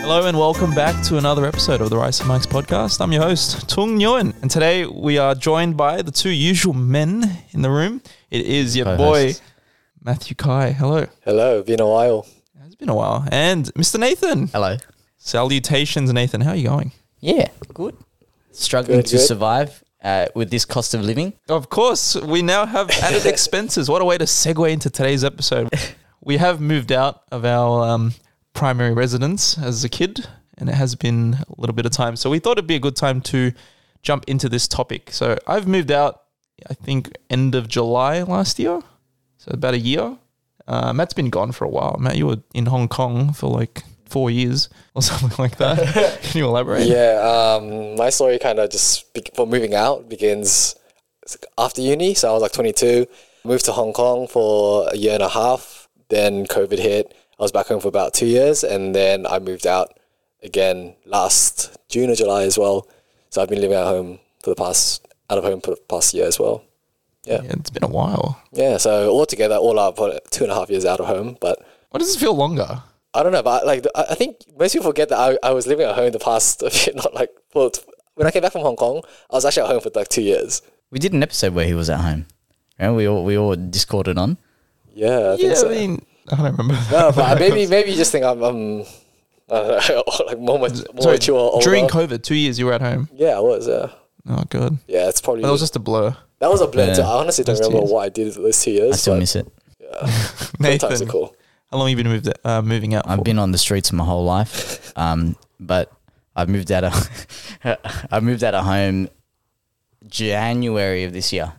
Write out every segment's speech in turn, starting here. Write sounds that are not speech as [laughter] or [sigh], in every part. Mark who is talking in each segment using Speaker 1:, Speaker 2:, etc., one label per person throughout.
Speaker 1: Hello and welcome back to another episode of the Rice and Mike's podcast. I'm your host, Tung Nguyen, and today we are joined by the two usual men in the room. It is your boy,
Speaker 2: Co-hosts.
Speaker 1: Matthew Kai. Hello.
Speaker 3: Hello, been a while.
Speaker 1: It's been a while. And Mr. Nathan.
Speaker 2: Hello.
Speaker 1: Salutations, Nathan. How are you going?
Speaker 2: Yeah, good. Struggling
Speaker 3: Good,
Speaker 2: to
Speaker 3: good.
Speaker 2: survive uh, with this cost of living.
Speaker 1: Of course, we now [laughs] have added expenses. What a way to segue into today's episode. We have moved out of our um, primary residence as a kid, and it has been a little bit of time. So we thought it'd be a good time to jump into this topic. So I've moved out, I think, end of July last year. So about a year. Uh, Matt's been gone for a while. Matt, you were in Hong Kong for like four years or [laughs] something like [laughs] that. Can you elaborate?
Speaker 3: Yeah, um, my story kind of just be- for moving out begins after uni. So I was like 22, moved to Hong Kong for a year and a half. Then COVID hit. I was back home for about two years, and then I moved out again last June or July as well. So I've been living at home for the past out of home for the past year as well.
Speaker 1: yeah it's been a while.
Speaker 3: Yeah, so altogether, all up, what, two and a half years out of home, but
Speaker 1: Why does it feel longer?
Speaker 3: I don't know, but like I I think most people forget that I, I was living at home the past [laughs] not like well, t- when I came back from Hong Kong, I was actually at home for like two years.
Speaker 2: We did an episode where he was at home. Remember, we all we all discorded on.
Speaker 3: Yeah, I
Speaker 1: yeah,
Speaker 3: think so.
Speaker 1: I mean, uh, I don't remember. [laughs]
Speaker 3: no, [laughs] but maybe maybe you just think I'm I'm I don't know, [laughs] like more, mat- more
Speaker 1: Sorry,
Speaker 3: mature. Older.
Speaker 1: during COVID, two years you were at home.
Speaker 3: yeah, I was yeah
Speaker 1: Oh god,
Speaker 3: yeah. It's probably
Speaker 1: that was just a blur.
Speaker 3: that was a blur.
Speaker 2: Yeah.
Speaker 3: too. I honestly don't
Speaker 1: Those two
Speaker 3: remember
Speaker 1: years.
Speaker 3: what I did those two years.
Speaker 2: I still
Speaker 3: but
Speaker 2: miss it.
Speaker 3: sometimes
Speaker 1: Nathan,
Speaker 3: they're cool.
Speaker 1: how long have you been moved, uh, moving out?
Speaker 2: I've
Speaker 1: for?
Speaker 2: been on the streets my whole life, um, but I've moved out of [laughs] I moved out of home January of this year.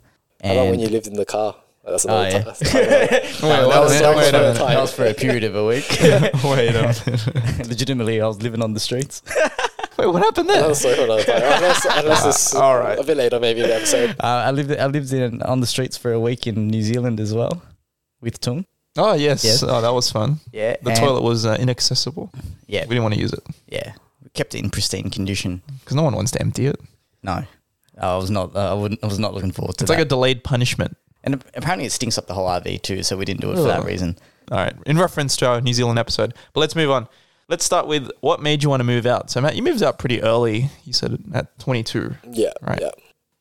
Speaker 3: How about when
Speaker 2: And
Speaker 3: you lived in the car? That's
Speaker 1: Ah,
Speaker 3: another
Speaker 2: yeah.
Speaker 3: time. That's another time.
Speaker 1: Wait,
Speaker 3: [laughs]
Speaker 2: [laughs]
Speaker 1: what?
Speaker 2: that, was,
Speaker 1: Wait,
Speaker 2: that was
Speaker 1: wait,
Speaker 2: for,
Speaker 1: wait,
Speaker 3: no, no.
Speaker 2: that was for a period of a week.
Speaker 1: wait, [laughs] wait,
Speaker 2: [laughs] Legitimately, I was living on the streets.
Speaker 1: wait, what happened
Speaker 3: Another
Speaker 1: there?
Speaker 3: story for another time. Unless,
Speaker 1: [laughs]
Speaker 3: unless it's
Speaker 1: Ah, all right.
Speaker 3: a bit later, maybe in the episode.
Speaker 2: Uh, I lived I lived in on the streets for a week in New Zealand as well, with Tung.
Speaker 1: Oh yes,
Speaker 2: Yes.
Speaker 1: oh that was fun.
Speaker 2: Yeah,
Speaker 1: The toilet was uh, inaccessible.
Speaker 2: Yeah,
Speaker 1: We didn't want to use it
Speaker 2: yeah, we kept it in pristine condition.
Speaker 1: because no one wants to empty it.
Speaker 2: No, I was not. I wouldn't. I was not looking forward to
Speaker 1: It's
Speaker 2: that.
Speaker 1: like a delayed punishment.
Speaker 2: and ap- apparently, it stinks up the whole RV too. So we didn't do it for
Speaker 1: Ugh.
Speaker 2: that reason.
Speaker 1: All right, in reference to our New Zealand episode, but let's move on. Let's start with what made you want to move out. So Matt, you moved out pretty early. You said at 22.
Speaker 3: Yeah,
Speaker 1: Right.
Speaker 3: yeah.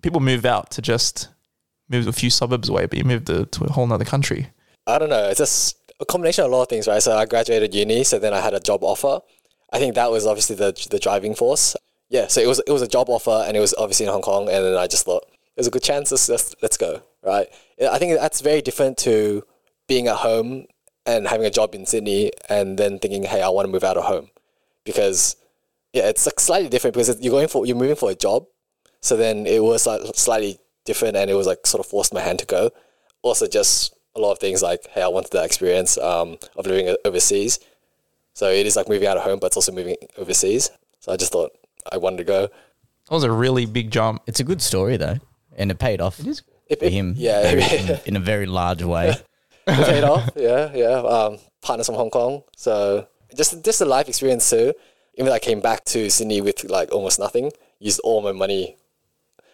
Speaker 1: People move out to just move a few suburbs away, but you moved to, to a whole nother country.
Speaker 3: I don't know. It's just a combination of a lot of things, right? So I graduated uni, so then I had a job offer. I think that was obviously the the driving force. Yeah, so it was it was a job offer, and it was obviously in Hong Kong, and then I just thought there's a good chance. Let's let's, let's go, right? Yeah, I think that's very different to being at home and having a job in Sydney, and then thinking, hey, I want to move out of home, because yeah, it's like slightly different because it- you're going for you're moving for a job, so then it was like slightly different, and it was like sort of forced my hand to go. Also, just a lot of things like, hey, I wanted that experience um, of living o- overseas. So it is like moving out of home, but it's also moving overseas. So I just thought I wanted
Speaker 1: [laughs]
Speaker 3: to go.
Speaker 1: That was a really big jump.
Speaker 2: It's a good story though, and it paid off
Speaker 3: It,
Speaker 2: for
Speaker 3: it-
Speaker 2: him.
Speaker 3: [laughs] yeah,
Speaker 2: very-
Speaker 3: it
Speaker 2: in, in a very large way.
Speaker 3: [laughs] paid off. Yeah, yeah. Um, partners from Hong Kong. So just just a life experience too. Even though I came back to Sydney with like almost nothing, used all my money,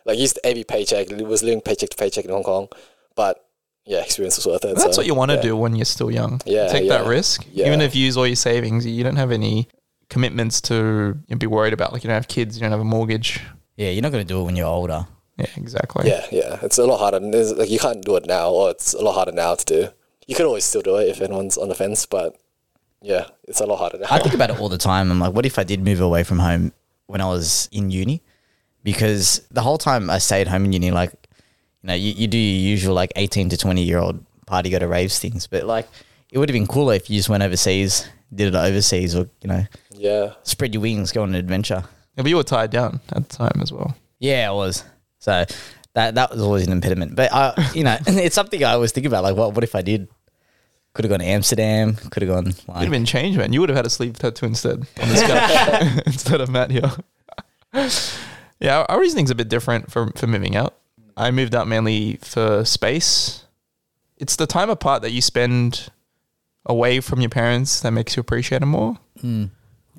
Speaker 3: like used every paycheck. Was living paycheck to paycheck in Hong Kong, but yeah, experience was worth it.
Speaker 1: That's
Speaker 3: so,
Speaker 1: what you want to
Speaker 3: yeah.
Speaker 1: do when you're still young.
Speaker 3: Yeah,
Speaker 1: Take that
Speaker 3: yeah,
Speaker 1: risk.
Speaker 3: yeah.
Speaker 1: Even if you use all your savings, you don't have any commitments to you know, be worried about. Like you don't have kids, you don't have a mortgage.
Speaker 2: Yeah, you're not going to do it when you're older.
Speaker 1: Yeah, exactly.
Speaker 3: Yeah, yeah. It's a lot harder. and there's- Like you can't do it now, or it's a lot harder now to do. You could always still do it if anyone's on the fence, but yeah, it's a lot harder now.
Speaker 2: I think about it all the time. I'm like, what if I did move away from home when I was in uni? Because the whole time I stay at home in uni, like, you know, you, you do your usual like 18 to 20 year old party, go to raves things. But like, it would have been cooler if you just went overseas, did it overseas, or, you know,
Speaker 3: yeah,
Speaker 2: spread your wings, go on an adventure.
Speaker 1: Yeah, But you were tied down at the time as well.
Speaker 2: Yeah, I was. So that that was always an impediment. But I, [laughs] you know, it's something I always think about. Like, what what if I did? Could have gone to Amsterdam. Could have gone.
Speaker 1: You'd
Speaker 2: Like,
Speaker 1: have been changed, man. You would have had a sleeve tattoo instead on this
Speaker 3: [laughs]
Speaker 1: couch [laughs] instead of Matt here. yeah, our, our reasoning's a bit different for, for moving out. I moved out mainly for space. It's the time apart that you spend away from your parents that makes you appreciate them more.
Speaker 2: hmm,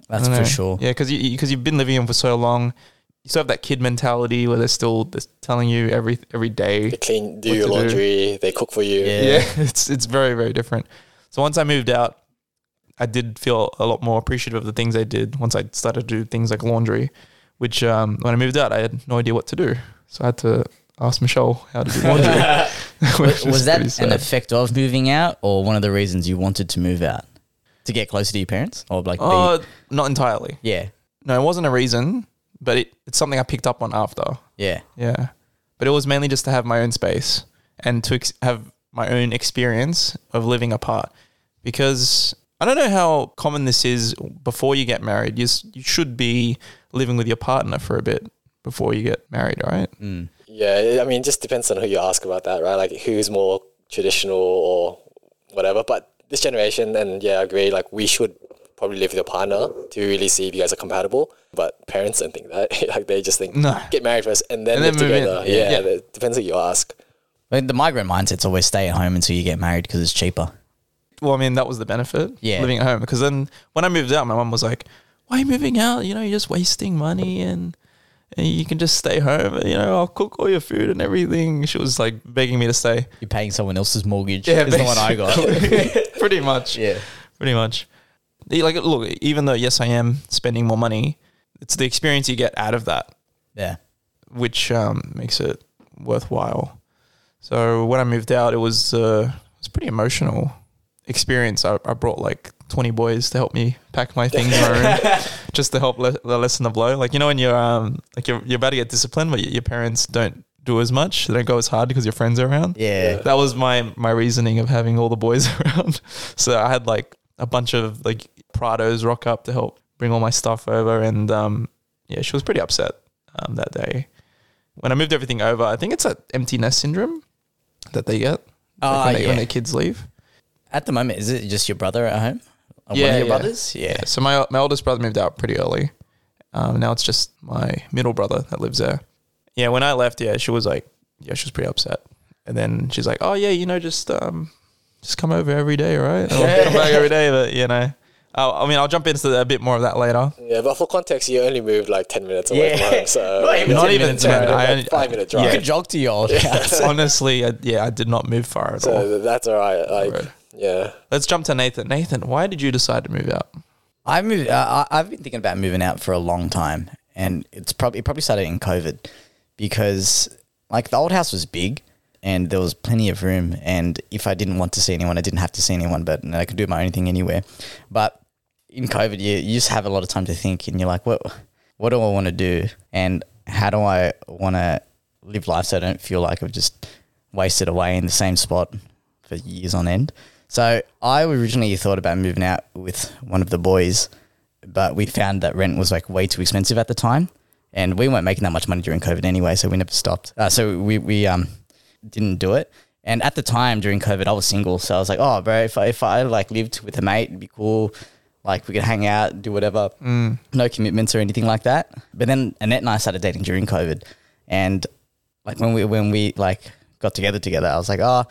Speaker 2: That's
Speaker 1: I
Speaker 2: for
Speaker 1: don't know.
Speaker 2: sure.
Speaker 1: Yeah, because you because you've been living in for so long, you still have that kid mentality where they're still they're telling you every every day.
Speaker 4: They clean, do
Speaker 1: What
Speaker 4: your
Speaker 1: to do.
Speaker 4: laundry, they cook for you.
Speaker 2: Yeah.
Speaker 1: Yeah. [laughs] it's it's very very different. So once I moved out, I did feel a lot more appreciative of the things I did. Once I started to do things like laundry, which um, when I moved out, I had no idea what to do, so I had to ask Michelle how to
Speaker 2: [laughs]
Speaker 1: do laundry. [laughs] which
Speaker 2: Was
Speaker 1: pretty
Speaker 2: that
Speaker 1: sad.
Speaker 2: an effect of moving out, or one of the reasons you wanted to move out to get closer to your parents, or like, be-
Speaker 1: Uh, not entirely.
Speaker 2: yeah,
Speaker 1: No, it wasn't a reason, but it, it's something I picked up on after.
Speaker 2: yeah,
Speaker 1: Yeah. But it was mainly just to have my own space and to ex- have my own experience of living apart. Because I don't know how common this is before you get married. You, s- you should be living with your partner for a bit before you get married, right?
Speaker 2: Mm.
Speaker 4: Yeah, I mean, it just depends on who you ask about that, right? Like, who's more traditional or whatever. But this generation, and yeah, I agree, like, we should probably live with a partner to really see if you guys are compatible. But parents don't think that. [laughs] like, they just think,
Speaker 1: No.
Speaker 4: get married first and then
Speaker 1: And then
Speaker 4: live
Speaker 1: move in.
Speaker 4: together. Yeah,
Speaker 1: Yeah.
Speaker 4: it depends who you ask.
Speaker 2: Like, the migrant mindset's always stay at home until you get married because it's cheaper.
Speaker 1: Well, I mean, that was the benefit,
Speaker 2: Yeah.
Speaker 1: living at home. Because then when I moved out, my mum was like, why are you moving out? You know, you're just wasting money and, and you can just stay home. You know, I'll cook all your food and everything. She was like begging me to stay. [laughs]
Speaker 2: You're paying someone else's mortgage.
Speaker 1: Yeah,
Speaker 2: Yeah, is the one I got.
Speaker 1: [laughs] Pretty much.
Speaker 2: yeah,
Speaker 1: pretty much. Yeah, Like, look, even though yes, I am spending more money, it's the experience you get out of that
Speaker 2: yeah.
Speaker 1: which um, makes it worthwhile. So when I moved out, it was uh, it was a pretty emotional experience. I, I brought like twenty boys to help me pack my things in my room, just to help le- le- lessen the blow. Like you know when you're um like you're you're about to get disciplined, but y- your parents don't do as much. They don't go as hard because your friends are around.
Speaker 2: Yeah.
Speaker 1: that was my my reasoning of having all the boys [laughs] around. So I had like a bunch of like Prados rock up to help bring all my stuff over, and um yeah, she was pretty upset um that day when I moved everything over, I think it's that empty nest syndrome that they get
Speaker 2: Ah,
Speaker 1: like when, they, when
Speaker 2: yeah.
Speaker 1: their kids leave.
Speaker 2: At the moment, is it just your brother at home? Or one
Speaker 1: Yeah,
Speaker 2: of your
Speaker 1: yeah.
Speaker 2: brothers? Yeah.
Speaker 1: So my my oldest brother moved out pretty early. Um, now it's just my middle brother that lives there. Yeah, when I left, yeah, she was like, yeah, she was pretty upset. And then she's like, oh yeah, you know, just um, just come over every day, right? And I'll come back every day, but you know, i I mean, I'll jump into a bit more of that later.
Speaker 4: Yeah, but for context, you only moved like 10 minutes away
Speaker 2: Yeah.
Speaker 4: from home. So,
Speaker 2: Not even
Speaker 1: Not
Speaker 2: 10
Speaker 1: even
Speaker 2: minutes,
Speaker 1: man,
Speaker 4: yeah,
Speaker 1: I
Speaker 4: like
Speaker 1: only-
Speaker 4: five minute drive.
Speaker 2: You could jog to your
Speaker 1: [laughs]
Speaker 2: old
Speaker 1: [laughs]
Speaker 2: house.
Speaker 1: honestly, I, yeah, I did not move far at all.
Speaker 4: So that's all right. Like,
Speaker 1: Alright.
Speaker 4: yeah.
Speaker 1: Let's jump to Nathan. Nathan, why did you decide to move out?
Speaker 2: I moved. Uh, I've been thinking about moving out for a long time, and it's probably it probably started in COVID because like the old house was big and there was plenty of room, and if I didn't want to see anyone, I didn't have to see anyone, but and I could do my own thing anywhere. But in COVID, you, you just have a lot of time to think, and you're like, what what do I want to do, and how do I want to live life so I don't feel like I've just wasted away in the same spot for years on end. So I originally thought about moving out with one of the boys, but we found that rent was like way too expensive at the time, and we weren't making that much money during COVID anyway, so we never stopped. Uh, so we we um didn't do it. And at the time during COVID, I was single, so I was like, oh, bro, if I, if I like lived with a mate, it'd be cool. Like we could hang out, do whatever, no commitments or anything like that. But then Annette and I started dating during COVID, and like when we when we like got together together, I was like, oh,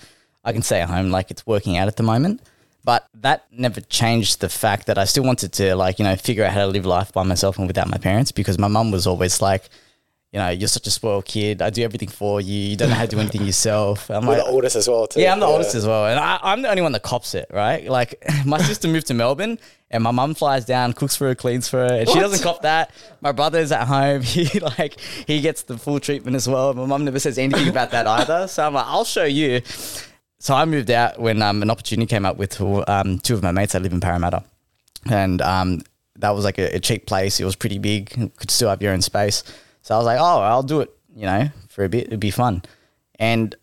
Speaker 2: I can stay at home. Like it's working out at the moment. But that never changed the fact that I still wanted to like you know figure out how to live life by myself and without my parents because my mum was always like, you know, you're such a spoiled kid. I do everything for you. You don't know how to do anything yourself. I'm
Speaker 4: You're
Speaker 2: like,
Speaker 4: the oldest as well, too.
Speaker 2: yeah, I'm the
Speaker 4: [laughs]
Speaker 2: oldest as well, and I, I'm the only one that cops it, right? Like [laughs] my sister moved to Melbourne, and my mum flies down, cooks for her, cleans for her, and she doesn't cop that. My brother's at home; [laughs] he like he gets the full treatment as well. My mum never says anything about that either. So I'm like, I'll show you. So I moved out when um, an opportunity came up with um, two of my mates that live in Parramatta, and um, that was like a, a cheap place. It was pretty big, could still have your own space. So I was like, oh, I'll do it, you know, for a bit. It'd be fun, and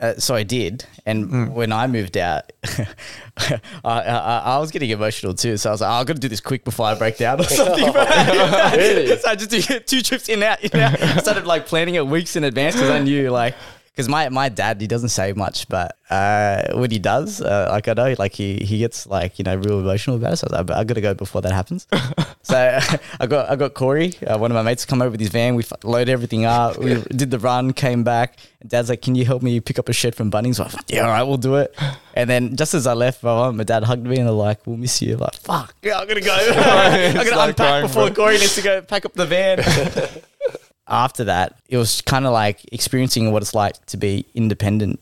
Speaker 2: uh, so I did, and when I moved out, [laughs] I, I, I was getting emotional too. So I was like, oh, "I've got to do this quick before I break down or something." bro.
Speaker 1: [laughs]
Speaker 2: [laughs] so I just did two trips in out, in out. Started like planning it weeks in advance because I knew like Because my, my dad, he doesn't say much, but uh, when he does, uh, like I know, like he, he gets like, you know, real emotional about it. So I was like, but I got to go before that
Speaker 1: [laughs]
Speaker 2: happens. so [laughs] I got I got Corey, uh, one of my mates, to come over with his van. We f- load everything up. We did the run, came back. And Dad's like, can you help me pick up a shed from Bunnings? I'm like, yeah, all right, we'll do it. And then just as I left, my mum and my dad hugged me and they're like, we'll miss you. I'm like, fuck, yeah, I'm going to go. [laughs] I'm
Speaker 1: It's
Speaker 2: going to
Speaker 1: like
Speaker 2: unpack
Speaker 1: crying,
Speaker 2: before
Speaker 1: bro.
Speaker 2: Corey needs to go pack up the van. [laughs] after that, it was kind of like experiencing what it's like to be independent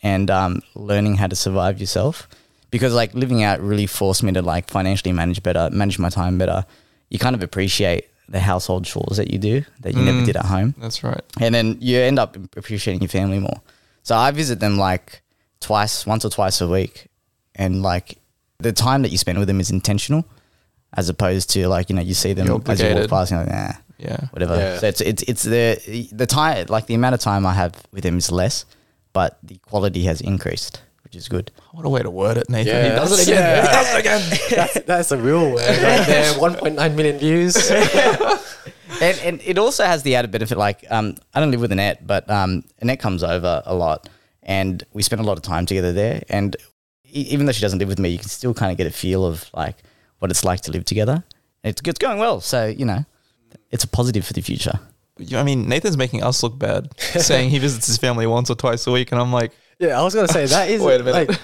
Speaker 2: and um, learning how to survive yourself. Because like living out really forced me to like financially manage better, manage my time better. You kind of appreciate the household chores that you do that you never did at home,
Speaker 1: That's right.
Speaker 2: and then you end up appreciating your family more. So I visit them like twice, once or twice a week, and like the time that you spend with them is intentional, as opposed to like you know you see
Speaker 1: You're
Speaker 2: them as you walk
Speaker 1: obligated.
Speaker 2: past, and you're like, nah
Speaker 1: Yeah.
Speaker 2: whatever.
Speaker 3: Yeah.
Speaker 2: So it's it's it's the the time like the amount of time I have with him is less, but the quality has increased, which is good.
Speaker 1: What a way to word it, Nathan.
Speaker 3: Yeah,
Speaker 1: he does it [laughs]
Speaker 3: that's-
Speaker 1: again.
Speaker 3: yeah.
Speaker 1: He does it again.
Speaker 3: That's, that's a real word right there. 1.9 million views.
Speaker 2: And and it also has the added benefit like um I don't live with Annette, but um Annette comes over a lot, and we spend a lot of time together there. And e- even though she doesn't live with me, you can still kind of get a feel of like what it's like to live together. And It's it's going well, so you know, it's a positive for the future.
Speaker 1: You- I mean, Nathan's making us look bad, saying he visits his family once or twice a week, and I'm like,
Speaker 3: Yeah, I was gonna say that is
Speaker 1: Wait a minute.
Speaker 3: Like,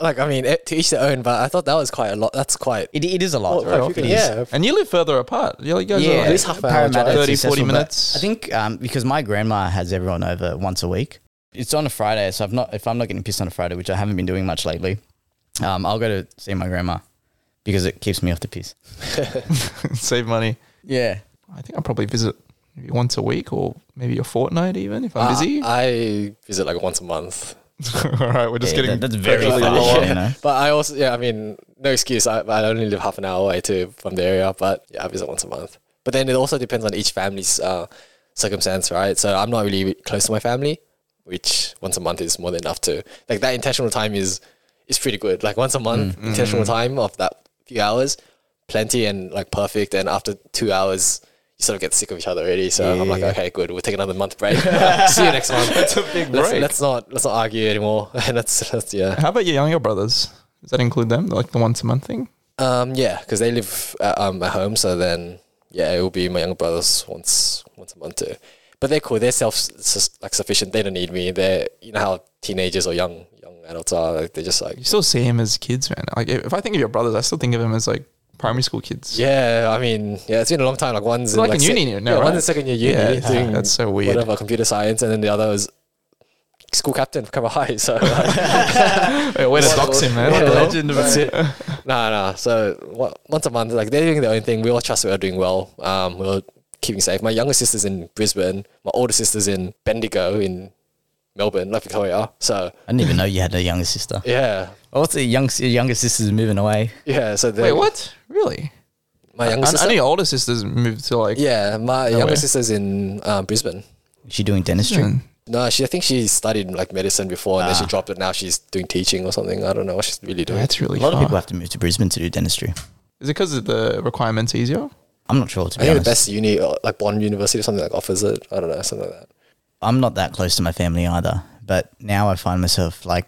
Speaker 3: like I mean, eh, to each their own. But I thought that was quite a lot. That's quite.
Speaker 2: It, it is a lot.
Speaker 3: Well, Right, if you
Speaker 1: it
Speaker 3: can-
Speaker 1: is.
Speaker 3: yeah.
Speaker 1: And you live further apart. You you guys are
Speaker 3: at
Speaker 1: like,
Speaker 3: least half an hour
Speaker 2: Parramatta
Speaker 3: drive.
Speaker 1: 30, 40
Speaker 2: to Cecil, but
Speaker 1: minutes.
Speaker 2: I think um, because my grandma has everyone over once a week. It's on a Friday, so I've not if I'm not getting pissed on a Friday, which I haven't been doing much lately. Um, I'll go to see my grandma because it keeps me off the piss.
Speaker 1: [laughs] save money.
Speaker 2: Yeah,
Speaker 1: I think I'll probably visit maybe once a week or maybe a fortnight even if I'm
Speaker 3: I-
Speaker 2: Ah,
Speaker 1: busy.
Speaker 3: I visit like once a month.
Speaker 1: [laughs] All right, we're just
Speaker 2: Yeah,
Speaker 1: getting
Speaker 2: that- that's very
Speaker 1: totally
Speaker 2: far.
Speaker 1: wrong.
Speaker 2: Yeah. [laughs] you know.
Speaker 3: But I also, [laughs] yeah, I mean, no excuse. I, I only live half an hour away too from the area, but yeah, I visit once a month. But then it also depends on each family's uh, circumstance, right? So I'm not really close to my family, which once a month is more than enough to like that intentional time is is pretty good. Like once a month,
Speaker 2: Mm-hmm.
Speaker 3: intentional time of that few hours, plenty and like perfect. And after two hours, you sort of get sick of each other already. So I'm like, okay, good. We'll take another month break. [laughs] See you next month. [laughs] That's a big let's,
Speaker 1: break.
Speaker 3: Let's not let's not argue anymore. [laughs] And that's that's yeah.
Speaker 1: How about your younger brothers? Does that include them? Like the once a month thing?
Speaker 3: Um, yeah, because they live at, um, at home, so then yeah, it will be my younger brothers once once a month too. But they're cool. They're self sus- like sufficient. They don't need me. They're you know how teenagers or young young adults are. Like, they're just like
Speaker 1: You still see him as kids, man. Like if if I think of your brothers, I still think of him as like primary school kids.
Speaker 3: yeah. I mean yeah, it's been a long time. Like one's
Speaker 1: It's like in uni now,
Speaker 3: yeah,
Speaker 1: right?
Speaker 3: one's in second year uni
Speaker 1: Yeah, it's-
Speaker 3: doing
Speaker 1: that's so weird.
Speaker 3: Whatever computer science, and then the other is school captain for Cover High. [laughs] So
Speaker 1: Wait, way to dox him, man. What the hell?
Speaker 2: legend of
Speaker 1: [laughs]
Speaker 2: it.
Speaker 3: No, no. So wa- once a month, like they're doing their own thing. We all trust we are doing well. Um, we're all keeping safe. My younger sister's in Brisbane. My older sister's in Bendigo in Melbourne, like Victoria. So
Speaker 2: I didn't even know you had a younger sister.
Speaker 3: yeah,
Speaker 2: Oh, what's the young your younger sister's moving away?
Speaker 3: yeah. So they-
Speaker 1: Wait, what? Really?
Speaker 3: My
Speaker 1: I,
Speaker 3: younger
Speaker 1: I
Speaker 3: sister.
Speaker 1: know your older sisters moved to like
Speaker 3: yeah, my younger
Speaker 1: way.
Speaker 3: sister's in um, Brisbane.
Speaker 2: Is she doing dentistry?
Speaker 1: Brisbane.
Speaker 3: No, she. I think she studied like medicine before, and then she dropped it. Now she's doing teaching or something. I don't know what she's really doing.
Speaker 1: Ah. That's really
Speaker 2: A lot of
Speaker 1: far.
Speaker 3: Uh-huh.
Speaker 2: people have to move to Brisbane to do dentistry.
Speaker 1: Is it because the requirements easier?
Speaker 2: I'm not sure to
Speaker 3: I
Speaker 2: be
Speaker 3: think
Speaker 2: honest.
Speaker 3: the best uni, or, like Bond University, or something like offers it. I don't know, something like that.
Speaker 2: I'm not that close to my family either, but now I find myself like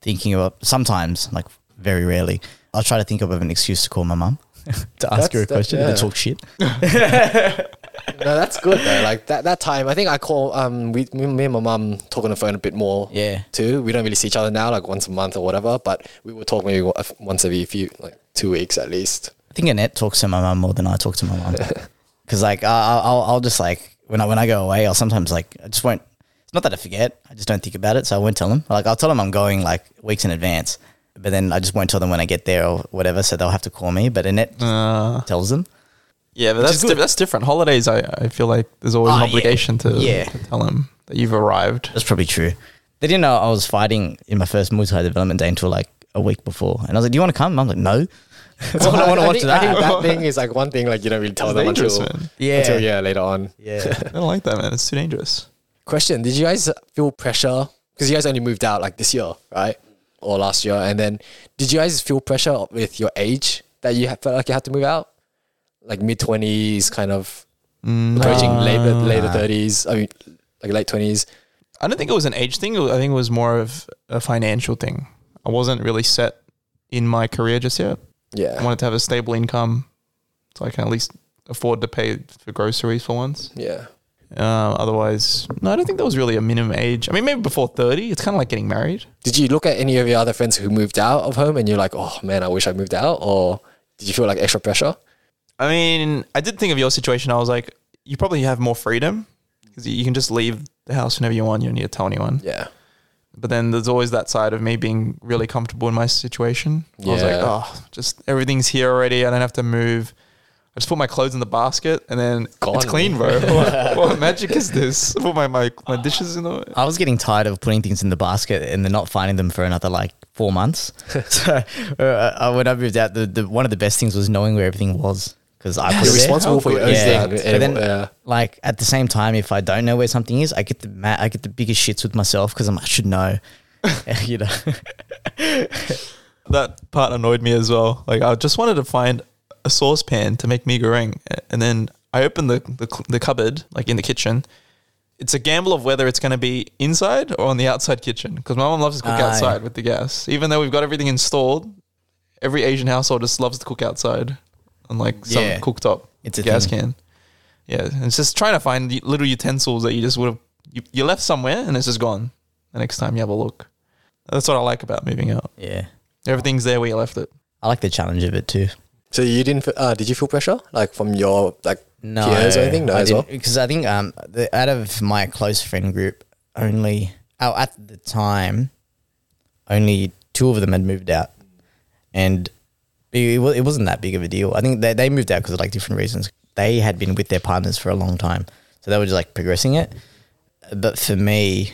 Speaker 2: thinking about sometimes, like very rarely, I'll try to think of an excuse to call my mum [laughs] to ask
Speaker 3: That's-
Speaker 2: her a
Speaker 3: that-
Speaker 2: question
Speaker 3: yeah.
Speaker 2: to talk shit.
Speaker 3: No, that's good though. Like that that time, I think I call um we me, me and my mum talk on the phone a bit more.
Speaker 2: Yeah.
Speaker 3: Too. We don't really see each other now, like once a month or whatever. But we would talk maybe wa- once every few, like two weeks at least.
Speaker 2: I think Annette talks to my mum more than I talk to my
Speaker 3: [laughs]
Speaker 2: mum because like I- I'll, I'll I'll just like when I when I go away, I'll sometimes like I just won't. It's not that I forget, I just don't think about it, so I won't tell them. Like I'll tell them I'm going like weeks in advance, but then I just won't tell them when I get there or whatever, so they'll have to call me. But Annette just
Speaker 1: Uh,
Speaker 2: tells them.
Speaker 1: yeah, but
Speaker 2: is
Speaker 1: that's
Speaker 2: good.
Speaker 1: di- that's different. Holidays, I, I feel like there's always
Speaker 2: Oh,
Speaker 1: an
Speaker 2: yeah.
Speaker 1: obligation To,
Speaker 2: Yeah.
Speaker 1: to tell them that you've arrived.
Speaker 2: That's probably true. They didn't know I was fighting in my first Muay Thai development day until like a week before. And I was like, Do you want to come? I'm like, No. [laughs] so I don't want to watch
Speaker 3: think, I think
Speaker 2: that. [laughs]
Speaker 3: [laughs] that thing is like one thing like you don't really tell
Speaker 1: It's
Speaker 3: them
Speaker 1: dangerous,
Speaker 3: until
Speaker 1: man.
Speaker 2: Yeah.
Speaker 3: until yeah later on.
Speaker 2: Yeah.
Speaker 1: I don't like that, man. It's too dangerous.
Speaker 3: Question: Did you guys feel pressure? Because you guys only moved out like this year, right, or last year? And then did you guys feel pressure with your age that you ha- felt like you had to move out, like mid
Speaker 1: Mm.
Speaker 2: Ah.
Speaker 1: Uh,
Speaker 3: twenties, kind of approaching later later thirties? I mean, like late twenties.
Speaker 1: I don't think it was an age thing. I think it was more of a financial thing. I wasn't really set in my career just yet. I
Speaker 3: Yeah.
Speaker 1: wanted to have a stable income so I can at least afford to pay for groceries for once.
Speaker 3: Yeah.
Speaker 1: Uh, otherwise, no, I don't think that was really a minimum age. I mean, maybe before 30. It's kind of like getting married.
Speaker 3: Did you look at any of your other friends who moved out of home and you're like, oh man, I wish I moved out? Or did you feel like extra pressure?
Speaker 1: I mean, I did think of your situation. I was like, you probably have more freedom because you can just leave the house whenever you want. You don't need to tell anyone.
Speaker 3: Yeah.
Speaker 1: But then there's always that side of me being really comfortable in my situation. I was like,
Speaker 3: Yeah.
Speaker 1: oh, just everything's here already. I don't have to move. I just put my clothes in the basket and then
Speaker 3: Gone.
Speaker 1: it's clean, bro.
Speaker 3: [laughs]
Speaker 1: what, what magic is this? I put my, my, my dishes in the.
Speaker 2: I was getting tired of putting things in the basket and then not finding them for another like four
Speaker 3: [laughs]
Speaker 2: months. [laughs] so uh, I- when I moved out, the, the one of the best things was knowing where everything was because I was
Speaker 3: You're
Speaker 2: there.
Speaker 3: responsible for your own
Speaker 2: Yeah,
Speaker 3: thing.
Speaker 2: but then
Speaker 3: Yeah.
Speaker 2: like at the same time, if I don't know where something is, I get the ma- I get the biggest shits with myself because I'm I should
Speaker 3: [laughs]
Speaker 2: know, [laughs] you know.
Speaker 1: That part annoyed me as well. Like, I just wanted to find a saucepan to make me goreng. And then I opened the, the, cl- the cupboard, like in the kitchen. It's a gamble of whether it's going to be inside or on the outside kitchen because my mom loves to cook
Speaker 2: Aye.
Speaker 1: outside with the gas. Even though we've got everything installed, every Asian household just loves to cook outside on like some
Speaker 2: Yeah.
Speaker 1: cooktop
Speaker 2: It's a
Speaker 1: gas
Speaker 2: thing.
Speaker 1: can. Yeah, and it's just trying to find the little utensils that you just would have you, you left somewhere and it's just gone. The next time you have a look, that's what I like about moving out.
Speaker 2: yeah,
Speaker 1: Everything's there where you left it.
Speaker 2: I like the challenge of it too.
Speaker 3: So you didn't, fe- uh, did you feel pressure? Like from your, like,
Speaker 2: no,
Speaker 3: peers or anything? No,
Speaker 2: I
Speaker 3: as well.
Speaker 2: Because I think um, the, out of my close friend group, only oh, at the time, only two of them had moved out, and it, wa- it wasn't that big of a deal. I think they, they moved out because of like different reasons. They had been with their partners for a long time, so they were just like progressing it. But for me,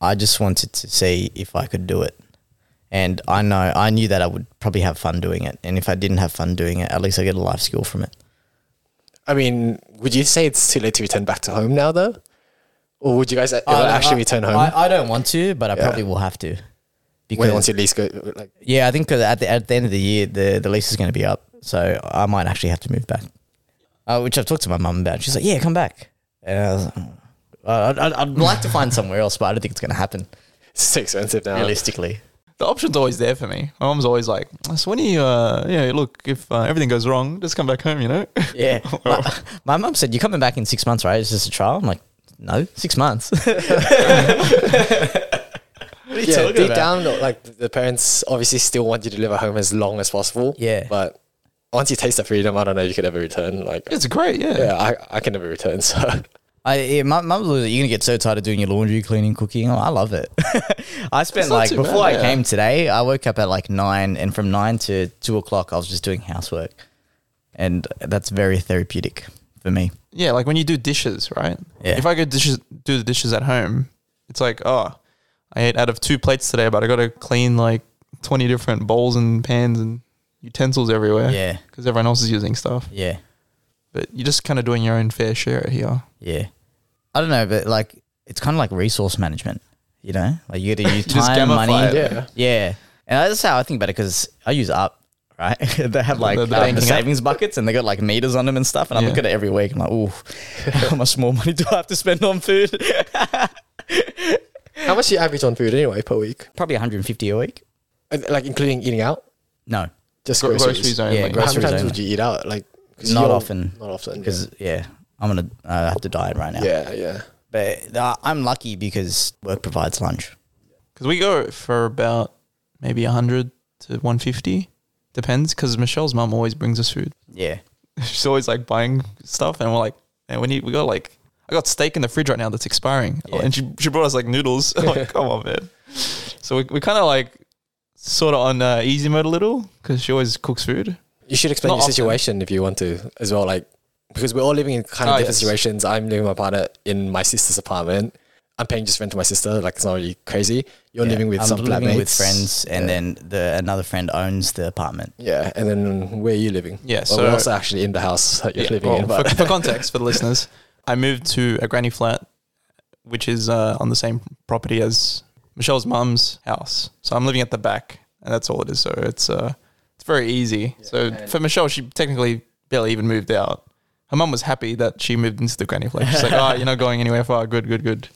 Speaker 2: I just wanted to see if I could do it. And I know I knew that I would probably have fun doing it, and if I didn't have fun doing it, at least I get a life skill from it.
Speaker 3: I mean, would you say it's too late to return back to home now though? Or would you guys ever
Speaker 2: I-
Speaker 3: actually
Speaker 2: I-
Speaker 3: return home
Speaker 2: I, I don't want to, but I probably will have to.
Speaker 3: when once
Speaker 2: Because
Speaker 3: you lease go, like,
Speaker 2: yeah, I think 'cause at the at the end of the year the the lease is going to be up, so I might actually have to move back. Uh, which I've talked to my mum about. She's like, "Yeah, come back." And I was like, "Uh, I'd, I'd, I'd like to find somewhere else, but I don't think it's going to happen
Speaker 3: it's too expensive now.
Speaker 2: realistically.
Speaker 1: The option's always there for me. My mom's always like, "So when are you, uh, yeah, look, if uh, everything goes wrong, just come back home, you know." [laughs]
Speaker 3: [laughs]
Speaker 2: Yeah, my, my mum said, "You're coming back in six months, right? It's just a trial." I'm like, "No, six months." [laughs] what are you
Speaker 3: Yeah,
Speaker 2: talking
Speaker 3: deep
Speaker 2: about?
Speaker 3: down, like the parents obviously still want you to live at home as long as possible.
Speaker 2: Yeah.
Speaker 3: But once you taste the freedom, I don't know if you could ever return. Like,
Speaker 1: it's great, yeah.
Speaker 3: yeah, I, I can never return. [laughs] So
Speaker 2: I yeah, my mum was like, you're gonna get so tired of doing your laundry, cleaning, cooking. Oh, I love it. [laughs] I spent
Speaker 1: not
Speaker 2: like
Speaker 1: too
Speaker 2: before
Speaker 1: bad,
Speaker 2: I
Speaker 1: yeah.
Speaker 2: came today, I woke up at like nine, and from nine to two o'clock, I was just doing housework, and that's very therapeutic for me.
Speaker 1: Yeah, like when you do dishes, right?
Speaker 2: Yeah.
Speaker 1: If I go dishes, do the dishes at home, it's like, oh, I ate out of two plates today, but I got to clean like twenty different bowls and pans and utensils everywhere.
Speaker 2: Yeah.
Speaker 1: because everyone else is using stuff.
Speaker 2: Yeah,
Speaker 1: But you're just kind of doing your own fair share here.
Speaker 2: yeah. I don't know, but like it's kind of like resource management. You know, like you gotta
Speaker 1: [laughs]
Speaker 2: use
Speaker 1: Just
Speaker 2: time,
Speaker 1: gamify
Speaker 2: money.
Speaker 1: it.
Speaker 3: Yeah.
Speaker 2: yeah. And that's how I think about it because I use up. Right, [laughs] they have like
Speaker 1: The-
Speaker 2: the,
Speaker 1: the
Speaker 2: um,
Speaker 1: banking
Speaker 2: the
Speaker 1: app.
Speaker 2: savings buckets, and they got like meters on them and stuff. And I
Speaker 1: Yeah.
Speaker 2: look at it every week. I'm like, ooh, [laughs] how much more money do I have to spend on food? [laughs]
Speaker 3: how much do you average on food anyway per week?
Speaker 2: probably 150 a week.
Speaker 3: Uh, Like including eating out,
Speaker 2: No,
Speaker 3: just
Speaker 1: Gro-
Speaker 3: groceries.
Speaker 1: groceries only.
Speaker 2: Yeah,
Speaker 3: How many
Speaker 2: Groceries
Speaker 3: times would
Speaker 2: only.
Speaker 3: you eat out? Like 'cause
Speaker 2: Not
Speaker 3: you're-
Speaker 2: often.
Speaker 3: Not often.
Speaker 2: because yeah, I'm gonna uh, have to diet right now.
Speaker 3: yeah, yeah.
Speaker 2: but uh, I'm lucky because work provides lunch.
Speaker 1: Because we go for about maybe 100 to 150. Depends. Because Michelle's mum always brings us food. [laughs]
Speaker 2: Yeah,
Speaker 1: She's always like buying stuff. And we're like, man, we need, we got like, I got steak in the fridge right now that's expiring. Oh,
Speaker 2: Yeah.
Speaker 1: And she, she brought us like noodles. [laughs] I'm
Speaker 3: [laughs]
Speaker 1: like, come on, man. So we, we kind of like sort of on uh, easy mode a little because she always cooks food.
Speaker 3: You should explain
Speaker 1: Not
Speaker 3: your
Speaker 1: often.
Speaker 3: situation if you want to as well, like because we're all living in kind of
Speaker 1: Ah,
Speaker 3: different
Speaker 1: yes.
Speaker 3: situations. I'm living with my partner in my sister's apartment. I'm paying just rent to my sister. Like it's not really crazy. You're
Speaker 2: Yeah.
Speaker 3: living with
Speaker 2: I'm
Speaker 3: some
Speaker 2: living with
Speaker 3: flatmates.
Speaker 2: friends, and
Speaker 3: Yeah.
Speaker 2: then the another friend owns the apartment.
Speaker 3: yeah, and then where are you living?
Speaker 1: Yeah,
Speaker 3: well, we're
Speaker 1: so-
Speaker 3: also actually in the house [laughs] that you're
Speaker 1: Yeah,
Speaker 3: living
Speaker 1: well,
Speaker 3: in. But
Speaker 1: for, for context for the listeners, I moved to a granny flat, which is uh, on the same property as Michelle's mum's house. So I'm living at the back, and that's all it is. So it's uh, it's very easy. so for Michelle, she technically barely even moved out. Her mum was happy that she moved into the granny flat. She's like, "Oh, you're not going anywhere far. Good, good, good."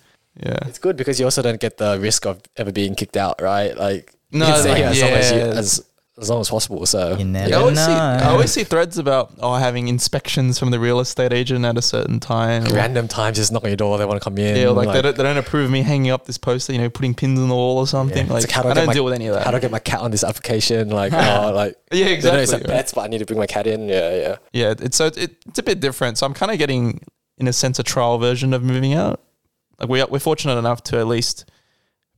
Speaker 1: Yeah.
Speaker 3: It's good because you also don't get the risk of ever being kicked out, right? Like you
Speaker 1: No,
Speaker 3: can stay
Speaker 1: like,
Speaker 3: here as, long as, you,
Speaker 1: yeah.
Speaker 3: as as long as possible. So
Speaker 2: You never
Speaker 1: I always, see,
Speaker 2: know.
Speaker 1: I always see threads about oh having inspections from the real estate agent at a certain time. or-
Speaker 3: random times just knock on your door, they want to come in.
Speaker 1: Yeah, or like, they, don't, they don't approve of me hanging up this poster, you know, putting pins in the wall or something.
Speaker 3: It's
Speaker 1: Like,
Speaker 3: like, how do I
Speaker 1: I
Speaker 3: get
Speaker 1: don't
Speaker 3: my-
Speaker 1: deal with any of that.
Speaker 3: How do I get my cat on this application? Like, oh, like
Speaker 1: [laughs] Yeah,
Speaker 3: they know it's
Speaker 1: exactly,
Speaker 3: like
Speaker 1: right.
Speaker 3: pets, but I need to bring my cat in. Yeah, yeah.
Speaker 1: yeah, it's so it, it's a bit different. So I'm kind of getting, in a sense, a trial version of moving out. Like we are, we're fortunate enough to at least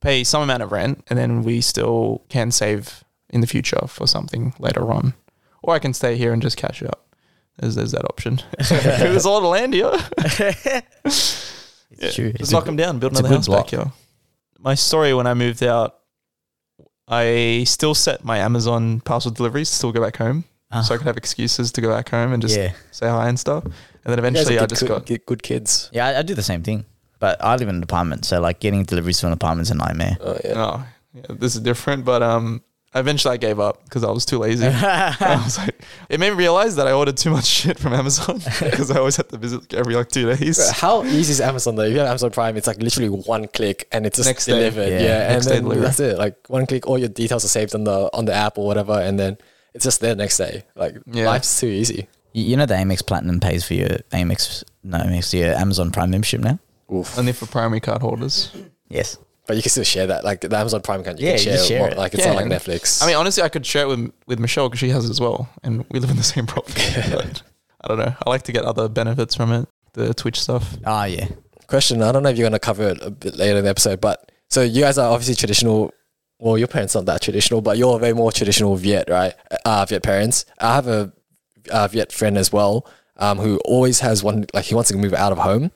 Speaker 1: pay some amount of rent, and then we still can save in the future for something later on, or I can stay here and just cash out. There's there's that option. [laughs] there's a lot of land here.
Speaker 2: [laughs]
Speaker 3: [laughs]
Speaker 1: [laughs]
Speaker 2: It's true.
Speaker 1: Just
Speaker 2: It's a
Speaker 1: knock them down, build
Speaker 2: it's a
Speaker 1: another
Speaker 2: good
Speaker 1: house back
Speaker 2: block.
Speaker 1: here. My story when I moved out, I still set my Amazon parcel deliveries, still go back home. So I could have excuses to go back home and just
Speaker 2: Uh-huh. Yeah.
Speaker 1: say hi and stuff. And then
Speaker 3: You guys are
Speaker 1: eventually I
Speaker 3: good,
Speaker 1: just
Speaker 3: good,
Speaker 1: got.
Speaker 3: good- good kids.
Speaker 2: Yeah, I, I do the same thing. But I live in an apartment, so like getting deliveries from an apartment's a
Speaker 3: [laughs]
Speaker 2: nightmare.
Speaker 3: Oh yeah.
Speaker 1: No, yeah, this is different. But um, eventually I gave up because I was too lazy. [laughs] I was like, it made me realize that I ordered too much [laughs] shit from Amazon because I always had to visit every like two days.
Speaker 3: Bro,
Speaker 2: [laughs]
Speaker 3: How easy is Amazon though? If you have Amazon Prime, it's like literally one click and it's just
Speaker 1: Next day.
Speaker 3: delivered.
Speaker 2: Yeah.
Speaker 3: Yeah, and
Speaker 1: Next day
Speaker 3: then
Speaker 1: delivery.
Speaker 3: that's it. Like one click, all your details are saved on the on the app or whatever, and then it's just there next day. Like
Speaker 1: Yeah.
Speaker 3: life's too easy.
Speaker 2: You, you know the Amex Platinum pays for your Amex, no Amex, your Amazon Prime membership now.
Speaker 3: Oof.
Speaker 1: Only for primary card holders.
Speaker 2: Yes.
Speaker 3: But you can still share that. Like the Amazon Prime account, you
Speaker 2: Yeah,
Speaker 3: can
Speaker 2: you
Speaker 3: share,
Speaker 2: can share
Speaker 3: more-
Speaker 2: it.
Speaker 3: Like it's not like
Speaker 1: and-
Speaker 3: Netflix.
Speaker 1: I mean, honestly, I could share it with with Michelle because she has it as well, and we live in the same [laughs] problem. But I don't know. I like to get other benefits from it, the Twitch stuff.
Speaker 2: Ah, yeah.
Speaker 3: question. I don't know if you're gonna cover it a bit later in the episode, but so you guys are obviously traditional. Well, your parents aren't that traditional, but you're very more traditional Viet, right? Uh, Viet parents. I have a uh, Viet friend as well, um, who always has one like he wants to move out of home,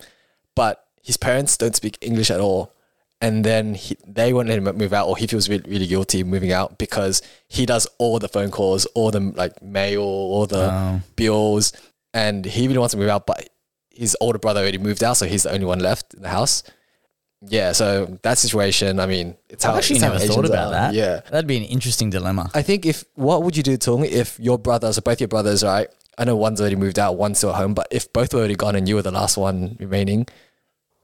Speaker 3: but his parents don't speak English at all, and then he, they won't let him move out, or he feels really, really guilty moving out because he does all the phone calls, all the like mail, all the
Speaker 2: Oh.
Speaker 3: bills, and he really wants to move out, but his older brother already moved out, so he's the only one left in the house. Yeah, so that situation, I mean, it's how
Speaker 2: I've actually
Speaker 3: it's how
Speaker 2: never thought
Speaker 3: Asians
Speaker 2: about
Speaker 3: are,
Speaker 2: that.
Speaker 3: Yeah,
Speaker 2: That'd be an interesting dilemma.
Speaker 3: I think if what would you do, Tung, if your brothers, or both your brothers, right? I know one's already moved out, one's still at home, but if both were already gone and you were the last one remaining,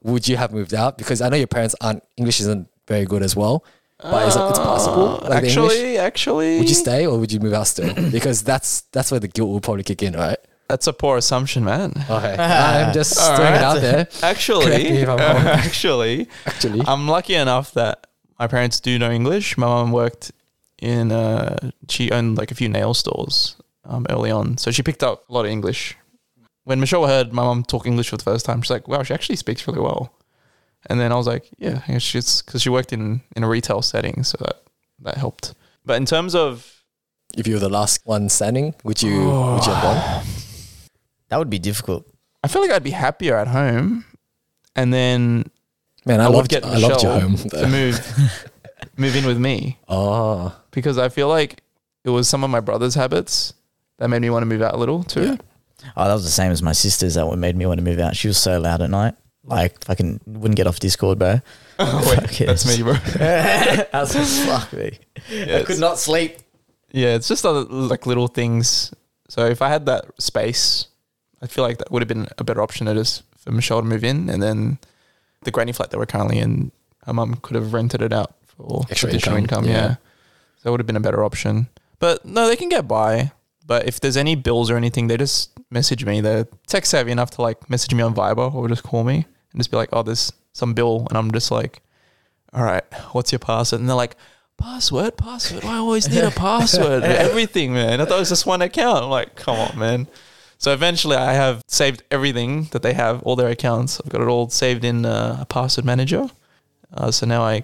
Speaker 3: would you have moved out? Because I know your parents aren't English isn't very good as well, but it's,
Speaker 2: Uh,
Speaker 3: it's possible. Like the English.
Speaker 1: actually, actually,
Speaker 3: would you stay or would you move out still? Because that's that's where the guilt will probably kick in, right?
Speaker 1: that's a poor assumption, man.
Speaker 3: [laughs] Okay, I'm just
Speaker 1: All
Speaker 3: throwing it
Speaker 1: right.
Speaker 3: out [laughs] there. Correct me
Speaker 1: Actually,
Speaker 3: if I'm wrong.
Speaker 1: [laughs] actually,
Speaker 3: Actually,
Speaker 1: I'm lucky enough that my parents do know English. My mum worked in uh, she owned like a few nail stores um, early on, so she picked up a lot of English. When Michelle heard my mum talk English for the first time, she's like, "Wow, she actually speaks really well." And then I was like, "Yeah, yeah, she's because she worked in in a retail setting, so that that helped." But in terms of
Speaker 3: if you were the last one standing, would you would you have gone?
Speaker 2: That would be difficult.
Speaker 1: [sighs] I feel like I'd be happier at home, and then
Speaker 3: Man, I,
Speaker 1: I, would
Speaker 3: loved
Speaker 1: get
Speaker 3: I loved your
Speaker 1: Michelle
Speaker 3: home.
Speaker 1: to
Speaker 3: though.
Speaker 1: move
Speaker 3: [laughs]
Speaker 1: move in with me.
Speaker 3: Oh,
Speaker 1: because I feel like it was some of my brother's habits that made me want to move out a little too.
Speaker 2: [laughs] Oh, that was the same as my sister's. That what made me want to move out. She was so loud at night. Like, fucking wouldn't get off Discord,
Speaker 3: [laughs]
Speaker 2: bro.
Speaker 1: Oh, wait,
Speaker 2: Fuck
Speaker 1: that's
Speaker 2: yes.
Speaker 1: me, bro.
Speaker 2: I was [laughs] like, fuck me. I could not sleep.
Speaker 1: Yeah, it's just other, like little things. So if I had that space, I feel like that would have been a better option to just for Michelle to move in, and then the granny flat that we're currently in, her mum could have rented it out for
Speaker 3: Extra
Speaker 1: additional
Speaker 3: income,
Speaker 1: income. yeah.
Speaker 3: yeah.
Speaker 1: so that would have been a better option. But no, they can get by. But if there's any bills or anything, they just message me. They're tech savvy enough to like message me on Viber or just call me and just be like, "Oh, there's some bill," and I'm just like, "All right, what's your password?" And they're like, "Password, password. Why I always
Speaker 3: [laughs]
Speaker 1: need a password? for Everything, man. I thought it was just one account." I'm like, "Come on, man." So eventually, I have saved everything that they have, all their accounts. I've got it all saved in uh, a password manager. Uh, so now I,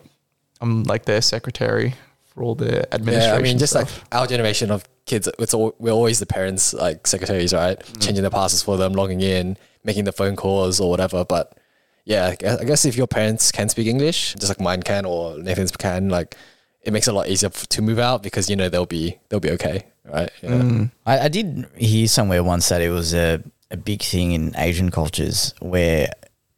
Speaker 1: I'm like their secretary for all their administration.
Speaker 3: yeah. I mean, just
Speaker 1: stuff.
Speaker 3: [laughs] like our generation of kids, it's all, we're always the parents, like secretaries, right?
Speaker 1: Mm.
Speaker 3: Changing the passes for them, logging in, making the phone calls or whatever. But yeah, I guess- I guess if your parents can speak English, just like mine can or Nathan's can, like it makes it a lot easier f- to move out because you know they'll be they'll be okay, right? Yeah.
Speaker 1: Mm.
Speaker 2: I, I did hear somewhere once that it was a, a big thing in Asian cultures where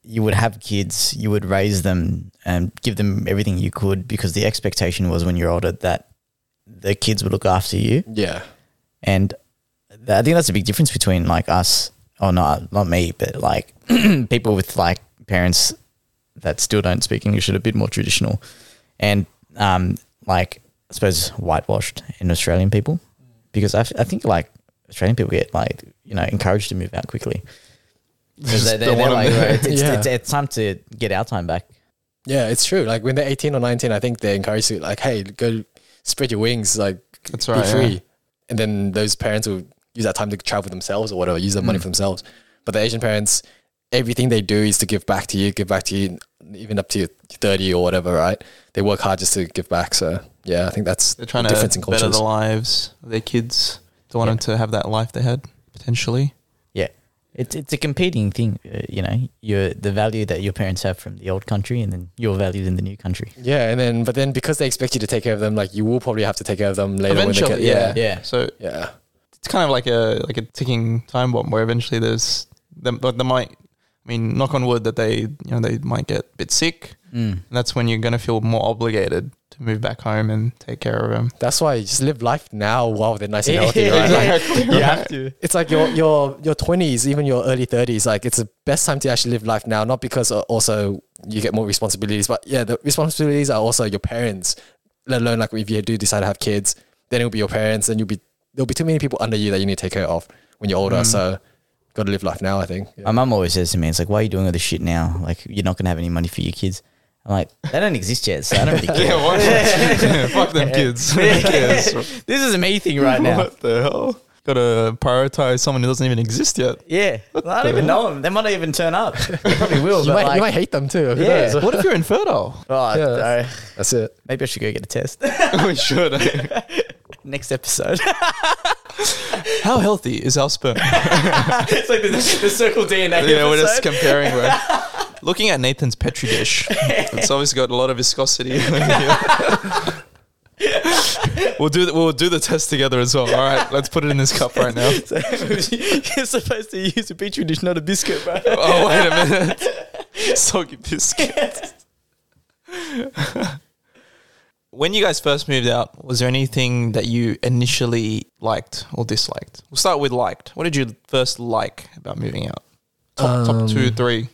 Speaker 2: you would have kids, you would raise them and give them everything you could because the expectation was when you're older that the kids would look after you.
Speaker 3: Yeah.
Speaker 2: And th- I think that's a big difference [clears throat] between like us, or not, not me, but like people with like parents that still don't speak English that are a bit more traditional, and um, like I suppose whitewashed in Australian people, because I, f- I think like Australian people get like you know encouraged to move out quickly. 'Cause
Speaker 1: Just
Speaker 2: they-
Speaker 1: don't
Speaker 2: they're, they're
Speaker 1: wanna
Speaker 2: like,
Speaker 1: move.
Speaker 2: "Right, it's,
Speaker 3: Yeah.
Speaker 2: it's, it's time to get our time back.
Speaker 3: Yeah, it's true. Like when they're 18 or 19, I think they're encouraged to like, hey, go spread your wings, like
Speaker 1: That's
Speaker 3: be
Speaker 1: right,
Speaker 3: free.
Speaker 1: yeah.
Speaker 3: And then those parents will use that time to travel themselves or whatever, use that
Speaker 1: Mm.
Speaker 3: money for themselves. But the Asian parents, everything they do is to give back to you, give back to you, even up to your 30 or whatever, right? They work hard just to give back. So yeah, I think that's
Speaker 1: They're trying
Speaker 3: the difference in
Speaker 1: to better
Speaker 3: cultures.
Speaker 1: the lives of their kids. They want
Speaker 2: Yeah.
Speaker 1: them to have that life they had potentially.
Speaker 2: Yeah, it's it's a competing thing. Uh, you know, your the value that your parents have from the old country, and then your value in the new country.
Speaker 3: yeah, and then but then because they expect you to take care of them, like you will probably have to take care of them later when
Speaker 1: Eventually,
Speaker 3: they get
Speaker 2: Yeah,
Speaker 1: So
Speaker 3: yeah. yeah.
Speaker 1: it's kind of like a like a ticking time bomb where eventually there's them, but they might. I mean, knock on wood that they you know they might get a bit sick,
Speaker 2: mm.
Speaker 1: and that's when you're going to feel more obligated to move back home and take care of them.
Speaker 3: That's why you just live life now while they're nice and
Speaker 1: [laughs]
Speaker 3: healthy,
Speaker 2: Yeah,
Speaker 3: right? Like,
Speaker 1: Exactly.
Speaker 2: [laughs] You have to.
Speaker 3: it's like your your your twenties, even your early thirties. Like it's the best time to actually live life now, not because uh, also you get more responsibilities, but yeah, the responsibilities are also your parents. Let alone like if you do decide to have kids, then it'll be your parents, and you'll be there'll be too many people under you that you need to take care of when you're older. So, got to live life now. I think. Yeah.
Speaker 2: My mum always says to me, "It's like, why are you doing all this shit now? Like, you're not gonna have any money for your kids." I'm like, "They don't exist yet, so I don't really care."
Speaker 1: Yeah, why- [laughs] yeah, fuck them [laughs]
Speaker 2: [laughs]
Speaker 1: kids. Who cares?
Speaker 2: This is me thing right now.
Speaker 1: What the hell? Got to prioritize someone who doesn't even exist [laughs] yet.
Speaker 2: Yeah, I don't even know them. They might not even turn
Speaker 1: [laughs]
Speaker 2: up. [laughs] Oh, They probably will,
Speaker 3: You
Speaker 2: but
Speaker 3: might,
Speaker 2: like,
Speaker 3: you might hate them too. Who
Speaker 2: Yeah.
Speaker 3: knows?
Speaker 1: What if you're infertile? [laughs]
Speaker 2: oh,
Speaker 3: Yeah,
Speaker 2: no.
Speaker 3: That's it.
Speaker 2: maybe I should go get a test. [laughs]
Speaker 1: we should. [laughs]
Speaker 2: Next episode. [laughs]
Speaker 1: How healthy is our sperm?
Speaker 2: it's like the, the
Speaker 1: [laughs]
Speaker 2: circle DNA.
Speaker 1: yeah, we're just
Speaker 2: episode. [laughs]
Speaker 1: comparing. Bro. Looking at Nathan's petri dish, it's obviously got a lot of viscosity. [laughs] we'll do the, we'll do the test together as well. All right, let's put it in this cup right now.
Speaker 2: [laughs] You're supposed to use a petri dish, not a
Speaker 1: [laughs]
Speaker 2: biscuit, bro.
Speaker 1: Oh wait a minute, [laughs] soggy biscuit. [laughs] when you guys first moved out, was there anything that you initially liked or disliked? We'll start with liked. What did you first like about moving out? Top, top two, three. just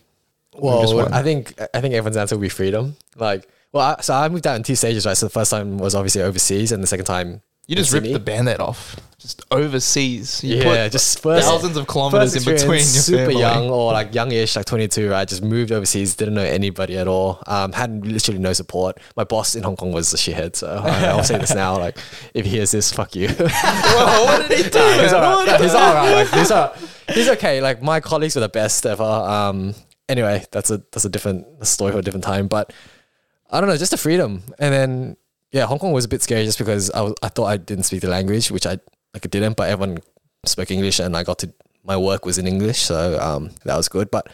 Speaker 3: Well,
Speaker 1: one.
Speaker 3: I think I think everyone's answer would be freedom. Like, well, I, so I moved out in two stages, right? So the first time was obviously overseas, and the second time
Speaker 1: You just
Speaker 3: in
Speaker 1: ripped
Speaker 3: Sydney.
Speaker 1: the band-aid off. Just overseas. You
Speaker 3: yeah,
Speaker 1: put
Speaker 3: just first,
Speaker 1: thousands of kilometers in
Speaker 3: experience,
Speaker 1: between your
Speaker 3: super
Speaker 1: family.
Speaker 3: young or like youngish, like 22, right? Just moved overseas, didn't know anybody at all. Um, had literally no support. My boss in Hong Kong was a shithead, so I, I'll say this now: like, if he hears this, fuck
Speaker 1: [laughs]
Speaker 3: you. [laughs]
Speaker 1: Whoa, what did he do?
Speaker 3: Nah,
Speaker 1: [laughs]
Speaker 3: he's all right. He's all right. Like, he's, all, he's okay. Like my colleagues were the best ever. Um, anyway, that's a that's a different a story for a different time. But I don't know, just the freedom. And then yeah, Hong Kong was a bit scary just because I was, I thought I didn't speak the language, which I like I didn't. But everyone spoke English, and I got to my work was in English, so um, that was good. But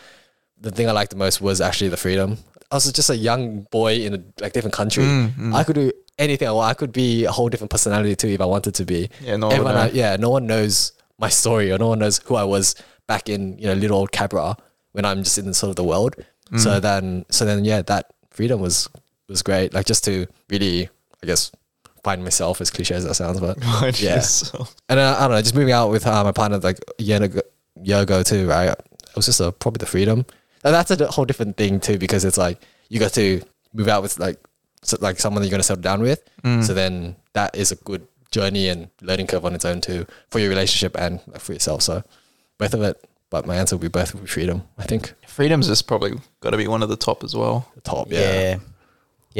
Speaker 3: the thing I liked the most was actually the freedom. I was just a young boy in a like different country.
Speaker 1: Mm,
Speaker 3: I could do anything I want. I could be a whole different personality too if I wanted to be.
Speaker 1: Yeah, no one would
Speaker 3: Everyone,
Speaker 1: know.
Speaker 3: I- yeah, no one knows my story or no one knows who I was back in you know little old Cabra when I'm just in the sort of the world. So then, so then, yeah, that freedom was was great. Like just to really, I guess, find myself as cliche as that sounds, but
Speaker 1: [laughs]
Speaker 3: yeah. And uh, I don't know, just moving out with uh, my partner like a year ago, year ago too, right? It was just uh probably the freedom. And that's a d- whole different thing too because it's like you got to move out with like so, like someone that you're going to settle down with.
Speaker 2: Mm.
Speaker 3: So then that is a good journey and learning curve on its own too for your relationship and like, for yourself. So both of it. But my answer would be both would be freedom. I think
Speaker 1: Freedom's just probably got to be one of the top as well.
Speaker 3: the top.
Speaker 2: Yeah.
Speaker 3: Yeah.
Speaker 2: yeah,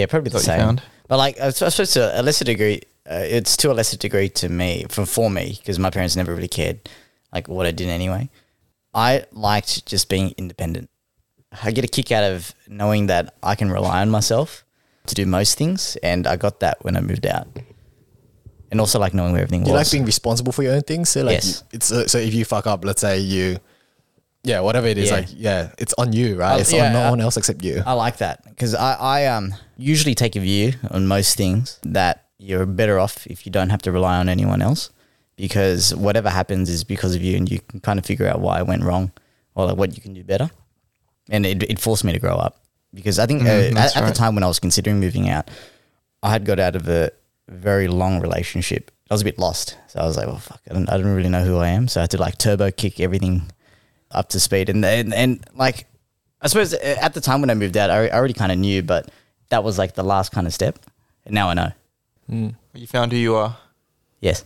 Speaker 2: probably the
Speaker 1: What you
Speaker 2: same.
Speaker 1: found?
Speaker 2: But like, I suppose to a lesser degree, uh, it's to a lesser degree to me for for me because my parents never really cared like what I did anyway. I liked just being independent. I get a kick out of knowing that I can rely on myself to do most things, and I got that when I moved out. And also like knowing where everything
Speaker 3: You like
Speaker 2: was.
Speaker 3: being responsible for your own things. So like
Speaker 2: Yes.
Speaker 3: you- it's uh, so if you fuck up, let's say you. Yeah, whatever it is,
Speaker 2: Yeah.
Speaker 3: like yeah, it's on you, right?
Speaker 2: Uh,
Speaker 3: it's
Speaker 2: yeah,
Speaker 3: on no
Speaker 2: uh,
Speaker 3: one else except you.
Speaker 2: I like that because I, I um usually take a view on most things that you're better off if you don't have to rely on anyone else because whatever happens is because of you and you can kind of figure out why it went wrong or like what you can do better. And it, it forced me to grow up because I think uh,
Speaker 1: Mm-hmm. that's
Speaker 2: at, at the
Speaker 1: right.
Speaker 2: time when I was considering moving out, I had got out of a very long relationship. I was a bit lost. So I was like, well, fuck, I don't, I don't really know who I am. So I had to like turbo kick everything up to speed. And, and, and like, I I suppose uh, at the time when I moved out, I I already kind of knew, but that was like the last kind of step. And now I know.
Speaker 1: You found who you are. [laughs]
Speaker 2: Yes.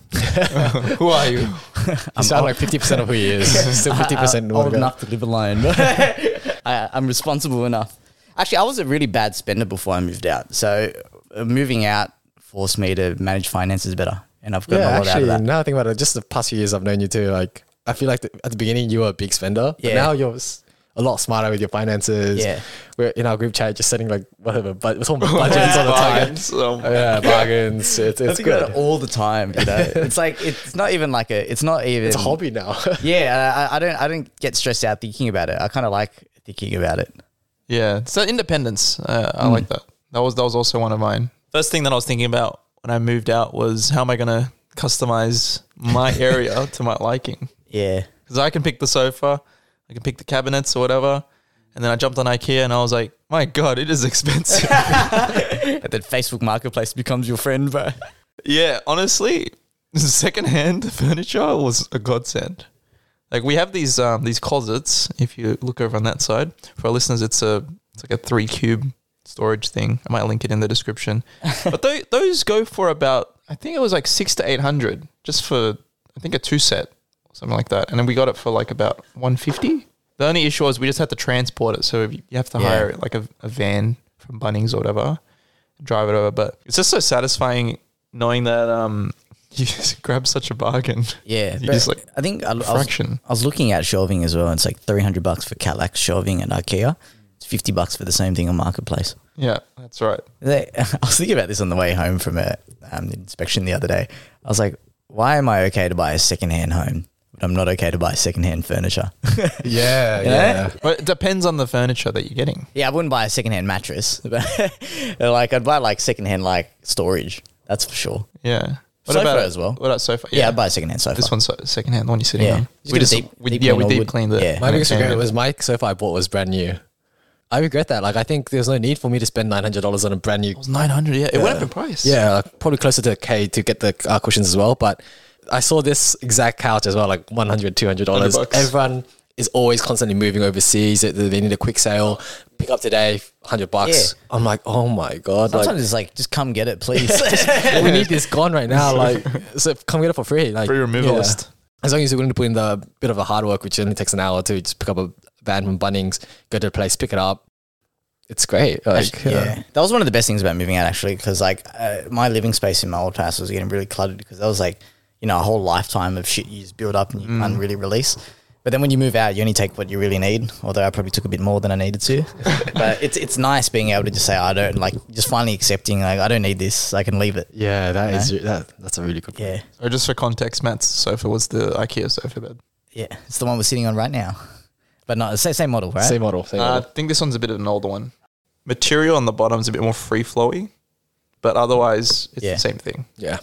Speaker 1: who are you?
Speaker 3: You sound like 50% of [laughs] who he is. Still 50%
Speaker 2: I'm
Speaker 3: more
Speaker 2: old
Speaker 3: to go.
Speaker 2: enough to live alone. [laughs] I, I'm responsible enough. Actually, I was a really bad spender before I moved out. So uh, moving out forced me to manage finances better, and I've gotten
Speaker 3: Yeah,
Speaker 2: a lot
Speaker 3: actually,
Speaker 2: out of that.
Speaker 3: now I think about it, just the past few years I've known you too, like, I feel like the, at the beginning you were a big spender,
Speaker 2: Yeah.
Speaker 3: but now you're s- a lot smarter with your finances.
Speaker 2: Yeah.
Speaker 3: We're in our group chat just setting like whatever, but it's all [laughs] budgets all the time.
Speaker 1: Bargains, um,
Speaker 3: Yeah, bargains. It's,
Speaker 2: It's
Speaker 3: it's
Speaker 2: good
Speaker 3: good.
Speaker 2: all the time. You know, it's like it's not even like a. It's not even.
Speaker 3: It's a hobby now.
Speaker 2: Yeah, I, I don't. I don't get stressed out thinking about it. I kind of like thinking about it.
Speaker 1: Yeah, so independence. Uh, I like that. That was that was also one of mine. First thing that I was thinking about when I moved out was how am I going to customize [laughs] my area to my liking?
Speaker 2: Yeah.
Speaker 1: Because I can pick the sofa, I can pick the cabinets or whatever. And then I jumped on IKEA and I was like, my god, it is [laughs] expensive.
Speaker 2: And then Facebook Marketplace becomes your friend, bro.
Speaker 1: Yeah, honestly, [laughs] secondhand furniture was a godsend. Like we have these um, these closets. If you look over on that side, for our listeners, it's a it's like a three cube storage thing. I might link it in the
Speaker 2: [laughs]
Speaker 1: description. but tho- those go for about I think it was like six to eight hundred just for I think a two set or something like that. And then we got it for like about one fifty. The only issue was we just had to transport it, so if you you have to
Speaker 2: Yeah.
Speaker 1: hire like a, a van from Bunnings or whatever drive it over. But it's just so satisfying knowing that um [laughs] you just grab such a bargain.
Speaker 2: Yeah,
Speaker 1: You
Speaker 2: but
Speaker 1: just, like,
Speaker 2: I think I, I was,
Speaker 1: fraction.
Speaker 2: I was looking at shelving as well. And it's like three hundred bucks for Cadillac shelving at IKEA. It's fifty bucks for the same thing on Marketplace.
Speaker 1: Yeah, that's right.
Speaker 2: They, [laughs] I was thinking about this on the way home from a um, inspection the other day. I was like, why am I okay to buy a secondhand home, but I'm not okay to buy secondhand furniture?
Speaker 3: [laughs]
Speaker 2: [laughs]
Speaker 3: [laughs] yeah,
Speaker 2: yeah.
Speaker 1: But it depends on the furniture that you're getting.
Speaker 2: yeah, I wouldn't buy a secondhand mattress, [laughs] but like I'd buy like secondhand like storage. That's for sure.
Speaker 1: Yeah.
Speaker 2: Sofa as well.
Speaker 1: What about sofa?
Speaker 2: Yeah, I'd buy a secondhand sofa.
Speaker 1: this one's so- secondhand, the one you're sitting
Speaker 2: Yeah.
Speaker 1: on.
Speaker 2: Just
Speaker 1: we
Speaker 2: get a
Speaker 1: just
Speaker 2: deep-
Speaker 1: we,
Speaker 2: deep
Speaker 1: yeah
Speaker 2: clean
Speaker 1: we
Speaker 2: old
Speaker 1: deep
Speaker 2: wood.
Speaker 1: cleaned it.
Speaker 2: Yeah.
Speaker 3: My
Speaker 1: and
Speaker 3: biggest
Speaker 1: expanded
Speaker 3: regret
Speaker 1: it.
Speaker 3: was my sofa I bought was brand new. I regret that. Like, I think there's no need for me to spend nine hundred dollars on a brand new.
Speaker 1: it was nine hundred. Yeah, it went up in price.
Speaker 3: Yeah, like, probably closer to a K to get the uh, cushions as well. But I saw this exact couch as well, like 100 dollars.
Speaker 1: 100 bucks.
Speaker 3: Everyone is always constantly moving overseas. They- They need a quick sale. Pick up today, hundred bucks. I'm like, oh my god,
Speaker 2: Sometimes
Speaker 3: like
Speaker 2: it's like, just come get it, please.
Speaker 3: we
Speaker 2: [laughs]
Speaker 3: need this gone right now. Like, so come get it for free. Like
Speaker 1: Free removalist.
Speaker 3: as long as you're willing to put in the bit of a hard work, which only takes an hour to just pick up a van from Bunnings, go to the place, pick it up. It's great. Like,
Speaker 2: Actually, yeah. that was one of the best things about moving out actually, because like uh, my living space in my old house was getting really cluttered because that was like you know a whole lifetime of shit you just build up and you can't really release. But then when you move out, you only take what you really need. Although I probably took a bit more than I needed [laughs] to, but it's it's nice being able to just say I don't like just finally accepting like I don't need this. I can leave it.
Speaker 3: yeah, that is that. That's a really good. point.
Speaker 2: Yeah,
Speaker 1: So just for context, Matt's sofa was the IKEA sofa bed.
Speaker 2: yeah. It's the one we're sitting on right now, but not same, same model, right?
Speaker 3: Same model. Same
Speaker 1: Uh,
Speaker 3: model.
Speaker 1: I think this one's a bit of an older one. Material on the bottom's a bit more free flowy, but otherwise it's
Speaker 2: Yeah.
Speaker 1: the same thing.
Speaker 3: Yeah.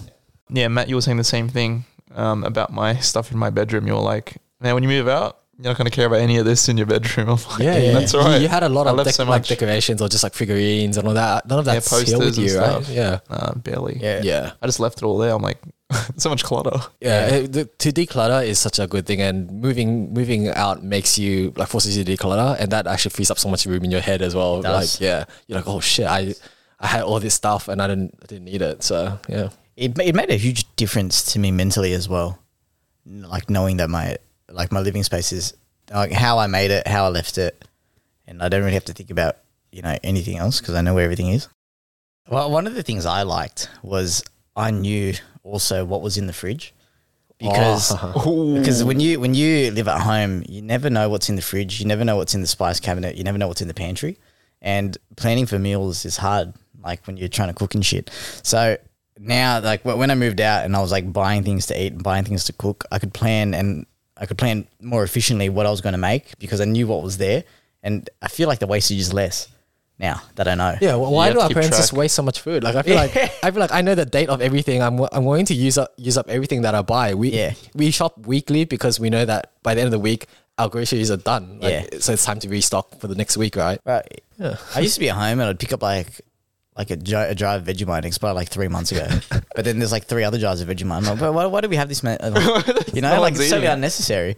Speaker 1: yeah, Matt, you were saying the same thing um, about my stuff in my bedroom. You were like, man, when you move out, you're not going to care about any of this in your bedroom. [laughs] I'm like,
Speaker 3: Yeah,
Speaker 2: yeah.
Speaker 1: that's
Speaker 3: You-
Speaker 1: right.
Speaker 3: You had a lot
Speaker 1: I
Speaker 3: of
Speaker 1: left
Speaker 3: dec-
Speaker 1: so
Speaker 3: like
Speaker 1: much.
Speaker 3: decorations or just like figurines and all that. None of
Speaker 1: Yeah,
Speaker 3: that's here with
Speaker 1: posters and
Speaker 3: you, right?
Speaker 1: stuff.
Speaker 3: Yeah.
Speaker 1: Uh, barely.
Speaker 2: Yeah.
Speaker 3: Yeah.
Speaker 1: I just left it all there. I'm like, [laughs] so much clutter.
Speaker 3: Yeah, it- the, to declutter is such a good thing, and moving moving out makes you like forces you to declutter, and that actually frees up so much room in your head as well.
Speaker 2: does.
Speaker 3: Like, yeah, you're like, oh shit, I I had all this stuff and I didn't I didn't need it. So yeah,
Speaker 2: it, ma- it made a huge difference to me mentally as well N- like knowing that my like my living space is like how i made it how i left it and i don't really have to think about you know anything else because i know where everything is well one of the things i liked was i knew also what was in the fridge because
Speaker 3: Oh. [laughs] Ah.
Speaker 2: because when you when you live at home, you never know what's in the fridge, you never know what's in the spice cabinet, you never know what's in the pantry, and planning for meals is hard. Like when you're trying to cook and shit. So now, like wh- when I moved out and I was like buying things to eat and buying things to cook, I could plan and I could plan more efficiently what I was going to make because I knew what was there, and I feel like the wastage is less now that I know.
Speaker 3: yeah. Well, why
Speaker 1: have
Speaker 3: do
Speaker 1: to
Speaker 3: our
Speaker 1: keep
Speaker 3: parents just
Speaker 1: track.
Speaker 3: waste so much food? Like I feel like I feel like I know the date of everything. I'm I'm going to use up use up everything that I buy. We
Speaker 2: Yeah.
Speaker 3: we shop weekly because we know that by the end of the week our groceries are done. Like,
Speaker 2: Yeah.
Speaker 3: so it's time to restock for the next week, right?
Speaker 2: Right. I used to be at home and I'd pick up like like a, jar, a jar of Vegemite. It expired like three months
Speaker 3: [laughs]
Speaker 2: ago. but then there's like
Speaker 3: [laughs]
Speaker 2: three other jars of Vegemite. I'm like, "Bro, why, why do we have this? Man? Like, you know,
Speaker 1: No
Speaker 2: like
Speaker 1: one's
Speaker 2: it's totally
Speaker 1: eating it."
Speaker 2: unnecessary.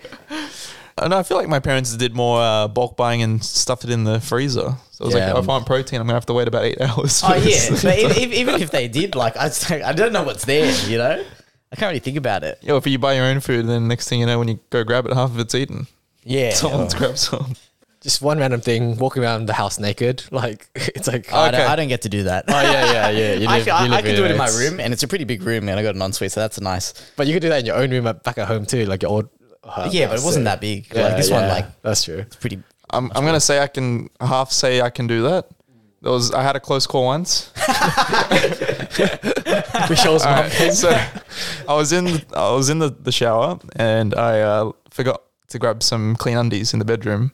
Speaker 1: And I feel like my parents did more uh, bulk buying and stuffed it in the freezer. So I was
Speaker 3: Yeah.
Speaker 1: like, if I want protein, I'm gonna have to wait about eight [laughs] hours.
Speaker 3: [laughs]
Speaker 1: for
Speaker 2: Oh yeah,
Speaker 1: this.
Speaker 2: but if, if, even if they did, like I, just- I don't know what's there. You know, I can't really think about it.
Speaker 1: Yeah, if you buy your own food, then next thing you know, when you go grab it, half of it's eaten.
Speaker 2: Yeah,
Speaker 1: Someone's grabbed some.
Speaker 3: Just one random thing, walking around the house naked. Like [laughs] it's like
Speaker 2: I, [laughs] don't,
Speaker 1: Okay.
Speaker 2: I don't get to do that.
Speaker 3: Oh, yeah, yeah, yeah. You
Speaker 2: I,
Speaker 3: live-
Speaker 2: can- I,
Speaker 3: you live
Speaker 2: can do it in my
Speaker 3: it's-
Speaker 2: room, and it's a pretty big room, and I got an ensuite, so that's nice.
Speaker 3: But you could do that in your own room at, back at home too, like your old. house.
Speaker 2: yeah, but it wasn't that big. like this one,
Speaker 3: Oh, yeah,
Speaker 2: like
Speaker 3: that's true. [laughs]
Speaker 2: it's pretty.
Speaker 1: I'm, I'm gonna say I can half say I can do that. There was I had a close call once.
Speaker 3: We shows
Speaker 1: All [laughs] right, so I was in I was in the, the shower and I uh, forgot to grab some clean undies in the bedroom.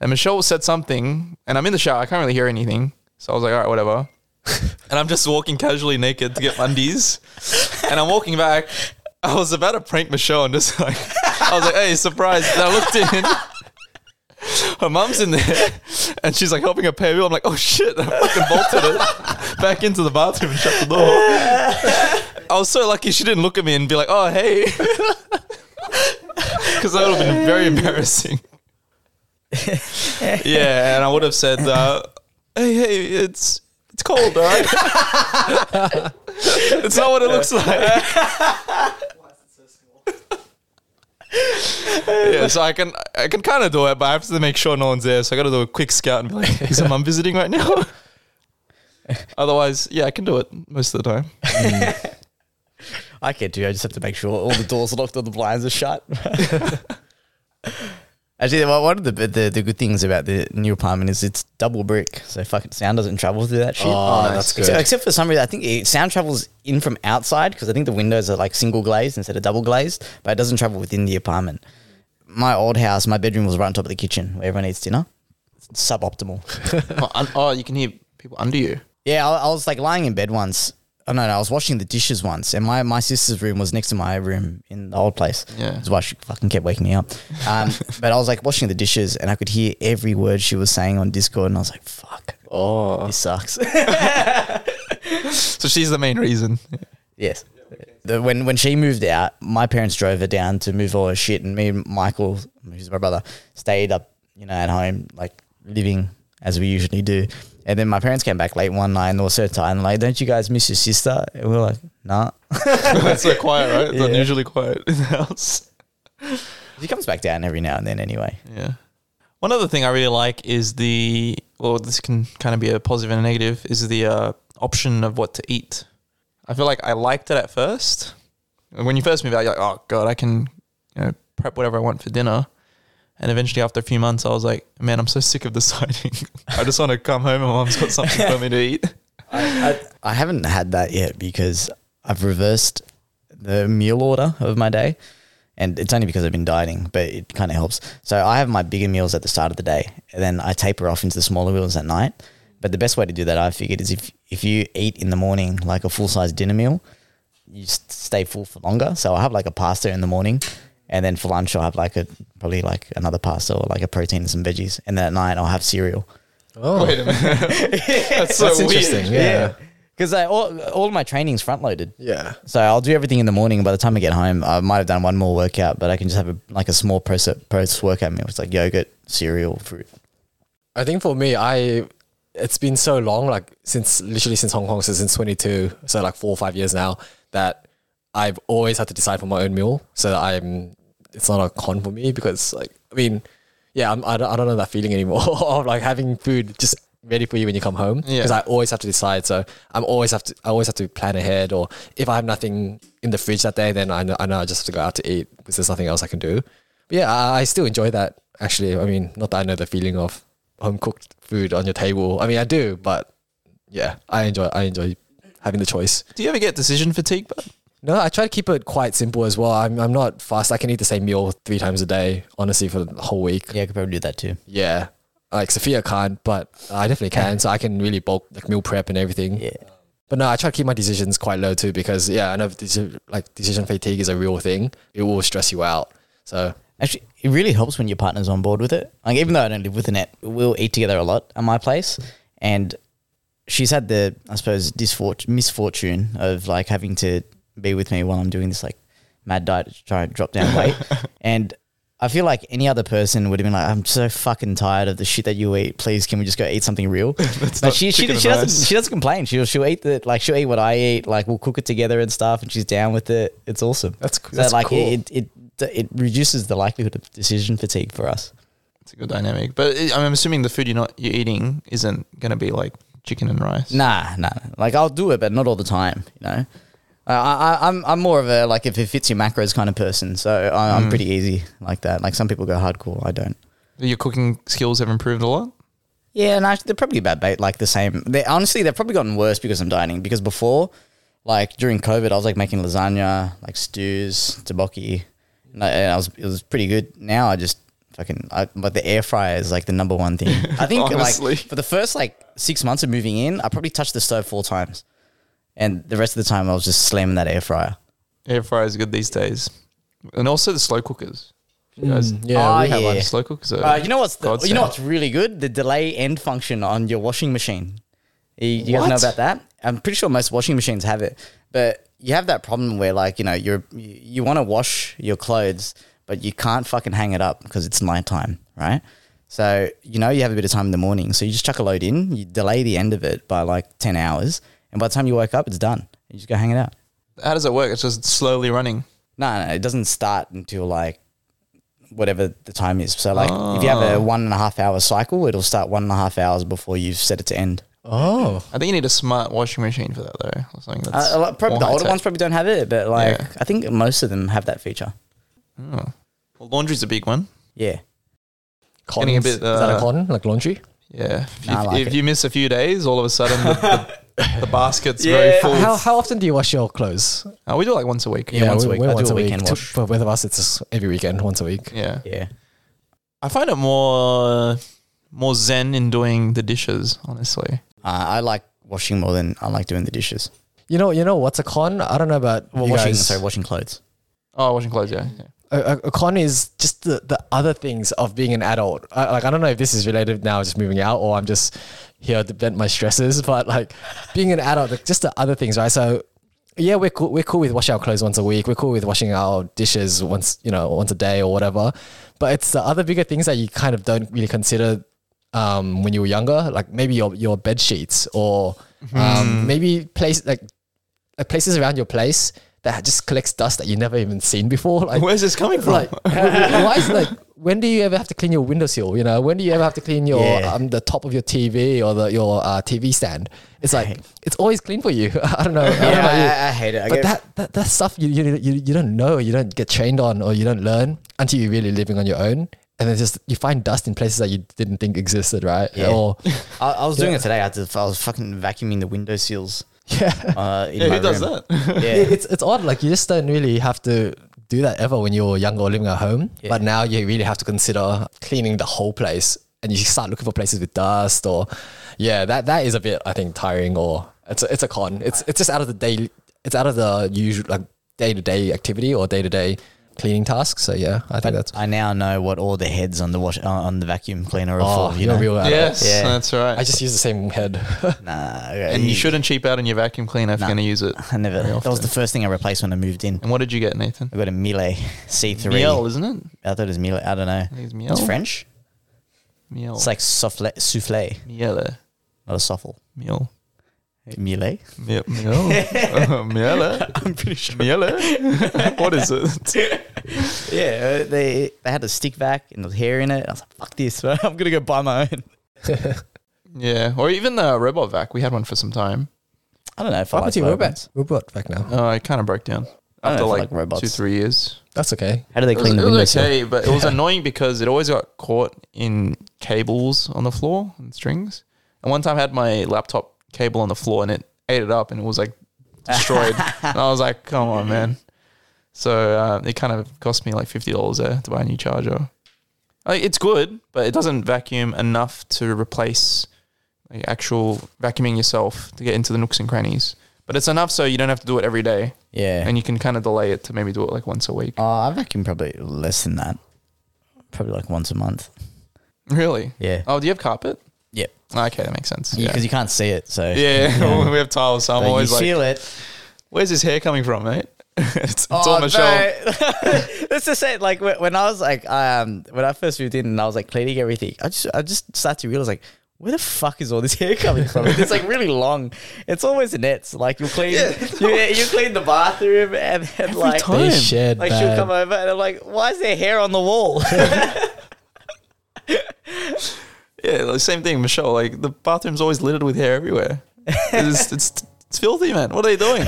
Speaker 1: And Michelle said something, and I'm in the shower. I can't really hear anything, so I was like, all right, whatever. [laughs] and I'm just walking casually naked to get my undies, and I'm walking back. I was about to prank Michelle and just like I was like, hey, surprise! And I looked in. Her mum's in there, and she's like helping her pay a bill. I'm like, oh shit! I fucking bolted it back into the bathroom and shut the door. I was so lucky she didn't look at me and be like, "Oh, hey," [laughs] because that would have been very embarrassing. yeah, and I would have said, uh, "Hey, hey, it's it's cold, all right? it's not what it looks like." yeah, so I can I can kind of do it, but I have to make sure no one's there. So I got to do a quick scout and be like, "Is my mum visiting right now?" [laughs] Otherwise, yeah, I can do it most of the time.
Speaker 2: I can't do. I just have to make sure all the doors are locked, all the blinds are shut. [laughs] Actually, well, one of the, the the good things about the new apartment is it's double brick, so fucking sound doesn't travel through that shit.
Speaker 3: Oh, that's good.
Speaker 2: Except, except for some reason, I think it, sound travels in from outside because I think the windows are like single glazed instead of double glazed, but it doesn't travel within the apartment. My old house, my bedroom was right on top of the kitchen where everyone eats dinner. It's suboptimal.
Speaker 1: oh, un- oh, you can hear people under you.
Speaker 2: Yeah, I, I was like lying in bed once. Oh no, no, I was washing the dishes once, and my, my sister's room was next to my room in the old place.
Speaker 1: Yeah.
Speaker 2: that's why she fucking kept waking me up. Um, but I was like washing the dishes, and I could hear every word she was saying on Discord, and I was like, "Fuck,
Speaker 3: Oh,
Speaker 2: this sucks."
Speaker 1: So she's the main [laughs] reason.
Speaker 2: yes. The, when when she moved out, my parents drove her down to move all her shit, and me and Michael, who's my brother, stayed up, you know, at home, like living as we usually do. And then my parents came back late one night and they were so tired. And like, don't you guys miss your sister? And we were like, nah.
Speaker 1: That's so quiet, right? It's
Speaker 2: Yeah.
Speaker 1: unusually quiet in the house.
Speaker 2: She comes back down every now and then anyway.
Speaker 1: Yeah. One other thing I really like is the well, this can kind of be a positive and a negative is the uh, option of what to eat. I feel like I liked it at first. When you first move out, you're like, oh god, I can you know prep whatever I want for dinner. And eventually, after a few months, I was like, man, I'm so sick of deciding. [laughs] I just want to come home and mom's got something for me to [laughs] eat.
Speaker 2: I, I haven't had that yet because I've reversed the meal order of my day. And it's only because I've been dieting, but it kind of helps. So I have my bigger meals at the start of the day, and then I taper off into the smaller meals at night. But the best way to do that, I figured, is if, if you eat in the morning like a full size dinner meal, you s- stay full for longer. So I have like a pasta in the morning, and then for lunch I'll have like a probably like another pasta or like a protein and some veggies, and then at night I'll have cereal.
Speaker 3: oh,
Speaker 1: Wait a minute, that's so
Speaker 3: that's
Speaker 1: weird.
Speaker 2: [laughs]
Speaker 3: interesting. Yeah,
Speaker 2: Because all, all my training's front loaded.
Speaker 3: yeah.
Speaker 2: So I'll do everything in the morning. By the time I get home, I might have done one more workout, but I can just have a, like a small post post workout meal. It's like yogurt, cereal, fruit.
Speaker 3: I think for me, I it's been so long, like since literally since Hong Kong, so since 22, so like four or five years now, that I've always had to decide for my own meal. So that I'm, it's not a con for me because like I mean, yeah, I'm, I don't I don't know that feeling anymore [laughs] of like having food just ready for you when you come home
Speaker 1: Yeah.
Speaker 3: because I always have to decide. So I'm always have to I always have to plan ahead, or if I have nothing in the fridge that day, then I know I know I just have to go out to eat because there's nothing else I can do. But yeah, I, I still enjoy that actually. I mean, not that I know the feeling of home cooked food on your table. I mean, I do, but yeah, I enjoy I enjoy having the choice.
Speaker 1: Do you ever get decision fatigue? But
Speaker 3: No, I try to keep it quite simple as well. I'm I'm not fast. I can eat the same meal three times a day, honestly, for the whole week.
Speaker 2: Yeah, I could probably do that too.
Speaker 3: Yeah. Like Sophia can't, but I definitely can. So I can really bulk like meal prep and everything.
Speaker 2: Yeah.
Speaker 3: But no, I try to keep my decisions quite low too because yeah, I know deci- like decision fatigue is a real thing. It will stress you out. So
Speaker 2: Actually, it really helps when your partner's on board with it. Like, even though I don't live with Annette, we'll eat together a lot at my place. And she's had the, I suppose, disfort- misfortune of
Speaker 1: [laughs]
Speaker 2: like having to be with me while I'm doing this like mad diet to try and drop down weight. and I I feel like any other person would have been like, "I'm so fucking tired of the shit that you eat. Please, can we just go eat something
Speaker 1: [laughs]
Speaker 2: real?" but
Speaker 1: not
Speaker 2: she she,
Speaker 1: chicken
Speaker 2: she
Speaker 1: and
Speaker 2: doesn't
Speaker 1: rice.
Speaker 2: she doesn't complain. She'll she'll eat the like she'll eat what I eat. Like we'll cook it together and stuff, and she's down with it. It's awesome.
Speaker 3: That's
Speaker 2: so
Speaker 3: c- that's
Speaker 2: like
Speaker 3: cool.
Speaker 2: it, it it it reduces the likelihood of decision fatigue for us.
Speaker 1: It's a good dynamic. But it, I'm assuming the food you're not you're eating isn't going to be like chicken and rice.
Speaker 2: Nah, nah. Like I'll do it, but not all the time. You know, I, I I'm I'm more of a like if it fits your macros kind of person. So I,
Speaker 3: Mm.
Speaker 2: I'm pretty easy like that. Like some people go hardcore. I don't.
Speaker 1: Your cooking skills have improved a lot.
Speaker 2: Yeah, and actually, they're probably about ba- like the same. They honestly, they've probably gotten worse because I'm dieting. Because before, like during COVID, I was like making lasagna, like stews, tabaki, and I, and I was it was pretty good. Now I just fucking I, but the air fryer is like the number one thing. I think
Speaker 1: Honestly.
Speaker 2: like for the first like six months of moving in, I probably touched the stove four times, and the rest of the time I was just slamming that air fryer.
Speaker 1: Air fryers are good these days, and also the slow cookers. You guys-
Speaker 3: yeah,
Speaker 2: Oh,
Speaker 1: we have
Speaker 2: yeah.
Speaker 1: one. Slow cookers. are
Speaker 2: Uh, you know what's the,
Speaker 1: godsend.
Speaker 2: you know what's really good? The delay end function on your washing machine. You, you guys know
Speaker 1: What?
Speaker 2: about that? I'm pretty sure most washing machines have it, but you have that problem where like you know you're you, you want to wash your clothes, but you can't fucking hang it up because it's nighttime, right? So you know you have a bit of time in the morning, so you just chuck a load in, you delay the end of it by like ten hours, and by the time you wake up, it's done. You just go hang it out.
Speaker 1: How does it work? It's just slowly running.
Speaker 2: No, no, it doesn't start until like whatever the time is. So like if you have a one and a half hour cycle, it'll start one and a half hours before you've set it to end.
Speaker 3: Oh,
Speaker 1: I think you need a smart washing machine for that though. Or something that's
Speaker 2: Uh, like, probably
Speaker 1: more
Speaker 2: the older
Speaker 1: high-tech.
Speaker 2: ones probably don't have it, but like
Speaker 1: Yeah.
Speaker 2: I think most of them have that feature.
Speaker 1: Oh. Well, laundry's a big one.
Speaker 2: Yeah.
Speaker 3: cons.
Speaker 1: Getting a bit,
Speaker 3: is that
Speaker 1: uh,
Speaker 3: a con? Like laundry?
Speaker 1: Yeah. If,
Speaker 2: Nah, I
Speaker 1: you,
Speaker 2: like
Speaker 1: if
Speaker 2: it.
Speaker 1: you miss a few days, all of a sudden um,
Speaker 2: [laughs]
Speaker 1: the, the, the basket's very full.
Speaker 3: How, how often do you wash your clothes?
Speaker 1: Uh, we do it like once a week.
Speaker 2: Yeah, once a week. I do
Speaker 3: once
Speaker 2: a
Speaker 3: a week.
Speaker 2: weekend
Speaker 3: To-
Speaker 2: wash.
Speaker 3: For both of us, it's just every weekend, once a week.
Speaker 1: Yeah.
Speaker 2: [laughs] Yeah.
Speaker 1: I find it more more zen in doing the dishes, honestly.
Speaker 2: Uh, I like washing more than I like doing the dishes.
Speaker 3: You know, you know what's a con? I don't know about
Speaker 2: Well,
Speaker 3: you
Speaker 2: washing
Speaker 3: guys.
Speaker 2: sorry, washing [laughs] clothes.
Speaker 1: Oh, washing clothes, yeah. yeah.
Speaker 3: a, a- a con is just the, the other things of being an adult. I, like I don't know if this is related now, just moving out, or I'm just here to vent my stresses. [laughs] But like being an adult, like, just the other things, right? So yeah, we're cool. We're cool with washing our clothes once a week. We're cool with washing our dishes once you know once a day or whatever. But it's the other bigger things that you kind of don't really consider um, when you were younger, like maybe your your bed sheets or um, maybe place like like places around your place that just collects dust that you never even seen before. [laughs] Like
Speaker 1: Where's this coming from?
Speaker 2: [laughs]
Speaker 3: like uh, why is like when do you ever have to clean your windowsill? You know, when do you ever have to clean your
Speaker 2: Yeah.
Speaker 3: um, the top of your TV or the, your uh, TV stand? It's like it's always clean for you. [laughs] I don't know. I don't know about you.
Speaker 2: I, I hate it. I
Speaker 3: but
Speaker 2: get-
Speaker 3: that, that that stuff you, you you you don't know, you don't get trained on, or you don't learn until you're really living on your own, and then just you find dust in places that you didn't think existed, right?
Speaker 2: Yeah.
Speaker 3: Or
Speaker 2: I, I was doing it today. I, had to, I was fucking vacuuming the windowsills.
Speaker 3: yeah.
Speaker 2: Uh, in
Speaker 1: yeah,
Speaker 2: my
Speaker 1: who does
Speaker 2: room.
Speaker 1: that?
Speaker 3: [laughs]
Speaker 2: Yeah.
Speaker 3: it's it's odd. Like you just don't really have to do that ever when you're younger or living at home.
Speaker 2: Yeah.
Speaker 3: But now you really have to consider cleaning the whole place, and you start looking for places with dust or, yeah, that that is a bit I think tiring. Or it's a, it's a con. It's it's just out of the day. It's out of the usual like day to day activity or day to day cleaning tasks. So yeah, I think that's.
Speaker 2: I now know what all the heads on the wash uh, on the vacuum cleaner are
Speaker 3: Oh,
Speaker 2: for. You
Speaker 3: you're a
Speaker 2: know?
Speaker 3: real adult.
Speaker 1: yes,
Speaker 2: Yeah.
Speaker 1: that's right.
Speaker 3: I just use the same head. [laughs]
Speaker 2: Nah, okay.
Speaker 1: and you shouldn't cheap out on your vacuum cleaner if you're going to use it.
Speaker 2: I never.
Speaker 1: very
Speaker 2: That was
Speaker 1: often.
Speaker 2: the first thing I replaced when I moved in.
Speaker 1: And what did you get, Nathan?
Speaker 2: I got a Miele C3.
Speaker 1: Miel, isn't it?
Speaker 2: I thought it was Miele. Oh. I don't know.
Speaker 1: I think it's
Speaker 2: It's
Speaker 1: Miel.
Speaker 2: French.
Speaker 1: Miel.
Speaker 2: It's like souffle, souffle,
Speaker 1: Miele.
Speaker 2: not a souffle.
Speaker 1: Miel.
Speaker 2: Miele.
Speaker 1: Miel. [laughs] Miel. Miele. I'm pretty sure. [laughs] Miele. what is it?
Speaker 2: Yeah, uh, they they had a stick back and there was hair in it. I was like, fuck this, [laughs] bro. I'm gonna go buy my own.
Speaker 1: Yeah. Or even the robot vac. We had one for some time.
Speaker 2: I don't know if I
Speaker 3: What
Speaker 2: like
Speaker 3: happened to your
Speaker 2: robots.
Speaker 3: robot? Robot back now.
Speaker 1: Uh, it kind of broke down
Speaker 2: I don't
Speaker 1: after
Speaker 2: know if I
Speaker 1: like,
Speaker 2: like robots.
Speaker 1: two, three years.
Speaker 3: That's okay.
Speaker 2: How do they
Speaker 1: It was,
Speaker 2: clean
Speaker 1: it
Speaker 2: the
Speaker 1: was
Speaker 2: windows?
Speaker 1: okay, but it was annoying because it always got caught in cables on the floor and strings. And one time I had my laptop cable on the floor and it ate it up and it was like
Speaker 2: [laughs]
Speaker 1: destroyed. and I was like, come on, man. So uh, it kind of cost me like $50 there to buy a new charger. Like, it's good, but it doesn't vacuum enough to replace like, actual vacuuming yourself to get into the nooks and crannies. But it's enough so you don't have to do it every day
Speaker 2: Yeah.
Speaker 1: and you can kind of delay it to maybe do it like once a week.
Speaker 2: Oh, I vacuum probably less than that. Probably like once a month.
Speaker 1: Really?
Speaker 2: Yeah.
Speaker 1: Oh, do you have carpet?
Speaker 2: Yep.
Speaker 1: Okay, that makes sense.
Speaker 2: Because
Speaker 1: Yeah.
Speaker 2: you can't see it, so
Speaker 1: Yeah, [laughs] we have tiles, so I'm
Speaker 2: But you
Speaker 1: always like,
Speaker 2: feel it.
Speaker 1: "Where's his hair coming from, mate?" [laughs] it's, it's on my shelf.
Speaker 2: Oh, mate. [laughs] That's just it. Like when when I was like, um, when I first moved in and I was like cleaning everything, I just, I just started to realize like, where the fuck is all this hair coming from? [laughs] It's like really long. It's always nets. Like you clean, [laughs] you, you clean the bathroom and then like,
Speaker 1: time. They
Speaker 3: shed
Speaker 2: like she'll
Speaker 3: bad.
Speaker 2: come over and I'm like, why is there hair on the wall?
Speaker 1: Yeah, like, same thing, Michelle. Like the bathroom's always littered with hair everywhere. It's, it's, it's filthy, man. What are they doing?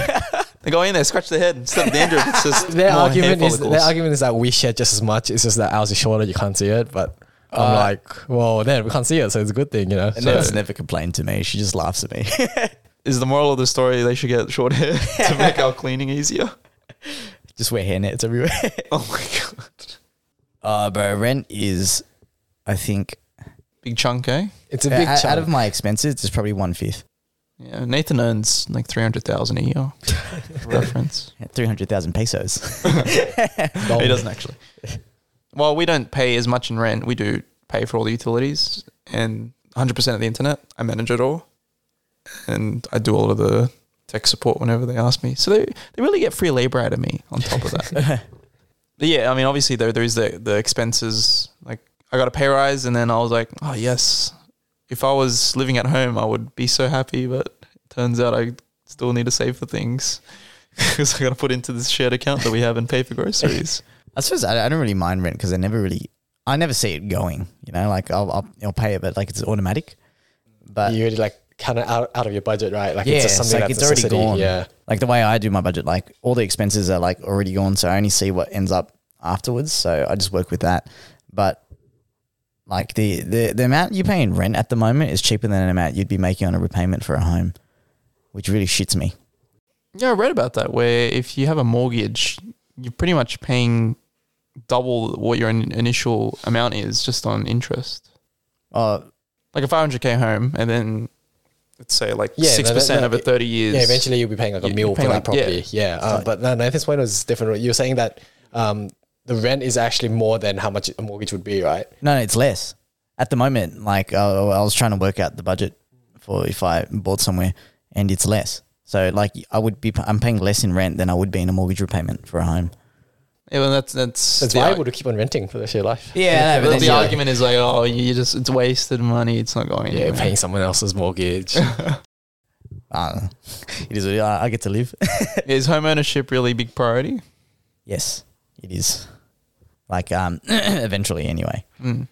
Speaker 1: They go in there, scratch their head. Instead of dandruff, it's just
Speaker 3: Their
Speaker 1: more
Speaker 3: argument
Speaker 1: hair
Speaker 3: is
Speaker 1: follicles.
Speaker 3: their argument is that we shed just as much. It's just that ours is shorter. You can't see it, but I'm like, well, then we can't see it, so it's a good thing, you know.
Speaker 2: [laughs] And Ned's never complained to me. She just laughs at me. [laughs]
Speaker 1: is the moral of the story they should get short hair to make our cleaning easier.
Speaker 2: just wear hair nets everywhere. [laughs]
Speaker 1: Oh my god,
Speaker 2: uh, bro, rent is, I think,
Speaker 1: big chunk, eh?
Speaker 3: It's a big
Speaker 2: out, out
Speaker 3: chunk.
Speaker 2: of my expenses, it's probably one fifth,
Speaker 1: Yeah, Nathan earns like three hundred thousand a year. For reference.
Speaker 2: three hundred thousand pesos. [laughs]
Speaker 1: He doesn't actually. Well, we don't pay as much in rent. We do pay for all the utilities and 100% of the internet. I manage it all. And I do all of the tech support whenever they ask me. So they, they really get free labor out of me on top of that. But yeah, I mean, obviously, there, there is the, the expenses. Like, I got a pay rise, and then I was like, oh, yes. If I was living at home, I would be so happy. But it turns out I still need to save for things [laughs] because I got to put into this shared account that we have and pay for groceries.
Speaker 2: I suppose I, I don't really mind rent because I never really, I never see it going. You know, like I'll, I'll, I'll pay it, but like it's automatic. But
Speaker 3: you already like kind of out, out of your budget, right? Like
Speaker 2: yeah,
Speaker 3: it's just
Speaker 2: it's,
Speaker 3: something
Speaker 2: like
Speaker 3: that's
Speaker 2: it's already
Speaker 3: necessity,
Speaker 2: gone.
Speaker 3: Yeah.
Speaker 2: Like the way I do my budget, like all the expenses are like already gone, so I only see what ends up afterwards. So I just work with that. But like the the, the amount you pay in rent at the moment is cheaper than an amount you'd be making on a repayment for a home, which really shits me.
Speaker 1: Yeah, I read about that where if you have a mortgage, you're pretty much paying double what your in- initial amount is just on interest.
Speaker 2: Uh,
Speaker 1: Like a 500k home, and then let's say like
Speaker 3: Yeah,
Speaker 1: six percent
Speaker 3: that- that-
Speaker 1: over 30 years.
Speaker 3: Yeah, eventually you'll be paying like a
Speaker 1: You-
Speaker 3: meal
Speaker 1: you're
Speaker 3: for
Speaker 1: paying
Speaker 3: that
Speaker 1: like- yeah.
Speaker 3: property. Yeah, uh, but no, Nathan's point was different. You were saying that um, the rent is actually more than how much a mortgage would be, right?
Speaker 2: No, no, it's less. At the moment, like uh, I was trying to work out the budget for if I bought somewhere, and it's less. So like I would be, I'm paying less in rent than I would be in a mortgage repayment for a home.
Speaker 1: Yeah, well, that's that's
Speaker 3: That's
Speaker 1: the
Speaker 3: why I
Speaker 1: ar-
Speaker 3: would keep on renting for the rest of your life. [laughs]
Speaker 2: Yeah,
Speaker 1: But the argument is like, oh, you just it's wasted money. It's not going.
Speaker 3: Yeah,
Speaker 1: anywhere.
Speaker 3: paying someone else's mortgage.
Speaker 2: Uh, [laughs] it is. what it- I I get to live.
Speaker 1: [laughs]
Speaker 2: [laughs]
Speaker 1: Is home ownership really a big priority?
Speaker 2: yes, it is. Like um, [clears throat] eventually, anyway.
Speaker 1: Mm.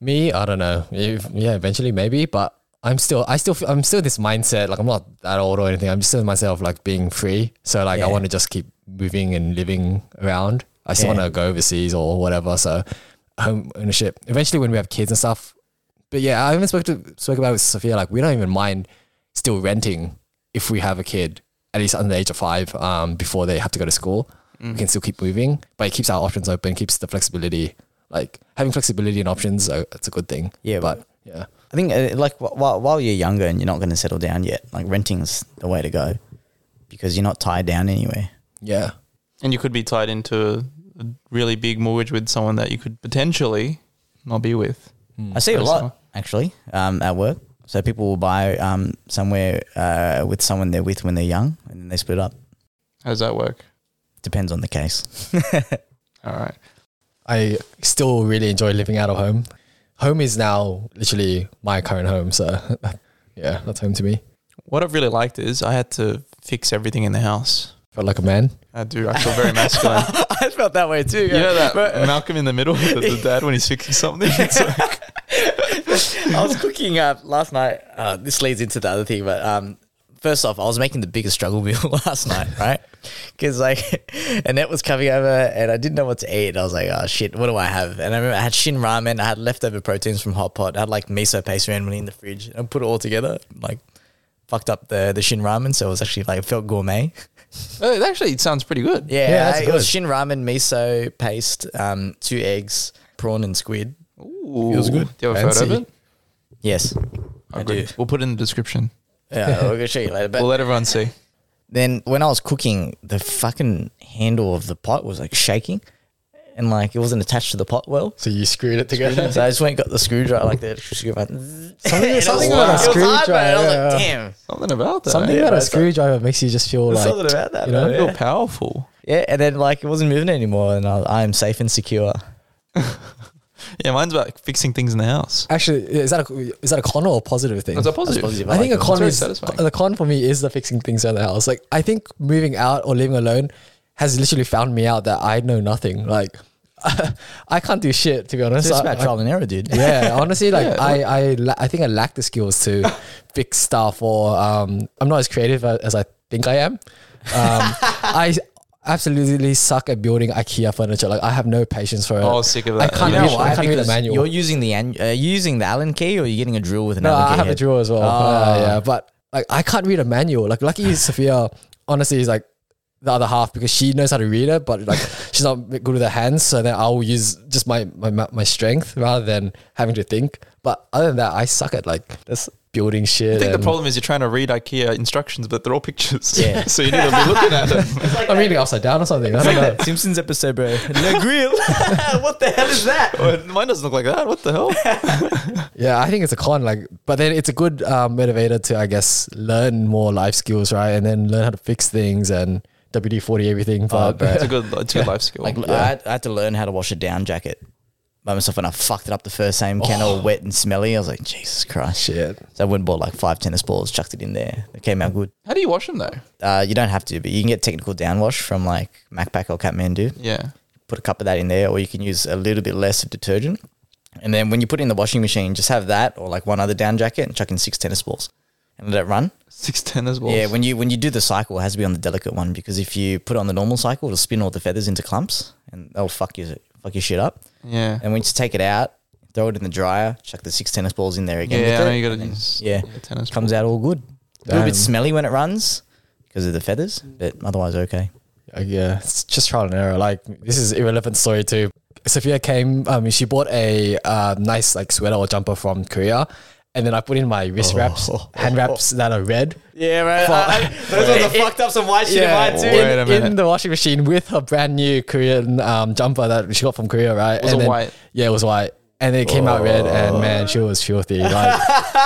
Speaker 3: Me, I don't know. If, yeah, eventually maybe, but I'm still, I still, I'm still this mindset. Like I'm not that old or anything. I'm just still myself like being free. So like I
Speaker 2: Yeah.
Speaker 3: want to just keep moving and living around. I still
Speaker 2: Yeah.
Speaker 3: want to go overseas or whatever. So home ownership. Eventually, when we have kids and stuff. But yeah, I even spoke to spoke about it with Sophia. Like we don't even mind still renting if we have a kid at least under the age of five um, before they have to go to school we can still keep moving but it keeps our options open keeps the flexibility like having flexibility and options uh, it's a good thing
Speaker 2: Yeah,
Speaker 3: but yeah
Speaker 2: I think uh, like wh- while while you're younger and you're not going to settle down yet, like renting's the way to go because you're not tied down anywhere.
Speaker 3: yeah
Speaker 1: And you could be tied into a really big mortgage with someone that you could potentially not be with.
Speaker 3: Hmm.
Speaker 2: I see it a
Speaker 1: Personal.
Speaker 2: lot actually um, at work. So people will buy um, somewhere uh, with someone they're with when they're young, and then they split up.
Speaker 1: How does that work?
Speaker 2: Depends on the case.
Speaker 1: All right.
Speaker 3: i still really enjoy living out of home home is now literally my current home so [laughs] yeah that's home to me
Speaker 1: What I've really liked is I had to fix everything in the house.
Speaker 3: felt like a man
Speaker 1: I do. [laughs] I feel very masculine.
Speaker 2: [laughs] I felt that way too.
Speaker 1: you know that
Speaker 2: uh,
Speaker 1: Malcolm in the middle, the, the dad when he's fixing something. It's like,
Speaker 2: I was cooking uh, last night. Uh, this leads into the other thing, but um, first off, I was making the biggest struggle meal [laughs] last night, right? Because like [laughs] Annette was coming over and I didn't know what to eat. I was like, oh shit, what do I have? And I remember I had shin ramen, I had leftover proteins from hot pot, I had like miso paste randomly in the fridge, and I put it all together, like fucked up the the shin ramen, so it was actually like it felt gourmet. [laughs]
Speaker 1: oh, [laughs] it actually sounds pretty good.
Speaker 2: Yeah,
Speaker 3: Yeah, that's
Speaker 2: it was
Speaker 3: good.
Speaker 2: shin ramen, miso paste, um, two eggs, prawn, and squid.
Speaker 1: Ooh,
Speaker 3: Feels good.
Speaker 1: Do you have a photo of
Speaker 3: Fancy.
Speaker 1: it?
Speaker 2: Yes. I
Speaker 1: Agree.
Speaker 2: do.
Speaker 1: We'll put it in the description.
Speaker 2: Yeah, we're gonna show you later. But
Speaker 1: we'll let everyone see.
Speaker 2: then when I was cooking, the fucking handle of the pot was like shaking, and like it wasn't attached to the pot well.
Speaker 3: so you screwed it together
Speaker 2: So I just went and got the screwdriver, like the screwdriver. [laughs] And it was-
Speaker 3: something
Speaker 2: it
Speaker 3: about a
Speaker 2: was hard, bro. I was
Speaker 3: screwdriver.
Speaker 2: like, damn,
Speaker 1: Something about that.
Speaker 3: something
Speaker 1: eh?
Speaker 3: about
Speaker 2: but
Speaker 3: a
Speaker 2: it's like-
Speaker 3: screwdriver makes you just feel
Speaker 2: there's
Speaker 3: like
Speaker 2: something about that.
Speaker 3: you know?
Speaker 2: bro.
Speaker 1: I feel powerful.
Speaker 2: Yeah, and then like it wasn't moving anymore, and I, I am safe and secure.
Speaker 1: Yeah, mine's about fixing things in the house.
Speaker 3: Actually, is that a, is that a con or a positive thing?
Speaker 1: That's a positive.
Speaker 2: positive.
Speaker 3: I think a
Speaker 2: Like,
Speaker 3: con
Speaker 1: very
Speaker 3: is
Speaker 1: satisfying.
Speaker 3: the con for me is the fixing things around the house. Like I think moving out or living alone has literally found me out that I know nothing. Like [laughs] I can't do shit to be honest.
Speaker 2: So it's
Speaker 3: I-
Speaker 2: about
Speaker 3: I-
Speaker 2: trial and error, [laughs] dude.
Speaker 1: [laughs]
Speaker 3: yeah, honestly, like
Speaker 1: Yeah,
Speaker 3: I, I, la- I think I lack the
Speaker 1: [laughs]
Speaker 3: skills to fix stuff, or um, I'm not as creative a- as I think I am. Um,
Speaker 1: [laughs]
Speaker 3: I absolutely suck at building IKEA furniture. Like I have no patience for it.
Speaker 1: Oh, sick of that.
Speaker 3: I can't
Speaker 1: You know
Speaker 3: read, I can't read the
Speaker 2: Because
Speaker 3: manual.
Speaker 2: You're using the an- uh, using the Allen key, or you're getting a drill with an
Speaker 3: No,
Speaker 2: Allen key.
Speaker 3: I have a
Speaker 2: head?
Speaker 3: drawer as well.
Speaker 2: Ah.
Speaker 3: Yeah, yeah, but like I can't read a manual. Like
Speaker 1: [sighs]
Speaker 3: lucky Sophia, honestly, is like the other half because she knows how to read it, but
Speaker 1: [laughs]
Speaker 3: like she's not good with her hands. So then I'll use just my my my my strength rather than having to think. But other than that, I suck at like this building shit.
Speaker 1: I think the
Speaker 3: and-
Speaker 1: problem is you're trying to read IKEA instructions, but they're all pictures.
Speaker 2: Yeah.
Speaker 1: [laughs] so you need to be looking at them.
Speaker 3: I'm reading upside down or something. I
Speaker 1: [laughs]
Speaker 3: don't know.
Speaker 2: That [laughs] Simpsons episode, [laughs] bro. Le grill. what the hell is that?
Speaker 1: Well, [laughs] Mine doesn't look like that. What the
Speaker 2: [laughs]
Speaker 1: hell?
Speaker 3: Yeah, I think it's a con. Like, but then it's a good um, motivator to, I guess, learn more life skills, right? And then learn how to fix things and WD forty everything. But
Speaker 1: it's a good, it's a good life skill.
Speaker 2: Like I, had, I had to learn how to wash a down jacket by myself, and I fucked it up the first time. Can all wet and smelly. I was like, Jesus Christ.
Speaker 3: [laughs] shit.
Speaker 2: So I went and bought like five tennis balls, chucked it in there. It came out good.
Speaker 1: How do you wash them though?
Speaker 2: Uh, you don't have to, but you can get technical downwash from like Macpac or Kathmandu.
Speaker 1: Yeah.
Speaker 2: put a cup of that in there, or you can use a little bit less of detergent. And then when you put it in the washing machine, just have that or like one other down jacket and chuck in six tennis balls and let it run.
Speaker 1: Six tennis balls.
Speaker 2: Yeah, when you when you do the cycle, it has to be on the delicate one because if you put it on the normal cycle, it'll spin all the feathers into clumps and that'll fuck you fuck your shit up.
Speaker 1: yeah.
Speaker 2: And when you take it out, throw it in the dryer, chuck the six tennis balls in there again.
Speaker 1: Yeah, I
Speaker 2: with
Speaker 1: know
Speaker 2: it,
Speaker 1: you got to
Speaker 2: and then-
Speaker 1: use
Speaker 2: yeah,
Speaker 1: tennis
Speaker 2: comes out all good. A little
Speaker 3: Damn.
Speaker 2: bit smelly when it runs because of the feathers, but otherwise okay.
Speaker 3: Uh, yeah, it's just trial and error. Like this is irrelevant story too. Sophia came. Um, she bought a uh, nice like sweater or jumper from Korea, and then I put in my wrist wraps, hand wraps that are red.
Speaker 2: Yeah, right.
Speaker 1: those ones are
Speaker 2: [laughs] fucked up. Some white
Speaker 1: too. Wait a
Speaker 3: in,
Speaker 1: minute.
Speaker 3: in the washing machine with her brand new Korean um, jumper that she got from Korea, right?
Speaker 1: Was
Speaker 3: and
Speaker 1: it
Speaker 3: then-
Speaker 1: white? Oh.
Speaker 3: Yeah, it was white. And it came out red, and man, she was filthy.
Speaker 1: [laughs]
Speaker 3: Like,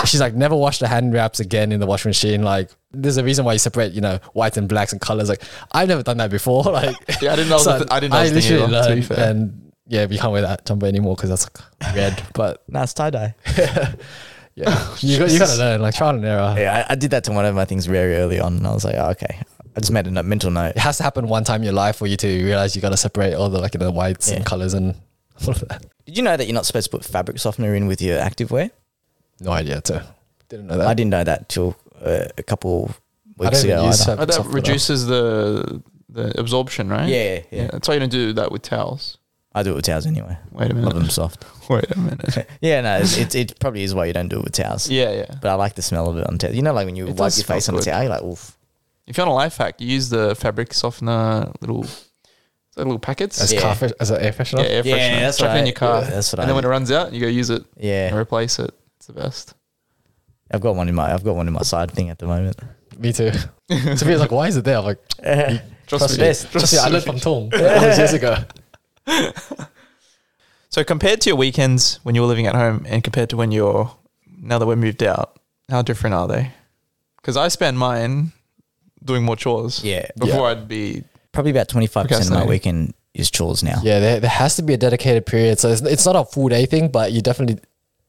Speaker 3: she's like, never wash the hand wraps again in the washing machine. Like, there's a reason why you separate, you know, whites and blacks and colors. Like, I've never done that before. [laughs] Like,
Speaker 1: [laughs] Yeah, I didn't know that was a th- I didn't know that was a thing
Speaker 3: literally
Speaker 1: either, to be
Speaker 3: learned,
Speaker 1: fair.
Speaker 3: and yeah, we can't wear that jumper anymore because that's like red. But
Speaker 2: Nah, it's tie dye.
Speaker 1: [laughs]
Speaker 3: yeah, you got you got to learn, like trial and error.
Speaker 2: Yeah, I, I did that to one of my things very early on, and I was like, oh, okay. I just made a no- mental note.
Speaker 3: It has to happen one time in your life for you to realize you got to separate all the like you know whites
Speaker 2: Yeah.
Speaker 3: and colors and [laughs] all of that.
Speaker 2: Did you know that you're not supposed to put fabric softener in with your activewear?
Speaker 3: No idea too. Didn't know that.
Speaker 2: I didn't know that till uh, a couple weeks
Speaker 3: don't
Speaker 2: ago.
Speaker 3: use
Speaker 2: either.
Speaker 3: fabric
Speaker 1: Oh, that
Speaker 3: softener.
Speaker 1: reduces the the absorption, right?
Speaker 2: Yeah, yeah, yeah.
Speaker 1: That's why you don't do that with towels.
Speaker 2: I do it with towels anyway.
Speaker 1: Wait a
Speaker 2: Love
Speaker 1: minute.
Speaker 2: them soft.
Speaker 1: [laughs] Wait a minute.
Speaker 2: [laughs] Yeah, no, it's, it, it probably is why you don't do it with towels.
Speaker 1: yeah, yeah.
Speaker 2: But I like the smell of it on towels. You know, like when you
Speaker 1: It
Speaker 2: wipe
Speaker 1: does
Speaker 2: your face
Speaker 1: smell
Speaker 2: on the
Speaker 1: good.
Speaker 2: towel, you're like, oof.
Speaker 1: If you want a life hack, you use the fabric softener little, is that little packets.
Speaker 3: as
Speaker 2: Yeah.
Speaker 3: car fresh, as an air freshener.
Speaker 1: yeah, air
Speaker 2: Yeah,
Speaker 1: freshener.
Speaker 2: that's
Speaker 1: Chuck it
Speaker 2: right.
Speaker 1: in your car.
Speaker 2: Yeah, that's what
Speaker 1: and
Speaker 2: I
Speaker 1: then when
Speaker 2: do.
Speaker 1: it runs out, you go use it and
Speaker 2: Yeah.
Speaker 1: replace it. It's the best.
Speaker 2: I've got one in my I've got one in my side thing at the moment. [laughs]
Speaker 3: Me too. [laughs]
Speaker 1: [laughs]
Speaker 3: Sophia's like, why is it there? I'm like,
Speaker 1: Trust me.
Speaker 2: Best.
Speaker 3: trust me, I learned from Tom like, all those
Speaker 2: [laughs]
Speaker 3: years ago.
Speaker 1: So compared to your weekends when you were living at home, and compared to when you're now that we're moved out, how different are they? Because I spend mine doing more chores.
Speaker 2: Yeah.
Speaker 1: Before I'd be
Speaker 2: Probably about twenty five percent of my
Speaker 1: Procrastinating.
Speaker 2: weekend is chores now.
Speaker 3: Yeah, there, there has to be a dedicated period. So it's, it's not a full day thing, but you definitely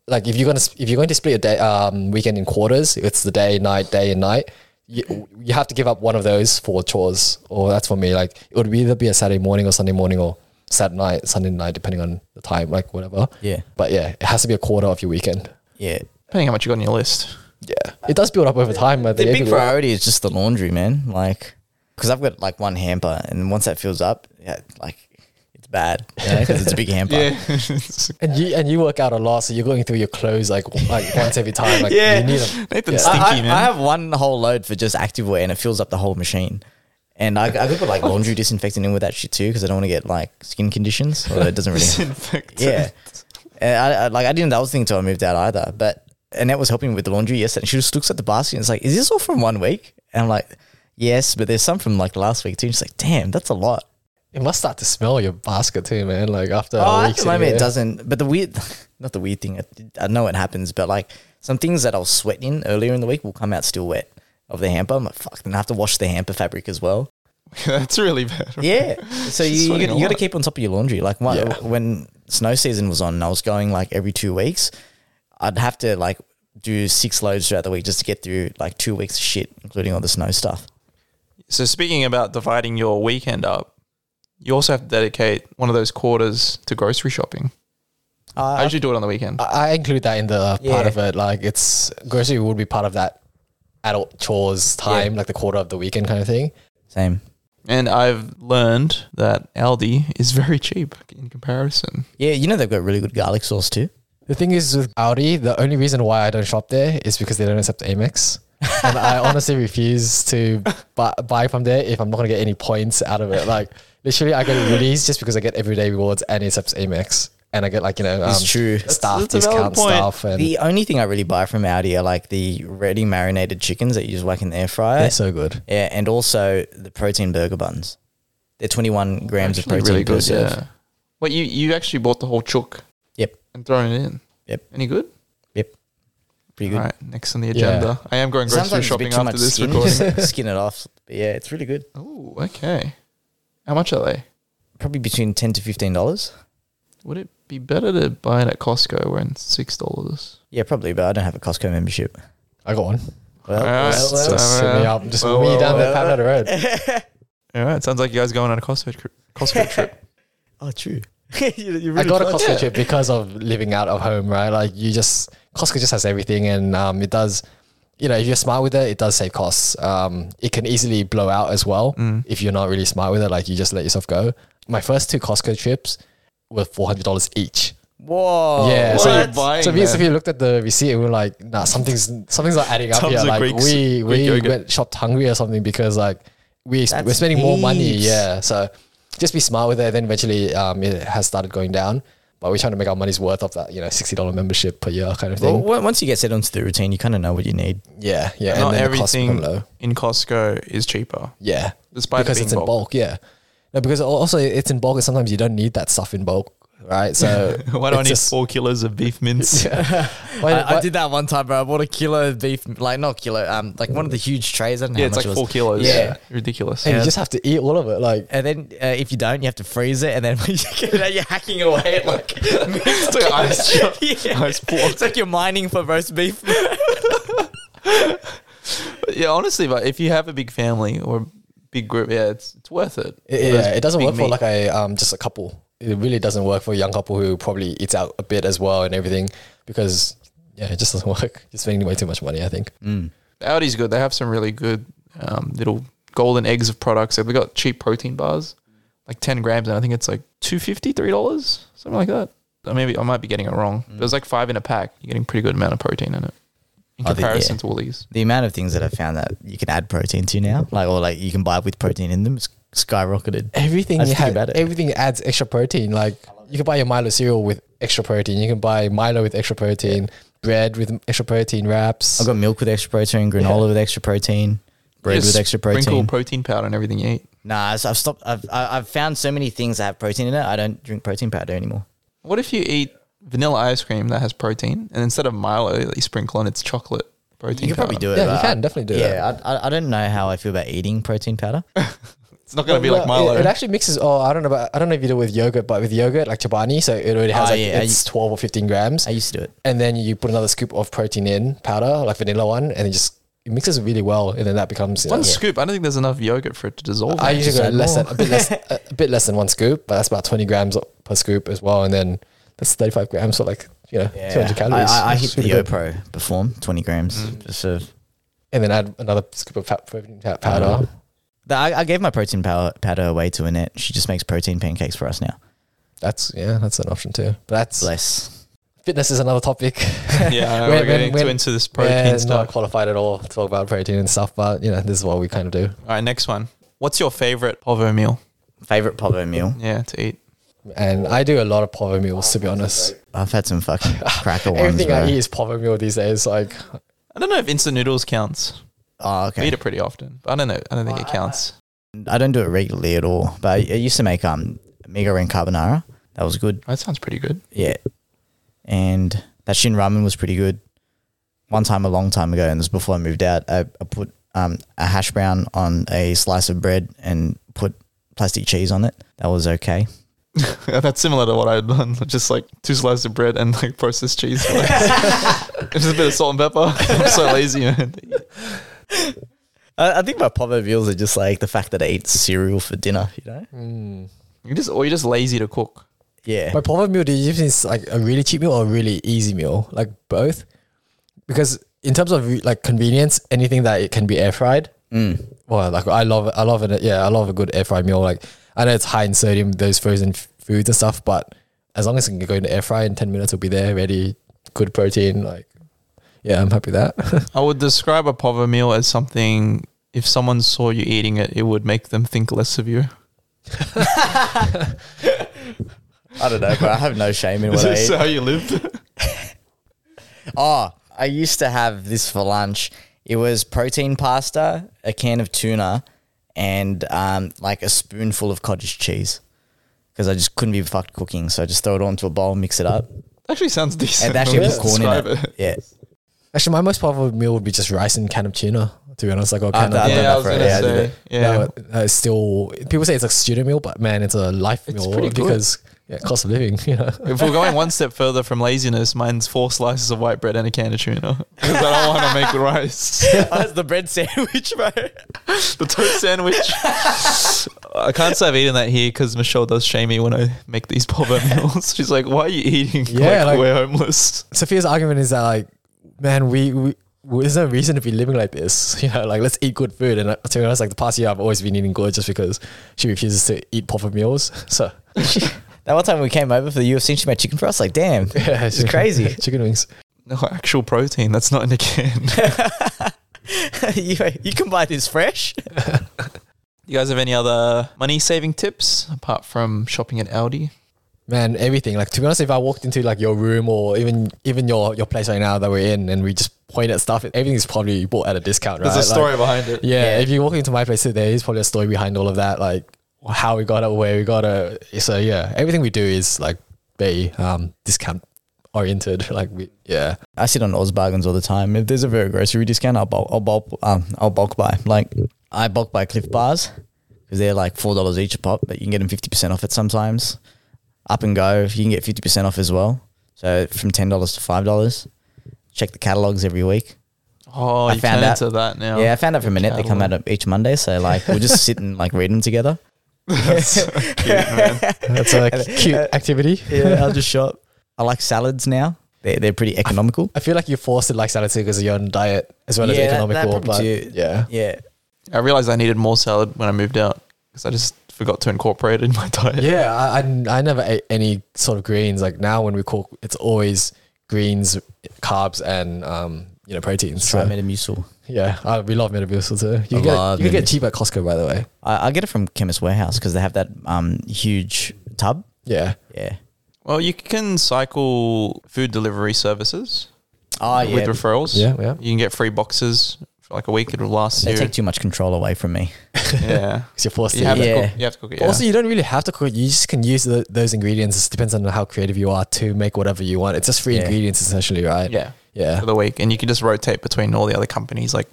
Speaker 3: like if you're gonna sp- if you're going to split a day um weekend in quarters, it's the day night day and night. You, you have to give up one of those for chores, or that's for me. Like it would either be a Saturday morning or Sunday morning or Saturday night, Sunday night, depending on the time, like whatever.
Speaker 2: Yeah.
Speaker 3: But yeah, it has to be a quarter of your weekend.
Speaker 2: Yeah.
Speaker 1: depending how much you got on your list.
Speaker 3: Yeah, it does build up over time. But
Speaker 2: the big
Speaker 3: end,
Speaker 2: priority is just the laundry, man. Like, because I've got like one hamper, and once that fills up, yeah, like it's bad because it's
Speaker 1: [laughs]
Speaker 2: a big hamper. [laughs]
Speaker 3: and you and you work out a lot, so you're going through your clothes like like once every time. Like
Speaker 2: Yeah.
Speaker 3: you need them.
Speaker 1: Nathan's
Speaker 2: I,
Speaker 1: stinky,
Speaker 2: I-
Speaker 1: man.
Speaker 2: I have one whole load for just activewear, and it fills up the whole machine. And I, I could put like laundry disinfectant in with that shit too, because I don't want to get like skin conditions, or it doesn't
Speaker 1: [laughs]
Speaker 2: really.
Speaker 1: Disinfectant.
Speaker 2: yeah, and I, I like I didn't. That was the thing until I moved out either. But Annette was helping me with the laundry yesterday, and she just looks at the basket and is like, "Is this all from one week?" And I'm like, "Yes, but there's some from like last week too." And she's like, "Damn, that's a lot."
Speaker 3: It must start to smell your basket too, man. Like after
Speaker 2: Oh,
Speaker 3: a
Speaker 2: at
Speaker 3: week,
Speaker 2: the
Speaker 3: sitting
Speaker 2: moment it
Speaker 3: there.
Speaker 2: doesn't. But the weird, [laughs] not the weird thing. I, I know it happens, but like some things that I was sweating earlier in the week will come out still wet of the hamper. I'm like, fuck. Then I have to wash the hamper fabric as well.
Speaker 1: That's really bad.
Speaker 2: Yeah. So you,
Speaker 1: fucking
Speaker 2: you,
Speaker 1: a
Speaker 2: gotta- you got to
Speaker 1: lot.
Speaker 2: keep on top of your laundry. Like when, when snow season was on, and I was going like every two weeks. I'd have to like do six loads throughout the week just to get through like two weeks of shit, including all the snow stuff.
Speaker 1: So speaking about dividing your weekend up, you also have to dedicate one of those quarters to grocery shopping. I
Speaker 2: Uh,
Speaker 1: usually do it on the weekend.
Speaker 3: I I include that in the part
Speaker 2: Yeah.
Speaker 3: of it. Like it's grocery would be part of that adult chores time, like the quarter of the weekend kind of thing.
Speaker 2: same.
Speaker 1: And I've learned that Aldi is very cheap in comparison.
Speaker 2: Yeah, you know they've got really good garlic sauce too.
Speaker 3: The thing is with Audi, the only reason why I don't shop there is because they don't accept
Speaker 2: [laughs]
Speaker 3: Amex. and I honestly refuse to buy, buy from there if I'm not going to get any points out of it. Like, literally, I get released just because I get everyday rewards and it accepts Amex. And I get, like, you know, um,
Speaker 2: It's true.
Speaker 3: staff
Speaker 1: That's- that's a valid
Speaker 3: discount
Speaker 1: point.
Speaker 3: stuff. And
Speaker 2: The only thing I really buy from Audi are like the ready marinated chickens that you just whack in the air fryer.
Speaker 3: they're so good.
Speaker 2: yeah, and also the protein burger buns. They're 21 grams of
Speaker 1: Actually
Speaker 2: protein per serve.
Speaker 1: yeah. But you, you actually bought the whole chook
Speaker 2: Yep,
Speaker 1: and thrown it in.
Speaker 2: Yep.
Speaker 1: Any good?
Speaker 2: pretty good.
Speaker 1: All right, next on the agenda. I am going grocery
Speaker 2: it's a
Speaker 1: shopping
Speaker 2: bit too
Speaker 1: after
Speaker 2: much
Speaker 1: this
Speaker 2: skin.
Speaker 1: recording.
Speaker 2: [laughs] Just skin it off. But yeah, it's really good.
Speaker 1: oh, okay. How much are they?
Speaker 2: Probably between 10 to $15.
Speaker 1: Would it be better to buy it at Costco when it's $6?
Speaker 2: Yeah, probably, but I don't have a Costco membership.
Speaker 3: I got one.
Speaker 2: Well,
Speaker 1: Alright.
Speaker 2: well,
Speaker 1: So-
Speaker 2: well.
Speaker 3: Just sit me up. Just
Speaker 1: uh, Well,
Speaker 3: me
Speaker 1: well,
Speaker 3: down
Speaker 1: well,
Speaker 3: the path of the road.
Speaker 1: All right, sounds like you guys are going on a Costco, tri- Costco trip.
Speaker 2: [laughs] oh, true. [laughs] You- you
Speaker 3: I
Speaker 2: really
Speaker 3: got a
Speaker 2: tried.
Speaker 3: Costco
Speaker 1: Yeah.
Speaker 3: trip because of living out of home, right? Like you just Costco just has everything, and um, it does. You know, if you're smart with it, it does save costs. Um, it can easily blow out as well
Speaker 1: Mm.
Speaker 3: if you're not really smart with it. Like you just let yourself go. My first two Costco trips were four hundred dollars each.
Speaker 2: Whoa.
Speaker 3: yeah,
Speaker 1: what
Speaker 3: Oh, so,
Speaker 1: are
Speaker 3: you-
Speaker 1: you buying,
Speaker 3: so if, you, so if
Speaker 1: man?
Speaker 3: you looked at the receipt, and we were like, nah, something's something's not adding up
Speaker 1: Tons
Speaker 3: here.
Speaker 1: of
Speaker 3: Like
Speaker 1: Greeks-
Speaker 3: we
Speaker 1: Greek
Speaker 3: we
Speaker 1: yogurt.
Speaker 3: went shopped hungry or something because like we
Speaker 2: That's
Speaker 3: we're spending more money.
Speaker 2: heaps.
Speaker 3: Yeah, so just be smart with it. Then eventually, um, it has started going down, but we're trying to make our money's worth of that. You know, sixty dollar membership per year kind of
Speaker 2: [laughs] Well,
Speaker 3: thing.
Speaker 2: w- once you get set onto the routine, you kind of know what you need.
Speaker 3: yeah, yeah.
Speaker 1: Not
Speaker 3: the costs become
Speaker 1: everything
Speaker 3: low.
Speaker 1: in Costco is cheaper. [laughs]
Speaker 3: Yeah,
Speaker 1: Despite it
Speaker 3: because
Speaker 1: being
Speaker 3: it's in
Speaker 1: bulk.
Speaker 3: bulk. Yeah, no, because al- also it's in bulk. And sometimes you don't need that stuff in bulk, right? So
Speaker 1: [laughs] Why do I
Speaker 3: it's
Speaker 1: need
Speaker 3: just-
Speaker 1: four kilos of beef
Speaker 2: [laughs]
Speaker 1: mince?
Speaker 2: I,
Speaker 3: why-
Speaker 2: I
Speaker 3: why-
Speaker 2: did that one time, bro. I bought a kilo of beef, like not kilo, um, like one of the huge trays. I don't know
Speaker 1: Yeah,
Speaker 2: how
Speaker 1: it's like
Speaker 2: much it was.
Speaker 1: four kilos.
Speaker 2: Yeah.
Speaker 1: ridiculous.
Speaker 3: and you just have to eat all of it, like.
Speaker 2: And then uh, if you don't, you have to freeze it. And then [laughs] when you get it out, you're hacking away at like. [laughs] it's
Speaker 1: like ice
Speaker 2: [laughs]
Speaker 1: shot- ice pork.
Speaker 2: It's like you're mining for roast beef. [laughs]
Speaker 1: But yeah, honestly, but if you have a big family or a big group, yeah, it's it's worth it.
Speaker 3: It, yeah, it doesn't
Speaker 1: big
Speaker 3: work for
Speaker 1: meat.
Speaker 3: like a um just a couple. It really doesn't work for a young couple who probably eats out a bit as well and everything because yeah, it just doesn't [laughs] work. You're spending way too much money, I think.
Speaker 2: Mm.
Speaker 1: Audi's good. They have some really good um, little golden eggs of products. They've got cheap protein bars, like ten grams, and I think it's like two fifty, three dollars, something like that. Or maybe I might be getting it wrong.
Speaker 2: Mm.
Speaker 1: But it's like five in a pack. You're getting pretty good amount of protein in it in
Speaker 2: I think, yeah.
Speaker 1: comparison to all these.
Speaker 2: The amount of things that I found that you can add protein to now, like or like you can buy with protein in them, is skyrocketed.
Speaker 3: Everything
Speaker 2: I just
Speaker 3: ha-
Speaker 2: think about it.
Speaker 3: everything adds extra protein. Like you can buy your Milo cereal with extra protein. You can buy Milo with extra protein, bread with extra protein wraps.
Speaker 2: I've got milk with extra protein, granola with extra protein, bread
Speaker 1: Just
Speaker 2: with extra
Speaker 1: Sprinkle
Speaker 2: protein.
Speaker 1: protein powder in everything you eat.
Speaker 2: nah, I've I've stopped. I've I- I've found so many things that have protein in it. I don't drink protein powder anymore.
Speaker 1: What if you eat vanilla ice cream that has protein, and instead of Milo, you sprinkle on it's chocolate protein?
Speaker 2: You could probably
Speaker 1: powder?
Speaker 2: do it.
Speaker 3: Yeah, you
Speaker 2: but
Speaker 3: can
Speaker 2: I-
Speaker 3: definitely do
Speaker 2: Yeah, I, I I don't know how I feel about eating protein powder.
Speaker 1: It's not going to be like
Speaker 3: Well,
Speaker 1: Milo.
Speaker 3: It, it actually mixes. Oh, I don't know. About, I don't know if you do it with yogurt, but with yogurt, like Chobani, so it already has
Speaker 2: Ah,
Speaker 3: like
Speaker 2: yeah, I
Speaker 3: it's
Speaker 2: used-
Speaker 3: twelve or fifteen grams.
Speaker 2: I used to do it.
Speaker 3: and then you put another scoop of protein in powder, like vanilla one, and it just it mixes really well, and then that becomes. you
Speaker 1: One
Speaker 3: know,
Speaker 1: scoop. I don't think there's enough yogurt for it to dissolve.
Speaker 3: I
Speaker 1: in.
Speaker 3: usually go
Speaker 2: Just add
Speaker 3: less than
Speaker 2: more.
Speaker 3: a bit less, a, a bit less than one scoop, but that's about twenty grams per scoop as well, and then that's thirty five grams for like you know two hundred calories.
Speaker 2: I, I, I hit
Speaker 3: It's
Speaker 2: the
Speaker 3: really
Speaker 2: Yo
Speaker 3: good.
Speaker 2: Pro Perform, 20 grams. Just of,
Speaker 3: and then add another scoop of fat protein fat
Speaker 2: Uh-huh.
Speaker 3: powder.
Speaker 2: Th- I, I gave my protein pow- powder away to Annette. She just makes protein pancakes for us now.
Speaker 3: That's yeah, that's an option too. But that's
Speaker 2: Bless.
Speaker 3: fitness is another topic.
Speaker 1: [laughs] yeah,
Speaker 3: When-
Speaker 1: we're
Speaker 3: when-
Speaker 1: getting
Speaker 3: when-
Speaker 1: too into this protein
Speaker 3: Yeah, it's not
Speaker 1: stuff.
Speaker 3: qualified at all to talk about protein and stuff, but you know this is what we kind of do.
Speaker 1: All right, next one. What's your favorite povo meal?
Speaker 2: Favorite
Speaker 1: [laughs]
Speaker 2: Povo meal.
Speaker 1: Yeah, to eat.
Speaker 3: And I do a lot of power meals to be honest.
Speaker 2: I've had some
Speaker 3: [laughs]
Speaker 2: fucking cracker ones.
Speaker 3: Everything
Speaker 2: bro.
Speaker 3: I eat is power meal these days. Like
Speaker 1: I don't know if instant noodles counts.
Speaker 2: Oh,
Speaker 1: I
Speaker 2: okay.
Speaker 1: eat it pretty often. But I don't know. I don't think it counts.
Speaker 2: I don't do it regularly at all, but I, I used to make um Migo and carbonara. That was good.
Speaker 1: That sounds pretty good.
Speaker 2: Yeah. And that Shin ramen was pretty good. One time, a long time ago, and this was before I moved out, I, I put um, a hash brown on a slice of bread and put plastic cheese on it. That was okay.
Speaker 1: Yeah, [laughs] that's similar to what I had done. [laughs] Just like two slices of bread and like processed cheese. [laughs] just a bit of salt and pepper. [laughs] I'm so lazy, man.
Speaker 2: I, I think my popo meals are just like the fact that I eat cereal for dinner. You know?
Speaker 1: You just or you're just lazy to cook.
Speaker 2: Yeah.
Speaker 3: By hmm. proper meal, do you think it's like a really cheap meal or a really easy meal? Like both? Because in terms of like convenience, anything that it can be air fried.
Speaker 2: Mm.
Speaker 3: Well, like I love, I love it. Yeah, I love a good air fried meal. Like I know it's high in sodium, those frozen f- foods and stuff, but as long as it can go into air fry in ten minutes, it'll be there, ready, good protein. Like, yeah, I'm happy with that. [laughs]
Speaker 1: I would describe a pover meal as something if someone saw you eating it, it would make them think less of you.
Speaker 2: I don't know, but I have
Speaker 1: [laughs]
Speaker 2: no shame in what I eat.
Speaker 1: how you live?
Speaker 2: Oh, I used to have this for lunch. It was protein pasta, a can of tuna, and um, like a spoonful of cottage cheese. Because I just couldn't be fucked cooking, so I just throw it onto a bowl, mix it up,
Speaker 1: Actually sounds decent.
Speaker 2: and that actually
Speaker 1: when
Speaker 2: [laughs] was
Speaker 1: you
Speaker 2: corn
Speaker 1: describe
Speaker 2: in it. Yeah,
Speaker 3: Actually, my most popular meal would be just rice and can of tuna. To be honest, like or
Speaker 2: I've
Speaker 3: can
Speaker 2: done
Speaker 3: of
Speaker 2: that.
Speaker 1: Ah, Yeah, I was
Speaker 2: for it.
Speaker 1: gonna
Speaker 2: Yeah, I did
Speaker 1: say.
Speaker 2: it.
Speaker 1: Yeah.
Speaker 3: No, uh, it's still people say it's a student meal, but man, it's a life
Speaker 1: It's
Speaker 3: meal
Speaker 1: pretty good.
Speaker 3: because yeah, cost of living. [laughs] You know,
Speaker 1: If we're going one step further from laziness, mine's four slices of white bread and a can of tuna. [laughs] Because I don't want to make rice.
Speaker 2: [laughs] That's the bread sandwich, bro.
Speaker 1: the toast sandwich.
Speaker 2: [laughs]
Speaker 1: I can't say I've eaten that here because Michelle does shame me when I make these boba [laughs] meals. She's like, "Why are you eating?
Speaker 3: Yeah,
Speaker 1: like,
Speaker 3: like-
Speaker 1: we're homeless."
Speaker 3: Sophia's argument is that like, man, we, we well, there's no reason to be living like this. [laughs] You know, like let's eat good food. And uh, to be honest, like the past year, I've always been eating good just because she refuses to eat proper meals. [laughs] So
Speaker 2: That one time we came over for the UFC, she made chicken for us. Like, damn, [laughs]
Speaker 3: yeah, [laughs]
Speaker 2: it's crazy.
Speaker 3: Chicken wings.
Speaker 1: No actual protein. That's not in a
Speaker 2: [laughs]
Speaker 1: can.
Speaker 2: you, you can buy this fresh.
Speaker 1: you guys have any other money saving tips apart from shopping at Aldi?
Speaker 3: Man, everything. Like to be honest, if I walked into like your room or even even your your place right now that we're in, and we just point at stuff, everything's probably bought at a discount. Right? Like,
Speaker 1: behind it.
Speaker 3: Yeah,
Speaker 2: Yeah.
Speaker 3: if you walk into my place today, there's probably a story behind all of that, like how we got it, where we got it. So yeah, everything we do is like very um discount oriented. [laughs] Like we, yeah,
Speaker 2: I sit on Oz bargains all the time. If there's a very grocery discount, I'll bulk, I'll bulk, um, I'll bulk buy. Like I bulk buy Cliff Bars because they're like four dollars each a pop, but you can get them fifty percent off it sometimes. Up and go, you can get fifty percent off as well. So from ten dollars to five dollars. Check the catalogs every week.
Speaker 1: Oh,
Speaker 2: I
Speaker 1: you
Speaker 2: found
Speaker 1: found
Speaker 2: out-
Speaker 1: into that now.
Speaker 2: yeah, I found out from Annette they come
Speaker 1: catalog.
Speaker 2: out each Monday, so like we'll just sit and like read them together.
Speaker 3: [laughs] that's a cute
Speaker 2: uh,
Speaker 3: activity.
Speaker 2: [laughs] Yeah, I'll just shop. I like salads now. They're they're pretty economical.
Speaker 3: I feel like you're forced to like salad too because you're on diet as well as
Speaker 2: Yeah, that- that
Speaker 3: economical.
Speaker 2: probably
Speaker 3: but
Speaker 2: too.
Speaker 3: yeah,
Speaker 2: Yeah,
Speaker 1: I realized I needed more salad when I moved out because I just forgot to incorporate it in my [laughs] diet.
Speaker 3: yeah, I, I I never ate any sort of greens. Like now when we cook, it's always greens, carbs, and um you know proteins.
Speaker 2: try
Speaker 3: So,
Speaker 2: Metamucil.
Speaker 3: yeah, I, we love Metamucil too. You
Speaker 2: I
Speaker 3: can get
Speaker 2: love
Speaker 3: you can
Speaker 2: Metamucil.
Speaker 3: get cheap at Costco by the way.
Speaker 2: I, I get it from Chemist Warehouse because they have that um, huge tub.
Speaker 3: Yeah.
Speaker 2: Yeah.
Speaker 1: Well, you can cycle food delivery services
Speaker 2: Oh
Speaker 1: with referrals.
Speaker 3: Ah, Yeah, yeah.
Speaker 1: You can get free boxes for like a week. It'll last
Speaker 2: they
Speaker 1: you.
Speaker 2: take too much control away from me.
Speaker 3: [laughs]
Speaker 1: yeah.
Speaker 3: Because you're forced
Speaker 1: You
Speaker 3: to.
Speaker 1: have,
Speaker 3: eat
Speaker 2: Yeah.
Speaker 1: to
Speaker 3: it.
Speaker 1: cook, you have to cook it.
Speaker 3: But
Speaker 1: yeah.
Speaker 3: Also, you don't really have to cook it. You just can use tho- those ingredients. It depends on how creative you are to make whatever you want. It's just free
Speaker 2: Yeah.
Speaker 3: ingredients, essentially, right?
Speaker 1: yeah,
Speaker 3: Yeah.
Speaker 1: for the week, and you can just rotate between all the other companies like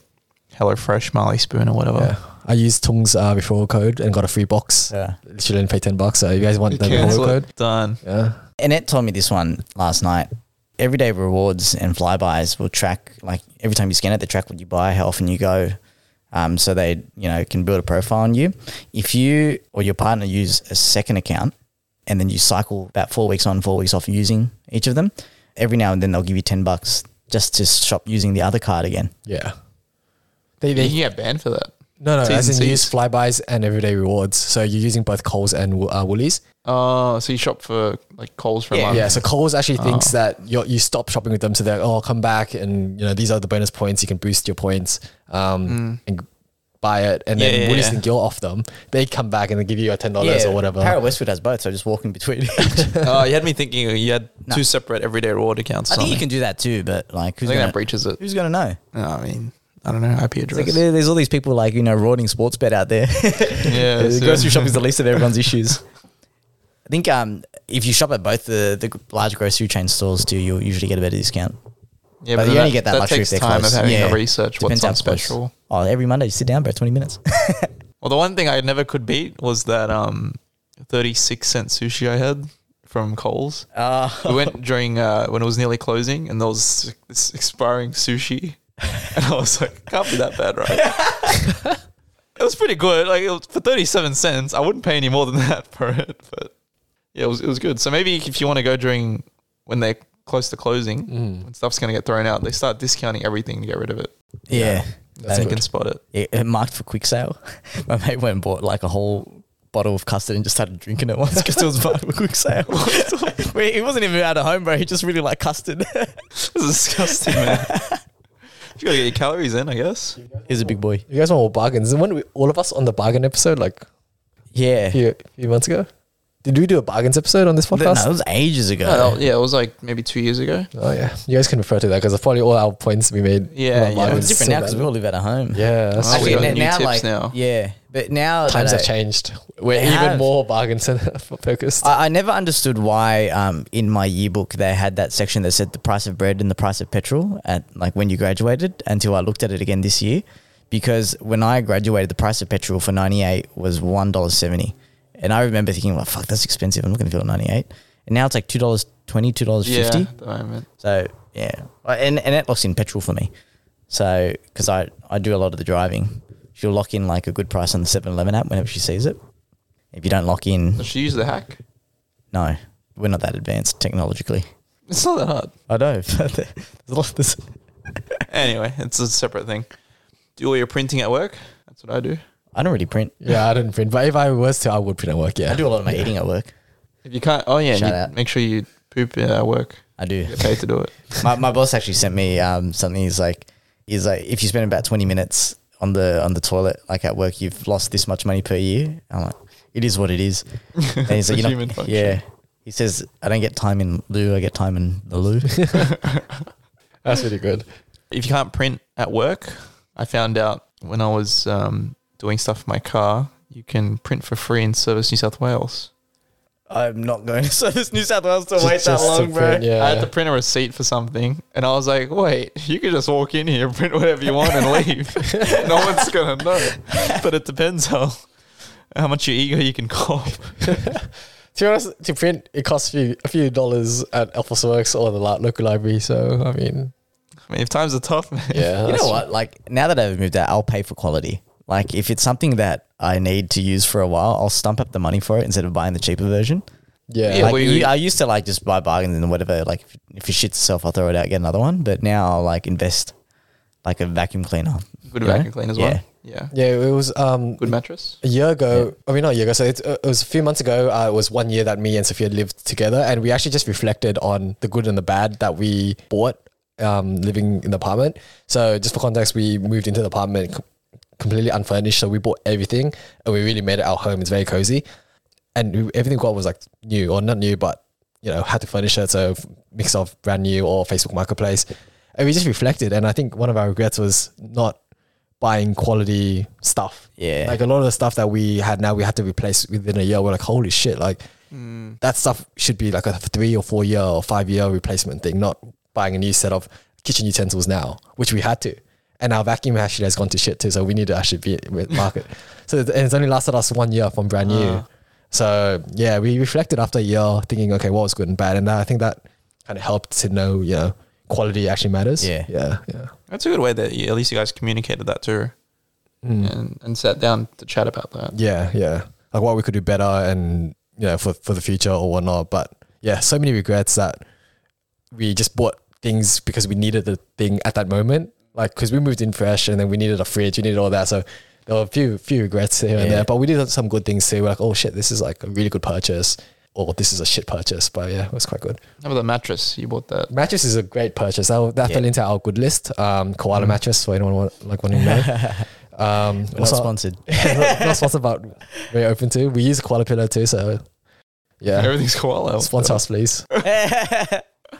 Speaker 1: HelloFresh, Marley Spoon, or whatever.
Speaker 3: Yeah. I used Tung's uh, referral code and got a free box.
Speaker 2: Yeah.
Speaker 3: Literally didn't pay 10 bucks. So, you guys want the referral code?
Speaker 1: Done.
Speaker 3: Yeah.
Speaker 2: Annette told me this one last night. Everyday rewards and flybys will track, like every time you scan it, they track what you buy, how often you go. Um, so they, you know, can build a profile on you. If you or your partner use a second account and then you cycle about four weeks on, four weeks off using each of them, every now and then they'll give you 10 bucks just to shop using the other card again.
Speaker 3: Yeah. They,
Speaker 1: You
Speaker 3: they,
Speaker 1: can get banned for that.
Speaker 3: no, no,
Speaker 1: T's
Speaker 3: as
Speaker 1: and
Speaker 3: in
Speaker 1: C's.
Speaker 3: use flybys and everyday rewards. So you're using both Coles and Wo- uh, Woolies.
Speaker 1: Oh, so you shop for like Coles for a month.
Speaker 3: Yeah, so Coles actually
Speaker 1: Oh.
Speaker 3: thinks that you you stop shopping with them, so they're like, oh, come back and you know these are the bonus points. You can boost your points um, and buy it, and
Speaker 1: Mm. Yeah,
Speaker 3: then
Speaker 1: yeah,
Speaker 3: Woolies
Speaker 1: yeah.
Speaker 3: think you're off them. They come back and they give you a ten dollars or whatever.
Speaker 2: Harold Westwood has both, so just walk in
Speaker 3: [laughs]
Speaker 2: between. [laughs]
Speaker 1: [laughs] Oh, you had me thinking you had two separate everyday reward accounts.
Speaker 2: I think you
Speaker 1: something.
Speaker 2: can do that too, but like,
Speaker 1: I
Speaker 2: who's
Speaker 1: think
Speaker 2: gonna,
Speaker 1: that breaches it.
Speaker 2: who's gonna know?
Speaker 1: No, I mean, I don't know IP
Speaker 2: It's
Speaker 1: address.
Speaker 2: like, there- there's all these people like you know rorting sports bet out there. [laughs]
Speaker 1: yeah, [laughs]
Speaker 2: The
Speaker 1: so-
Speaker 2: grocery shopping is the least of everyone's issues. I think um, if you shop at both the, the large grocery chain stores too, you'll usually get a better discount.
Speaker 1: Yeah,
Speaker 2: but, you only get that, much luxury
Speaker 1: takes
Speaker 2: if they're
Speaker 1: time
Speaker 2: close.
Speaker 1: of having
Speaker 2: yeah.
Speaker 1: to research what's
Speaker 2: Depends
Speaker 1: on
Speaker 2: how close.
Speaker 1: special.
Speaker 2: Oh, every Monday, you sit down, bro, 20 minutes. [laughs]
Speaker 1: Well, the one thing I never could beat was that um, thirty-six cent sushi I had from Coles. We went during uh, when it was nearly closing, and there was this expiring sushi, [laughs] and I was like, "Can't be that bad, right?" it was pretty good. Like it was, for thirty-seven cents, I wouldn't pay any more than [laughs] that for it. But yeah, it was it was good. So maybe if you want to go during when they're close to closing, when stuff's going to get thrown out, they start discounting everything to get rid of it.
Speaker 2: yeah.
Speaker 1: so
Speaker 2: That-
Speaker 1: you can spot it.
Speaker 2: it, it marked for quick sale. [laughs] My mate went and bought like a whole bottle of custard and just started drinking it once because it was [laughs] marked for
Speaker 1: [laughs]
Speaker 2: quick sale. [laughs] Wait, he wasn't even out of home, bro. He just really liked custard. [laughs]
Speaker 1: [laughs] It's disgusting, [laughs] man. you gotta get your calories in, I guess.
Speaker 2: He's a big boy.
Speaker 3: You guys want more bargains? And when we, all of us on the bargain episode, like
Speaker 2: Yeah.
Speaker 3: a few, few months ago, did we do a bargains episode on this
Speaker 2: No,
Speaker 3: podcast?
Speaker 2: that was ages ago.
Speaker 1: yeah, it was like maybe two years ago.
Speaker 3: Oh yeah, you guys can refer to that because probably all our points we made.
Speaker 1: Yeah,
Speaker 3: were
Speaker 1: yeah.
Speaker 2: Well,
Speaker 3: bargains.
Speaker 2: it's different
Speaker 3: Oh, So
Speaker 2: now because
Speaker 3: bad.
Speaker 2: we all live at a home.
Speaker 3: yeah, that's
Speaker 1: Oh,
Speaker 3: true.
Speaker 1: we got
Speaker 2: n-
Speaker 1: new tips now.
Speaker 2: Yeah, but now that
Speaker 3: times
Speaker 2: I-
Speaker 3: have changed. We're
Speaker 2: They
Speaker 3: even
Speaker 2: have.
Speaker 3: more bargain center [laughs] focused.
Speaker 2: I, I never understood why um, in my yearbook they had that section that said the price of bread and the price of petrol at like when you graduated until I looked at it again this year because when I graduated the price of petrol for 98 was $1.70 and I remember thinking well fuck that's expensive I'm not going to feel 98 and now it's like $2.20 $2.50
Speaker 1: Yeah, at the moment.
Speaker 2: so yeah Uh, and, and that locks in petrol for me so because I, I do a lot of the driving she'll lock in like a good price on the 7-Eleven app whenever she sees it if you don't lock in
Speaker 1: Does she use the hack? [laughs]
Speaker 2: no, we're not that advanced technologically.
Speaker 1: It's not that hard.
Speaker 2: I know. [laughs] there's a lot this.
Speaker 1: Anyway, it's a separate thing. Do all your printing at work? That's what I do.
Speaker 2: I don't really print.
Speaker 3: yeah, I didn't print, but if I was to, I would print at work. Yeah,
Speaker 2: I do a lot of my eating at work.
Speaker 1: If you can't, oh yeah,
Speaker 2: Shout
Speaker 1: you-
Speaker 2: out.
Speaker 1: make sure you poop at work.
Speaker 2: I do.
Speaker 1: Get paid to do it.
Speaker 2: [laughs] my, my boss actually sent me um, something. He's like, he's like, if you spend about twenty minutes on the on the toilet, like at work, you've lost this much money per year. I'm like, it is what it [laughs] is. And
Speaker 1: It's
Speaker 2: he's
Speaker 1: a
Speaker 2: like, you
Speaker 1: human
Speaker 2: know,
Speaker 1: function.
Speaker 2: yeah. He says, I don't get time in loo. I get time in the [laughs] loo.
Speaker 3: that's really good.
Speaker 1: [laughs] If you can't print at work, I found out when I was um, doing stuff for my car, you can print for free in Service New South Wales.
Speaker 2: I'm not going to [laughs] service New South Wales to
Speaker 3: Just-
Speaker 2: wait that
Speaker 3: just to
Speaker 2: long, bro.
Speaker 3: print, yeah.
Speaker 1: I had to print a receipt for something, and I was like, "Wait, you could just walk in here, [laughs] print whatever you want, and
Speaker 3: [laughs]
Speaker 1: leave. no one's gonna know." But it depends how how much your ego you can cop.
Speaker 3: To be honest, to print it costs a few, a few dollars at Alphaworks or the li- local library. So I mean,
Speaker 1: I mean, if times are tough, man.
Speaker 3: yeah,
Speaker 2: You
Speaker 3: that's-
Speaker 2: know what? Like now that I've moved out, I'll pay for quality. Like if it's something that I need to use for a while, I'll stump up the money for it instead of buying the cheaper version.
Speaker 3: Yeah,
Speaker 1: Yeah,
Speaker 2: like
Speaker 1: we-
Speaker 2: you,
Speaker 1: we-
Speaker 2: I used to like just buy bargains and whatever. Like if, if it shits itself, I'll throw it out, get another one. But now I'll like invest, like a vacuum cleaner.
Speaker 1: [laughs] Good
Speaker 2: you know?
Speaker 1: vacuum clean as well. Yeah.
Speaker 3: yeah, it was um
Speaker 1: Good mattress.
Speaker 3: a year ago. I mean, not a year ago. So uh, it, it was a few months ago. Uh, it was one year that me and Sophia lived together, and we actually just reflected on the good and the bad that we bought um, living in the apartment. So just for context, we moved into the apartment com- completely unfurnished. So we bought everything, and we really made it our home. It's very cozy, and we- everything we got was like new or not new, but you know had to furnish it. So f- mix of brand new or Facebook Marketplace, and we just reflected. And I think one of our regrets was not buying quality stuff
Speaker 2: Yeah.
Speaker 3: like a lot of the stuff that we had now we had to replace within a year we're like holy shit like
Speaker 1: Mm.
Speaker 3: that stuff should be like a three or four year or five year replacement thing not buying a new set of kitchen utensils now which we had to and our vacuum actually has gone to shit too so we need to actually be
Speaker 2: [laughs]
Speaker 3: with market so it's- and it's only lasted us one year from brand new
Speaker 2: Ah.
Speaker 3: so yeah we reflected after a year thinking okay what was good and bad and i think that kind of helped to know you know quality actually matters
Speaker 2: Yeah.
Speaker 3: yeah yeah
Speaker 1: That's a good way that you, at least you guys communicated that too, and and sat down to chat about that.
Speaker 3: Mm. Yeah, yeah. Like what we could do better and you know, for for the future or whatnot. But yeah, so many regrets that we just bought things because we needed the thing at that moment. Like because we moved in fresh and then we needed a fridge, we needed all that. So there were a few few regrets here and
Speaker 2: Yeah.
Speaker 3: there. But we did some good things too. We're like, oh shit, this is like a really good purchase. Or this is a shit purchase. But yeah, it was quite good.
Speaker 1: How about the mattress? You bought that.
Speaker 3: Mattress is a great purchase. That, that
Speaker 2: Yeah. Mm.
Speaker 3: fell into our good list. Um, koala mattress for anyone want, like
Speaker 2: [laughs]
Speaker 3: wanting to know. Um,
Speaker 2: We're
Speaker 3: also-
Speaker 2: not sponsored. [laughs]
Speaker 3: that's what's about we're open to. We use Koala Pillow too, so yeah.
Speaker 1: Everything's koala.
Speaker 3: Sponsor us, please.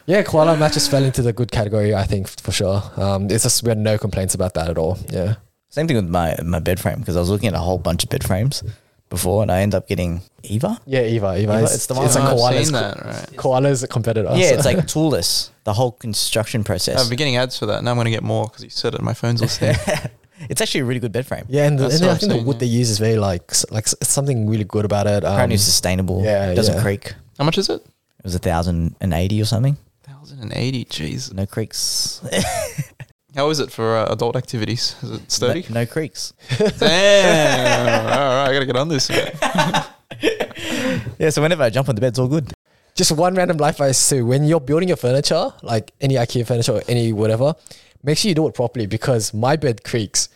Speaker 3: Yeah, Koala matches fell into the good category, I think, for sure. Um, it's just we had no complaints about that at all. Yeah.
Speaker 2: Same thing with my my bed frame because I was looking at a whole bunch of bed frames, before, and I end up getting Eva.
Speaker 3: Yeah, Eva. Eva. is-
Speaker 2: it's the one
Speaker 3: it's a
Speaker 2: I've
Speaker 3: koala's,
Speaker 1: Ah, seen
Speaker 3: co-
Speaker 1: that, right.
Speaker 3: koala's competitor.
Speaker 2: Yeah, [laughs]
Speaker 3: so-
Speaker 2: it's like toolless. The whole construction
Speaker 1: I've
Speaker 2: process.
Speaker 1: been getting Uh, ads for that. Now I'm going to get more because you said it. My phone's all there.
Speaker 2: It's actually a really good bed frame.
Speaker 3: yeah, and, the,
Speaker 1: That's
Speaker 3: and
Speaker 1: what
Speaker 3: I
Speaker 1: I've
Speaker 3: think the
Speaker 1: seen,
Speaker 3: wood
Speaker 1: yeah.
Speaker 3: they use is very like s- like s- it's something really good about it. Um,
Speaker 2: Apparently, it's sustainable.
Speaker 3: yeah,
Speaker 2: it doesn't
Speaker 3: yeah.
Speaker 2: creak. It
Speaker 1: How much is it?
Speaker 2: was a thousand and eighty or something.
Speaker 1: 1080. Jeez.
Speaker 2: No creaks. [laughs]
Speaker 1: How is it for uh, adult activities? Is it
Speaker 2: [laughs]
Speaker 1: sturdy?
Speaker 2: No, no creaks.
Speaker 1: Damn. [laughs] all right, I got to get on this.
Speaker 2: Yeah, so whenever I jump on the bed, it's all good.
Speaker 3: just one random life advice too. When you're building your furniture, like any IKEA furniture or any whatever, make sure you do it properly because my bed creaks.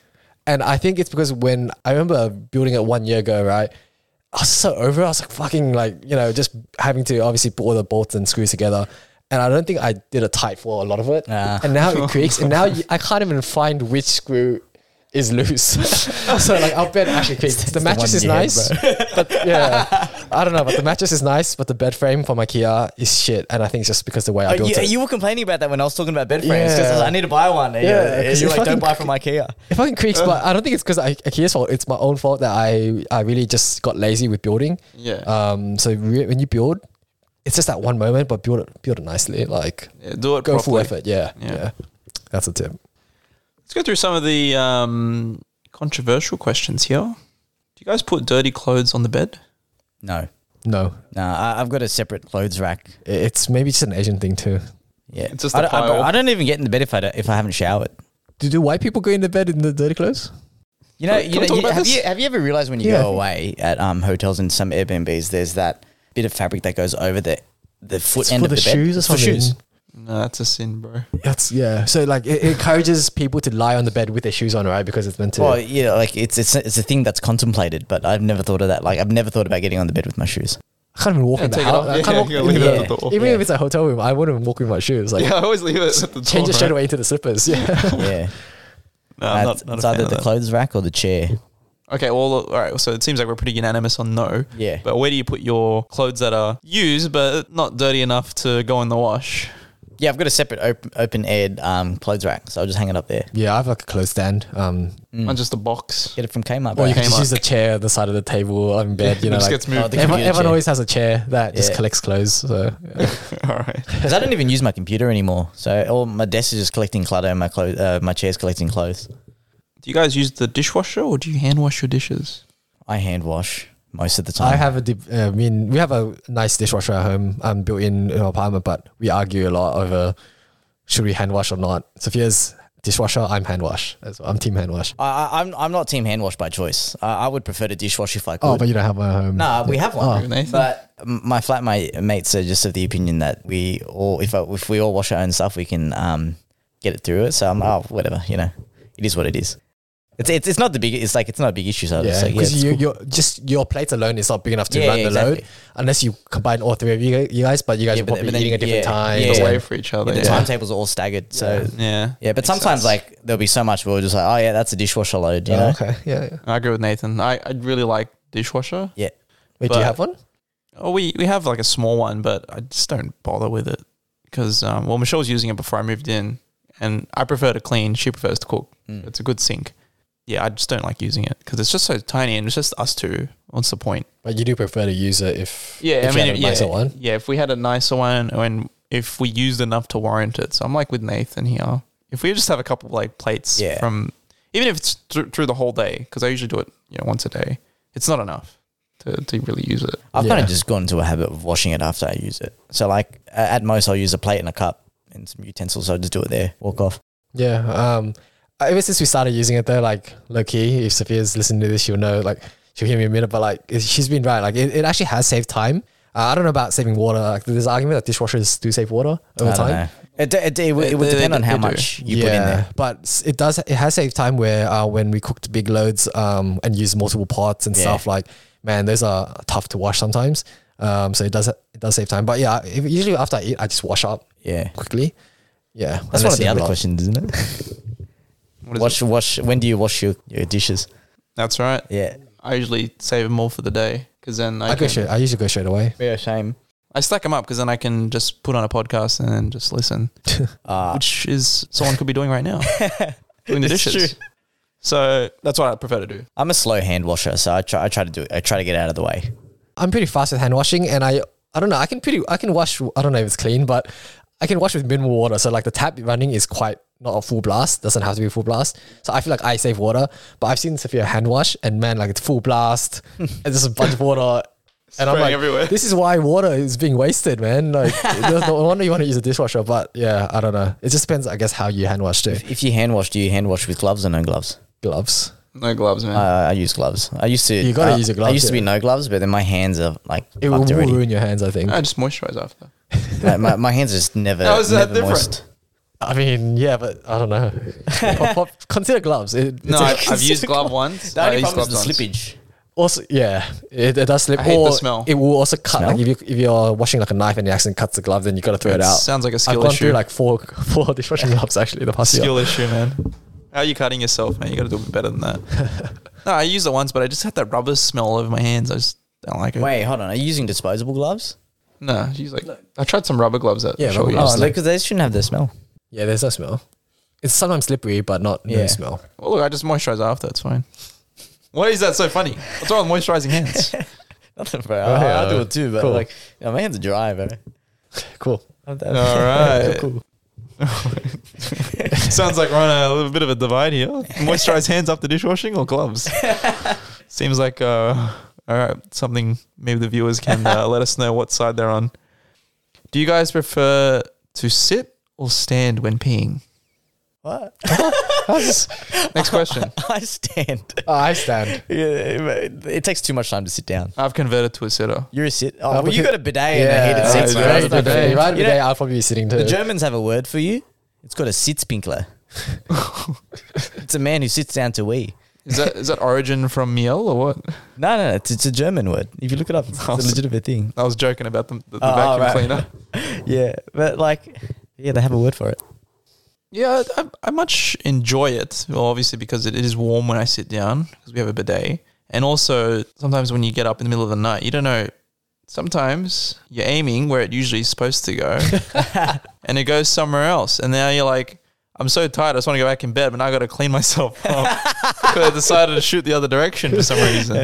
Speaker 3: And I think it's because when I remember building it one year ago, right? I was so over. it. I was like fucking like, you know, just having to obviously put all the bolts and screws together. And I don't think I did a tight for a lot of it.
Speaker 2: Ah.
Speaker 3: And now
Speaker 2: [laughs]
Speaker 3: it creaks. and now you, I can't even find which screw is loose. [laughs] so like our bed actually creaks. The
Speaker 2: the
Speaker 3: mattress
Speaker 2: one
Speaker 3: is
Speaker 2: you hate,
Speaker 3: nice. but yeah, I don't know. But the mattress is nice, but the bed frame from IKEA is shit, and I think it's just because the way I
Speaker 2: Oh,
Speaker 3: built
Speaker 2: you,
Speaker 3: it.
Speaker 2: you were complaining about that when I was talking about bed frames because I, was
Speaker 3: Yeah.
Speaker 2: like, I need to buy one. And
Speaker 3: Yeah,
Speaker 2: yeah, you're,
Speaker 3: 'cause
Speaker 2: you're
Speaker 3: it's
Speaker 2: like, don't
Speaker 3: fucking-
Speaker 2: buy from IKEA.
Speaker 3: it fucking creaks,
Speaker 2: Uh.
Speaker 3: but I don't think it's because IKEA's fault. It's my own fault that I I really just got lazy with building.
Speaker 1: Yeah.
Speaker 3: Um. So re- when you build, it's just that one moment, but build it build it nicely. Like
Speaker 1: Yeah, do it
Speaker 3: go full
Speaker 1: properly.
Speaker 3: effort. Yeah,
Speaker 1: Yeah.
Speaker 3: yeah. That's a tip.
Speaker 1: Let's go through some of the um, controversial questions here. Do you guys put dirty clothes on the bed?
Speaker 2: No,
Speaker 3: No,
Speaker 2: no, I, I've got a separate clothes rack.
Speaker 3: i- it's maybe just an Asian thing too.
Speaker 2: Yeah,
Speaker 1: It's just
Speaker 2: I,
Speaker 1: a
Speaker 2: don't- I-
Speaker 1: pile.
Speaker 2: I don't even get in the bed if I don't, if I haven't showered.
Speaker 3: Do, do white people go into bed in the dirty clothes?
Speaker 2: You know,
Speaker 1: Can we
Speaker 2: you know
Speaker 1: talk
Speaker 2: you-
Speaker 1: about
Speaker 2: have,
Speaker 1: this?
Speaker 2: you, have you ever realized when you
Speaker 3: Yeah.
Speaker 2: go away at um, hotels and some Airbnbs, there's that bit of fabric that goes over the the foot
Speaker 3: It's
Speaker 2: end
Speaker 3: for
Speaker 2: of
Speaker 3: the
Speaker 2: the, bed.
Speaker 3: shoes or
Speaker 2: It's for
Speaker 3: something.
Speaker 2: shoes.
Speaker 1: No, that's a sin, bro.
Speaker 3: That's yeah. So like it, it encourages people to lie on the bed with their shoes on, right? Because it's meant to.
Speaker 2: Well, yeah, like it's it's it's a thing that's contemplated, but I've never thought of that. Like I've never thought about getting on the bed with
Speaker 1: [laughs]
Speaker 2: my shoes.
Speaker 3: I can't even walk
Speaker 1: Yeah,
Speaker 3: in the
Speaker 1: take it
Speaker 3: house.
Speaker 1: off.
Speaker 3: I
Speaker 1: Yeah,
Speaker 3: can't walk
Speaker 1: yeah,
Speaker 3: in
Speaker 1: leave
Speaker 3: the-
Speaker 1: it at the door.
Speaker 3: Even
Speaker 2: Yeah.
Speaker 3: if it's a hotel room, I wouldn't walk with my shoes.
Speaker 1: [laughs]
Speaker 3: Like
Speaker 1: Yeah, I always leave it at the door.
Speaker 3: change it straight
Speaker 1: right?
Speaker 3: away into the
Speaker 1: [laughs]
Speaker 3: slippers. Yeah.
Speaker 2: Yeah,
Speaker 1: No, I'm
Speaker 2: Uh,
Speaker 1: not,
Speaker 2: it's,
Speaker 1: not
Speaker 2: it's
Speaker 1: a fan
Speaker 2: either
Speaker 1: of
Speaker 2: the
Speaker 1: that.
Speaker 2: clothes rack or the chair.
Speaker 1: Okay, well, all right. So it seems like we're pretty unanimous on no.
Speaker 2: Yeah.
Speaker 1: But where do you put your clothes that are used but not dirty enough to go in the wash?
Speaker 2: Yeah, I've got a separate open, open aired um, clothes rack, so I'll just hang it up there.
Speaker 3: yeah, I have like a clothes stand. Um,
Speaker 1: Not just a box.
Speaker 2: Get it from Kmart.
Speaker 3: or you
Speaker 2: bro.
Speaker 3: can just
Speaker 1: Kmart.
Speaker 3: use the chair at the side of the table or in bed. You know,
Speaker 1: it just
Speaker 3: like,
Speaker 1: gets moved.
Speaker 2: Oh, the
Speaker 3: everyone,
Speaker 2: computer
Speaker 3: everyone
Speaker 2: chair.
Speaker 3: always has a chair that just
Speaker 2: Yeah.
Speaker 3: collects clothes. So yeah.
Speaker 1: [laughs] all right.
Speaker 2: Because I don't even use my computer anymore, so all my desk is just collecting clutter, and my clothes, uh, my chair's collecting clothes.
Speaker 1: Do you guys use the dishwasher or do you hand wash your dishes?
Speaker 2: I hand wash most of the time.
Speaker 3: I have a deep. Uh, I mean, we have a nice dishwasher at home, um, built in in our apartment, but we argue a lot over should we hand wash or not. Sophia's dishwasher. I'm hand wash as well. I'm team hand wash.
Speaker 2: I, I, I'm I'm not team hand wash by choice. I, I would prefer to dishwash if I could.
Speaker 3: Oh, but you don't have one at home.
Speaker 2: no, we have
Speaker 1: Oh.
Speaker 2: one.
Speaker 1: Nathan?
Speaker 2: But m- my flatmate mates are just of the opinion that we all if I, if we all wash our own stuff, we can um get it through it. So I'm oh whatever, you know, it is what it is. It's it's, it's not the big. It's like it's not a big issue. So I'm just
Speaker 3: Yeah,
Speaker 2: like, yeah,
Speaker 3: because
Speaker 2: it's
Speaker 3: you,
Speaker 2: cool.
Speaker 3: your just your plate alone is not big enough to
Speaker 2: Yeah,
Speaker 3: run
Speaker 2: yeah,
Speaker 3: the
Speaker 2: exactly.
Speaker 3: load unless you combine all three of you, you guys. But you guys
Speaker 2: Yeah,
Speaker 3: are
Speaker 2: but then-
Speaker 3: probably
Speaker 2: but then-
Speaker 3: eating at different
Speaker 2: yeah,
Speaker 3: times.
Speaker 2: yeah.
Speaker 3: and-
Speaker 1: Away for each other.
Speaker 2: the
Speaker 1: Yeah.
Speaker 2: timetables are all staggered. So
Speaker 1: yeah.
Speaker 2: yeah, but
Speaker 1: Makes
Speaker 2: sometimes
Speaker 1: sense.
Speaker 2: like there'll be so much we'll just like oh yeah, that's a dishwasher load. You
Speaker 3: Oh,
Speaker 2: know,
Speaker 3: okay, yeah. yeah.
Speaker 1: I agree with Nathan. I, I really like dishwasher.
Speaker 2: yeah.
Speaker 3: Wait, do
Speaker 1: But-
Speaker 3: you have one?
Speaker 1: Oh, we, we have like a small one, but I just don't bother with it because um, well, Michelle was using it before I moved in, and I prefer to clean. She prefers to cook.
Speaker 2: Mm.
Speaker 1: It's a good sink. Yeah, I just don't like using it because it's just so tiny and it's just us two. What's the point?
Speaker 3: But you do prefer to use it if
Speaker 1: Yeah,
Speaker 3: if
Speaker 1: I mean,
Speaker 3: you had a
Speaker 1: yeah,
Speaker 3: nicer one.
Speaker 1: yeah. If we had a nicer one, and if we used enough to warrant it, so I'm like with Nathan here. If we just have a couple like plates
Speaker 2: Yeah.
Speaker 1: from, even if it's thr- through the whole day, because I usually do it, you know, once a day. It's not enough to, to really use it.
Speaker 2: I've kind
Speaker 3: Yeah.
Speaker 2: of just gone into a habit of washing it after I use it. So like a- at most I'll use a plate and a cup and some utensils. I'll just do it there. Walk off.
Speaker 3: Yeah. Um, ever since we started using it, though, like low key, if Sophia's listening to this, she'll know. Like, she'll hear me a minute, but like, it- she's been right. Like, it, it actually has saved time. Uh, I don't know about saving water. Like, there's an argument that dishwashers do save water over
Speaker 2: I don't
Speaker 3: time.
Speaker 2: know. It, d- it, d- it, would- it would
Speaker 1: They- they-
Speaker 2: depend on
Speaker 1: they
Speaker 2: how
Speaker 1: do.
Speaker 2: much you put in there.
Speaker 3: But s- it does it has saved time where uh, when we cooked big loads um, and used multiple pots and
Speaker 2: Yeah.
Speaker 3: stuff like man, those are tough to wash sometimes. Um, so it does it does save time. But yeah, if, usually after I eat, I just wash up
Speaker 2: Yeah.
Speaker 3: quickly. Yeah,
Speaker 2: That's
Speaker 3: unless
Speaker 2: one of the
Speaker 3: it's a
Speaker 2: other
Speaker 3: lot.
Speaker 2: questions, isn't it?
Speaker 1: [laughs] What is it?
Speaker 2: wash, wash. When do you wash your, your dishes?
Speaker 1: That's right.
Speaker 2: Yeah.
Speaker 1: I usually save them all for the day because then I,
Speaker 3: I go
Speaker 1: can,
Speaker 3: straight. I usually go straight away.
Speaker 2: Yeah, shame.
Speaker 1: I stack them up because then I can just put on a podcast and then
Speaker 3: [laughs]
Speaker 1: just listen,
Speaker 2: Uh,
Speaker 3: Ah.
Speaker 1: which is someone could be doing right now, doing the
Speaker 2: It's
Speaker 1: dishes.
Speaker 2: true.
Speaker 1: So that's what I prefer to do.
Speaker 2: I'm a slow hand washer, so I try, I try to do it. I try to get out of the way.
Speaker 3: I'm pretty fast with hand washing, and I I don't know. I can pretty I can wash. I don't know if it's clean, but I can wash with minimal water. So like the tap running is quite not a full blast. Doesn't have to be full blast. So I feel like I save water. But I've seen Sophia hand wash, and man, like it's full [laughs] blast, and there's a bunch of water. And I'm
Speaker 1: Spraying
Speaker 3: like,
Speaker 1: everywhere.
Speaker 3: this is why water is being wasted, man. [laughs] Like, there's no wonder you want to use a dishwasher. But yeah, I don't know. It just depends, I guess, how you hand wash too.
Speaker 2: If you hand wash, do you hand wash with gloves or no gloves?
Speaker 3: Gloves.
Speaker 1: No gloves, man.
Speaker 2: Uh, I use gloves. I used to.
Speaker 3: You gotta
Speaker 2: uh,
Speaker 3: use your gloves,
Speaker 2: I used to be
Speaker 3: yeah.
Speaker 2: no gloves, but then my hands are like
Speaker 3: It will,
Speaker 2: fucked
Speaker 3: will [laughs]
Speaker 2: already.
Speaker 3: ruin your hands, I think.
Speaker 1: I just moisturize after.
Speaker 2: Like, my, my hands are just never.
Speaker 1: How is that
Speaker 2: never
Speaker 1: different?
Speaker 3: I mean, yeah, but I don't [laughs] know. Pop- pop- consider gloves. It, it's
Speaker 1: No,
Speaker 3: a-
Speaker 1: I, I've used
Speaker 3: [laughs]
Speaker 1: glove once.
Speaker 2: The
Speaker 1: I
Speaker 2: only
Speaker 1: used
Speaker 2: problem is
Speaker 1: gloves
Speaker 2: the
Speaker 1: once.
Speaker 2: slippage.
Speaker 3: also yeah, it, it does slip.
Speaker 1: I hate the
Speaker 3: or
Speaker 1: smell.
Speaker 3: It will also cut. Like
Speaker 2: Smell?
Speaker 3: if you if you're washing like a knife and the accident cuts the glove, then you gotta throw it,
Speaker 1: It
Speaker 3: out.
Speaker 1: sounds like a skill
Speaker 3: I've gone
Speaker 1: issue.
Speaker 3: through like four [laughs] four
Speaker 2: [laughs]
Speaker 3: dishwashing gloves actually the past year.
Speaker 1: Skill issue, man. How are you cutting yourself, man? You got to do a bit better than
Speaker 3: [laughs]
Speaker 1: that. no, I used it once, but I just had that rubber smell all over my hands. I just don't like it.
Speaker 2: Wait, hold on. Are you using disposable gloves?
Speaker 1: No, she's like, I tried some rubber gloves at
Speaker 3: Yeah,
Speaker 1: Shaw
Speaker 3: rubber
Speaker 1: yesterday.
Speaker 2: Oh, because they shouldn't have the smell.
Speaker 3: Yeah, there's no smell. It's sometimes slippery, but not no
Speaker 2: Yeah.
Speaker 3: smell.
Speaker 1: Well, look, I just moisturize after. It's fine. Why is that so funny? What's wrong with moisturizing
Speaker 3: [laughs]
Speaker 1: hands?
Speaker 2: Nothing, [laughs] bro. I, I do it too, but
Speaker 3: Oh, Cool.
Speaker 2: like yeah, my hands are dry, bro.
Speaker 3: Cool.
Speaker 2: All [laughs]
Speaker 1: All right.
Speaker 3: Cool.
Speaker 1: [laughs] Sounds like we're on a little bit of a divide here. Moisturize hands after dishwashing or
Speaker 2: [laughs]
Speaker 1: gloves? Seems like, uh, all right, something maybe the viewers can uh, let us know what side they're on. Do you guys prefer to sit or stand when peeing?
Speaker 2: What?
Speaker 1: Next question.
Speaker 2: [laughs] I stand. [laughs]
Speaker 3: Oh, I stand.
Speaker 2: Yeah, it, it takes too much time to sit down.
Speaker 1: I've converted to a sitter.
Speaker 2: You're a sit. Oh, well,
Speaker 3: but
Speaker 2: you
Speaker 3: the-
Speaker 2: got a bidet and a heated
Speaker 1: yeah,
Speaker 2: seat.
Speaker 1: it's
Speaker 2: so
Speaker 1: right,
Speaker 2: that's
Speaker 1: it's right.
Speaker 2: not-
Speaker 1: different.
Speaker 3: If I had a
Speaker 2: You
Speaker 3: bidet,
Speaker 2: know-
Speaker 3: I'll probably be sitting too.
Speaker 2: The Germans have a word for you. It's called a
Speaker 3: [laughs]
Speaker 2: Sitzpinkler. it's a man who sits down to wee.
Speaker 1: Is that is that origin from Miel or what?
Speaker 2: No, no, no it's, it's a German word. If you look it up,
Speaker 3: [laughs]
Speaker 2: it's, it's a legitimate thing.
Speaker 1: I was joking about the, the, the
Speaker 2: Oh, oh,
Speaker 1: vacuum
Speaker 2: right.
Speaker 1: cleaner.
Speaker 2: [laughs] Yeah, but like, yeah, they have a word for it. [laughs]
Speaker 1: Yeah, I, I much enjoy it. Well, obviously because it is warm when I sit down because we have a bidet, and also sometimes when you get up in the middle of the night, you don't know. Sometimes you're aiming where it usually is supposed to go, and it goes somewhere else, and now you're like. I'm so tired. I just want to go back in bed, but now I got to clean myself up because I decided to shoot the other direction for some reason.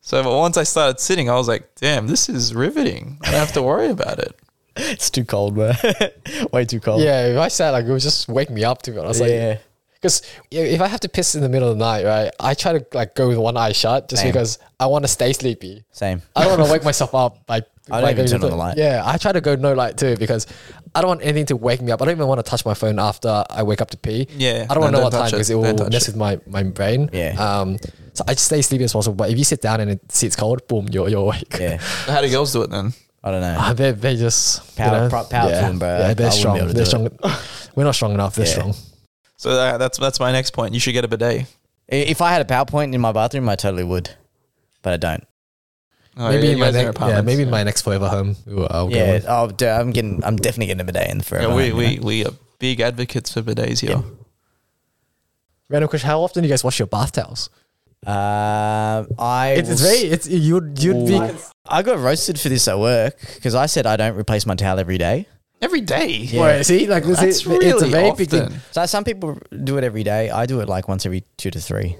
Speaker 1: So, but once I started sitting, I was like, "Damn, this is riveting. I don't have to worry about it."
Speaker 2: It's too cold, bro. [laughs] Way too cold.
Speaker 3: Yeah, if I sat like it would just wake me up to be honest. Like,
Speaker 2: Yeah.
Speaker 3: Because if I have to piss in the middle of the night, right, I try to like go with one eye shut just
Speaker 2: Same.
Speaker 3: because I want to stay sleepy.
Speaker 2: Same.
Speaker 3: I don't want to wake myself up by.
Speaker 2: I don't
Speaker 3: by
Speaker 2: even
Speaker 3: going
Speaker 2: turn
Speaker 3: to
Speaker 2: on the light.
Speaker 3: Yeah, I try to go no light too because I don't want anything to wake me up. I don't even want to touch my phone after I wake up to pee.
Speaker 1: Yeah,
Speaker 3: I don't
Speaker 1: no,
Speaker 3: want to know
Speaker 1: don't
Speaker 3: what time
Speaker 1: touch it.
Speaker 3: because it
Speaker 1: Don't
Speaker 3: will
Speaker 1: touch
Speaker 3: mess
Speaker 1: it.
Speaker 3: with my my brain.
Speaker 2: Yeah.
Speaker 3: Um. So I just stay sleepy as possible. But if you sit down and it seats cold, boom, you're you're awake.
Speaker 2: Yeah.
Speaker 1: How do girls do it then?
Speaker 2: I don't know.
Speaker 3: [laughs] Ah, they they just you
Speaker 2: Power-
Speaker 3: know,
Speaker 2: pro- power to them, bro. I
Speaker 3: Yeah,
Speaker 2: wouldn't
Speaker 3: they're
Speaker 2: be
Speaker 3: strong.
Speaker 2: able to
Speaker 3: They're
Speaker 2: do
Speaker 3: strong. We're not strong [laughs] enough. They're
Speaker 2: Yeah.
Speaker 3: strong.
Speaker 1: So that, that's that's my next point. You should get a bidet.
Speaker 2: I- If I had a PowerPoint in my bathroom, I totally would, but I don't.
Speaker 1: Oh,
Speaker 3: maybe
Speaker 1: yeah,
Speaker 3: in
Speaker 1: you
Speaker 3: my
Speaker 1: guys are
Speaker 3: next, yeah,
Speaker 1: apartments,
Speaker 3: maybe in my next forever home. Ooh, I'll go
Speaker 2: Yeah.
Speaker 3: with-
Speaker 2: Oh, dude, I'm getting. I'm definitely getting a bidet in the forever.
Speaker 1: Yeah, we,
Speaker 2: home, you
Speaker 1: we,
Speaker 2: know?
Speaker 1: we are big advocates for bidets here.
Speaker 3: Random question: How often do you guys wash your bath towels?
Speaker 2: Um, I
Speaker 3: It's, it's
Speaker 2: will
Speaker 3: very. It's you'd you'd be.
Speaker 2: I got roasted for this at work because I said I don't replace my towel every day.
Speaker 1: Every day.
Speaker 3: Well, see, like this
Speaker 1: That's
Speaker 3: is,
Speaker 1: really
Speaker 3: it's a very
Speaker 1: often.
Speaker 3: big thing.
Speaker 2: So some people do it every day. I do it like once every two to three.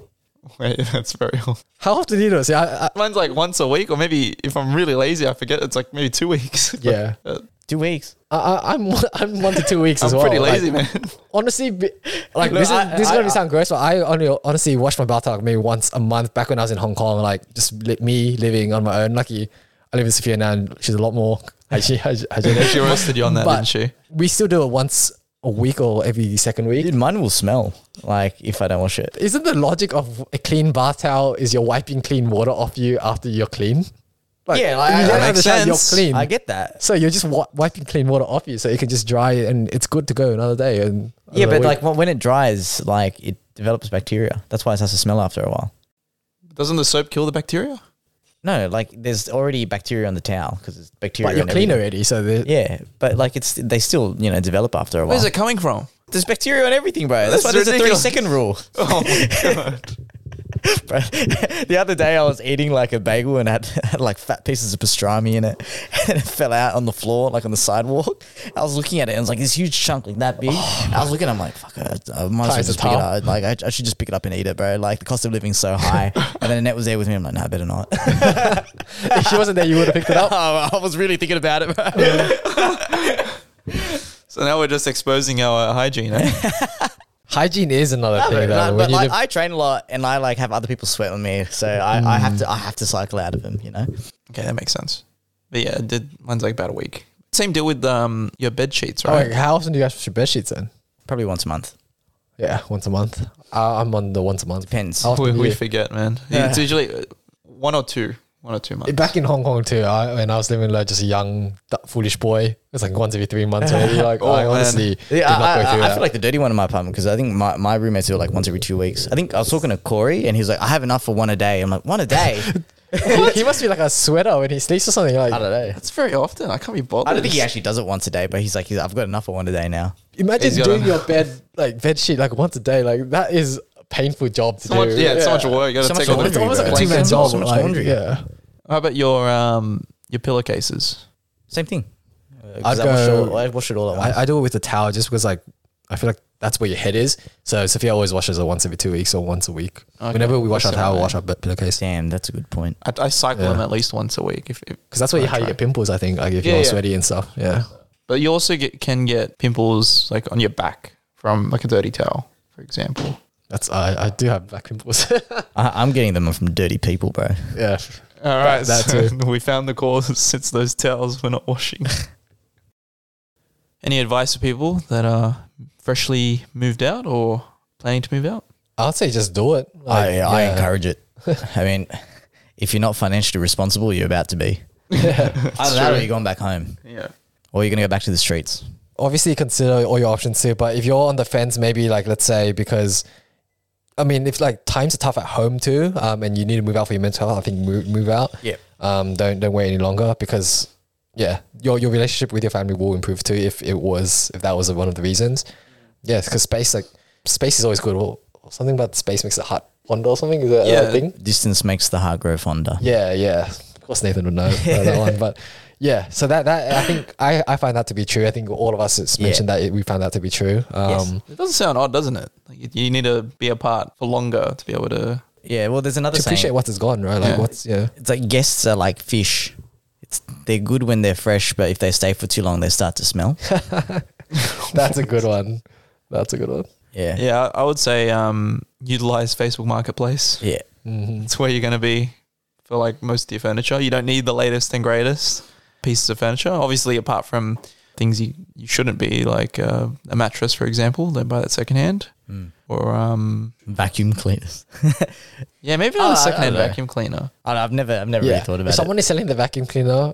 Speaker 1: Wait, [laughs] that's very often.
Speaker 3: How often do you do it? See, I, I,
Speaker 1: Mine's like once a week, or maybe if I'm really lazy, I forget. It's like maybe two weeks. [laughs]
Speaker 3: Yeah.
Speaker 1: But, uh,
Speaker 2: Two weeks.
Speaker 3: I, I- I'm I'm one [laughs] to two weeks
Speaker 1: I'm
Speaker 3: as well.
Speaker 1: pretty
Speaker 3: Like,
Speaker 1: lazy,
Speaker 3: [laughs]
Speaker 1: man.
Speaker 3: honestly, be- like
Speaker 2: No,
Speaker 3: this is
Speaker 2: I-
Speaker 3: this is
Speaker 2: I-
Speaker 3: gonna
Speaker 2: I-
Speaker 3: sound gross, but I only honestly washed my bathtub like maybe once a month back when I was in Hong Kong. Like just li- me living on my own. Lucky I live with Sophia now, and she's a lot more. [laughs] Actually,
Speaker 1: she roasted you on that,
Speaker 3: [laughs] but
Speaker 1: didn't she?
Speaker 3: we still do it once a week or every second week.
Speaker 2: Dude, mine will smell like if I don't wash it.
Speaker 3: Isn't the logic of a clean bath towel is you're wiping clean water off you after you're clean? Like,
Speaker 2: Yeah, like,
Speaker 3: if
Speaker 2: I-
Speaker 3: you
Speaker 2: that
Speaker 3: don't have
Speaker 1: makes
Speaker 3: the towel,
Speaker 1: sense.
Speaker 3: You're clean.
Speaker 2: I get that.
Speaker 3: So you're just wi- wiping clean water off you, so it can just dry and it's good to go another day. And
Speaker 2: Yeah,
Speaker 3: another
Speaker 2: but
Speaker 3: week.
Speaker 2: like when when it dries, like it develops bacteria. That's why it starts to smell after a while.
Speaker 1: Doesn't the soap kill the bacteria?
Speaker 2: No, like there's already bacteria on the towel because it's bacteria.
Speaker 3: but you're
Speaker 2: on
Speaker 3: clean
Speaker 2: everything.
Speaker 3: already, so the,
Speaker 2: Yeah, but like it's they still you know develop after a while.
Speaker 1: Where's it [laughs] coming from?
Speaker 2: There's bacteria on everything, bro. That's,
Speaker 1: That's
Speaker 2: [laughs] why there's a three
Speaker 1: ridiculous.
Speaker 2: second rule.
Speaker 1: Oh my Oh god!
Speaker 2: Bro, [laughs] the other day I was eating like a bagel and had, [laughs] had like fat pieces of pastrami in it, [laughs] and it fell out on the floor, like on the sidewalk. I was looking at it and it was like this huge chunk, like that big. I was looking, I'm like, fuck, I, I might as well
Speaker 3: Ties
Speaker 2: just
Speaker 3: a
Speaker 2: pick Oh. it
Speaker 3: towel.
Speaker 2: up. Like, I, I should just pick it up and eat it, bro. Like, the cost of living so [laughs] high. And then Annette was there with me. I'm like, nah, better not.
Speaker 3: [laughs] if she wasn't there, you would have picked it up.
Speaker 2: [laughs] I was really thinking about it, bro.
Speaker 1: So now we're just exposing our uh, hygiene. Eh?
Speaker 3: [laughs] Hygiene is another thing, though.
Speaker 2: Nah,
Speaker 3: when
Speaker 2: but
Speaker 3: you
Speaker 2: like,
Speaker 3: live-
Speaker 2: I train a lot, and I like have other people sweat on me, so I, I have to I have to cycle out of them. You know,
Speaker 1: okay, that makes sense. But yeah, I did mine's like about a week. Same deal with um your bed sheets,
Speaker 3: Oh,
Speaker 1: right?
Speaker 3: wait, how often do you guys wash your bed sheets then?
Speaker 2: probably once a month.
Speaker 3: Yeah, once a month. Uh, I'm on the once a month.
Speaker 2: Depends.
Speaker 3: I'll-
Speaker 1: we, we
Speaker 3: Yeah.
Speaker 1: forget, man.
Speaker 2: Yeah.
Speaker 1: It's usually uh, one or two, one or two months.
Speaker 3: Back in Hong Kong too, I, when I was living like just a young d- foolish boy, it's like once every three months. [laughs] Already. Like,
Speaker 1: Oh,
Speaker 3: I
Speaker 1: man.
Speaker 3: honestly did
Speaker 2: Yeah,
Speaker 3: not
Speaker 2: I,
Speaker 3: go
Speaker 2: I,
Speaker 3: through
Speaker 2: I
Speaker 3: that.
Speaker 2: feel like the dirty one in my apartment because I think my, my roommates do it like once every two weeks. I think I was talking to Corey and he was like, I have enough for one a day. I'm like, one a
Speaker 3: [laughs]
Speaker 2: day?
Speaker 3: [laughs] he must be like a sweater when he sleeps or something. Like,
Speaker 2: I don't know.
Speaker 1: That's very often. I can't be bothered.
Speaker 2: I don't think he actually does it once a day, but he's like, he's, I've got enough for one a day now.
Speaker 3: imagine
Speaker 1: He's got
Speaker 3: doing
Speaker 1: a-
Speaker 3: your bed like bed sheet like once a day. Like that is a painful job to
Speaker 1: So
Speaker 3: do.
Speaker 1: much, yeah, it's so much work. You gotta
Speaker 2: So much
Speaker 1: take all
Speaker 2: work.
Speaker 1: the
Speaker 3: It's almost like a
Speaker 2: Like,
Speaker 3: two man
Speaker 2: so
Speaker 3: job.
Speaker 2: much
Speaker 3: like,
Speaker 2: laundry.
Speaker 3: yeah.
Speaker 1: How about your um your pillowcases?
Speaker 2: Same thing. Uh, 'cause
Speaker 3: I'd
Speaker 2: I, wash
Speaker 3: go-
Speaker 2: all, I wash it all at once.
Speaker 3: I, I do it with a towel just because like I feel like that's where your head is. So Sophia always washes it once every two weeks or once a week.
Speaker 1: Okay.
Speaker 3: Whenever we wash our
Speaker 1: That's
Speaker 3: towel,
Speaker 1: alright.
Speaker 3: wash our bed- pillowcase
Speaker 2: Damn, that's a good point.
Speaker 1: I, I cycle
Speaker 3: Yeah.
Speaker 1: them at least once a week. If, if
Speaker 3: because that's where you,
Speaker 1: I
Speaker 3: how you
Speaker 1: try.
Speaker 3: get pimples. I think like if you're
Speaker 1: Yeah,
Speaker 3: all
Speaker 1: yeah.
Speaker 3: sweaty and stuff. Yeah.
Speaker 1: but you also get can get pimples like on your back from like a dirty towel, for example.
Speaker 3: That's I, I do have back pimples. [laughs]
Speaker 2: I, I'm getting them from dirty people, bro.
Speaker 3: yeah.
Speaker 1: All right,
Speaker 3: That-
Speaker 1: so
Speaker 3: that
Speaker 1: [laughs] we found the cause since those towels were not
Speaker 3: [laughs]
Speaker 1: washing. Any advice for people that are freshly moved out or planning to move out?
Speaker 3: I'd say just do it.
Speaker 2: I, I
Speaker 3: yeah.
Speaker 2: encourage
Speaker 3: [laughs]
Speaker 2: it. I mean, if you're not financially responsible, you're about to be. Either that or you're going back home
Speaker 1: Yeah,
Speaker 2: or you're going to go back to the streets.
Speaker 3: Obviously, consider all your options too. But if you're on the fence, maybe like let's say because, I mean, if like times are tough at home too, um, and you need to move out for your mental health, I think move, move out.
Speaker 2: Yeah.
Speaker 3: Um, don't don't wait any longer because, yeah, your your relationship with your family will improve too if it was if that was one of the reasons. Yes, because space like space is always good. Or something about space makes it hard wonder or something. Is that
Speaker 1: Yeah.
Speaker 3: a thing?
Speaker 2: Distance makes the heart grow fonder.
Speaker 3: Yeah, yeah. Of course, Nathan would know about
Speaker 2: [laughs]
Speaker 3: that one. But yeah, so that that I think I I find that to be true. I think all of us it's mentioned that we found that to be true. Um,
Speaker 2: Yes.
Speaker 1: it doesn't sound odd, doesn't it? Like you, you need to be apart for longer to be able to.
Speaker 2: Yeah, well, there's another
Speaker 3: To appreciate
Speaker 2: saying.
Speaker 3: what is gone, right? Like
Speaker 1: Yeah.
Speaker 3: what's yeah.
Speaker 2: It's like guests are like fish. It's they're good when they're fresh, but if they stay for too long, they start to
Speaker 3: [laughs]
Speaker 2: smell.
Speaker 3: That's a good one. That's a good one.
Speaker 2: Yeah,
Speaker 1: Yeah, I I would say um, utilize Facebook Marketplace.
Speaker 2: yeah.
Speaker 3: Mm-hmm.
Speaker 1: It's where you're going to be for like most of your furniture. You don't need the latest and greatest pieces of furniture. Obviously, apart from things you, you shouldn't be, like uh, a mattress, for example, don't buy that secondhand.
Speaker 2: Mm.
Speaker 1: Or, um,
Speaker 2: Vacuum cleaners.
Speaker 1: yeah, maybe not
Speaker 2: Oh, I-
Speaker 1: a
Speaker 2: I
Speaker 1: secondhand
Speaker 2: don't know.
Speaker 1: vacum cleaner.
Speaker 2: I don't know, I've never, I've never
Speaker 3: yeah.
Speaker 2: really thought
Speaker 3: if
Speaker 2: about it.
Speaker 3: someone is selling the vacuum cleaner,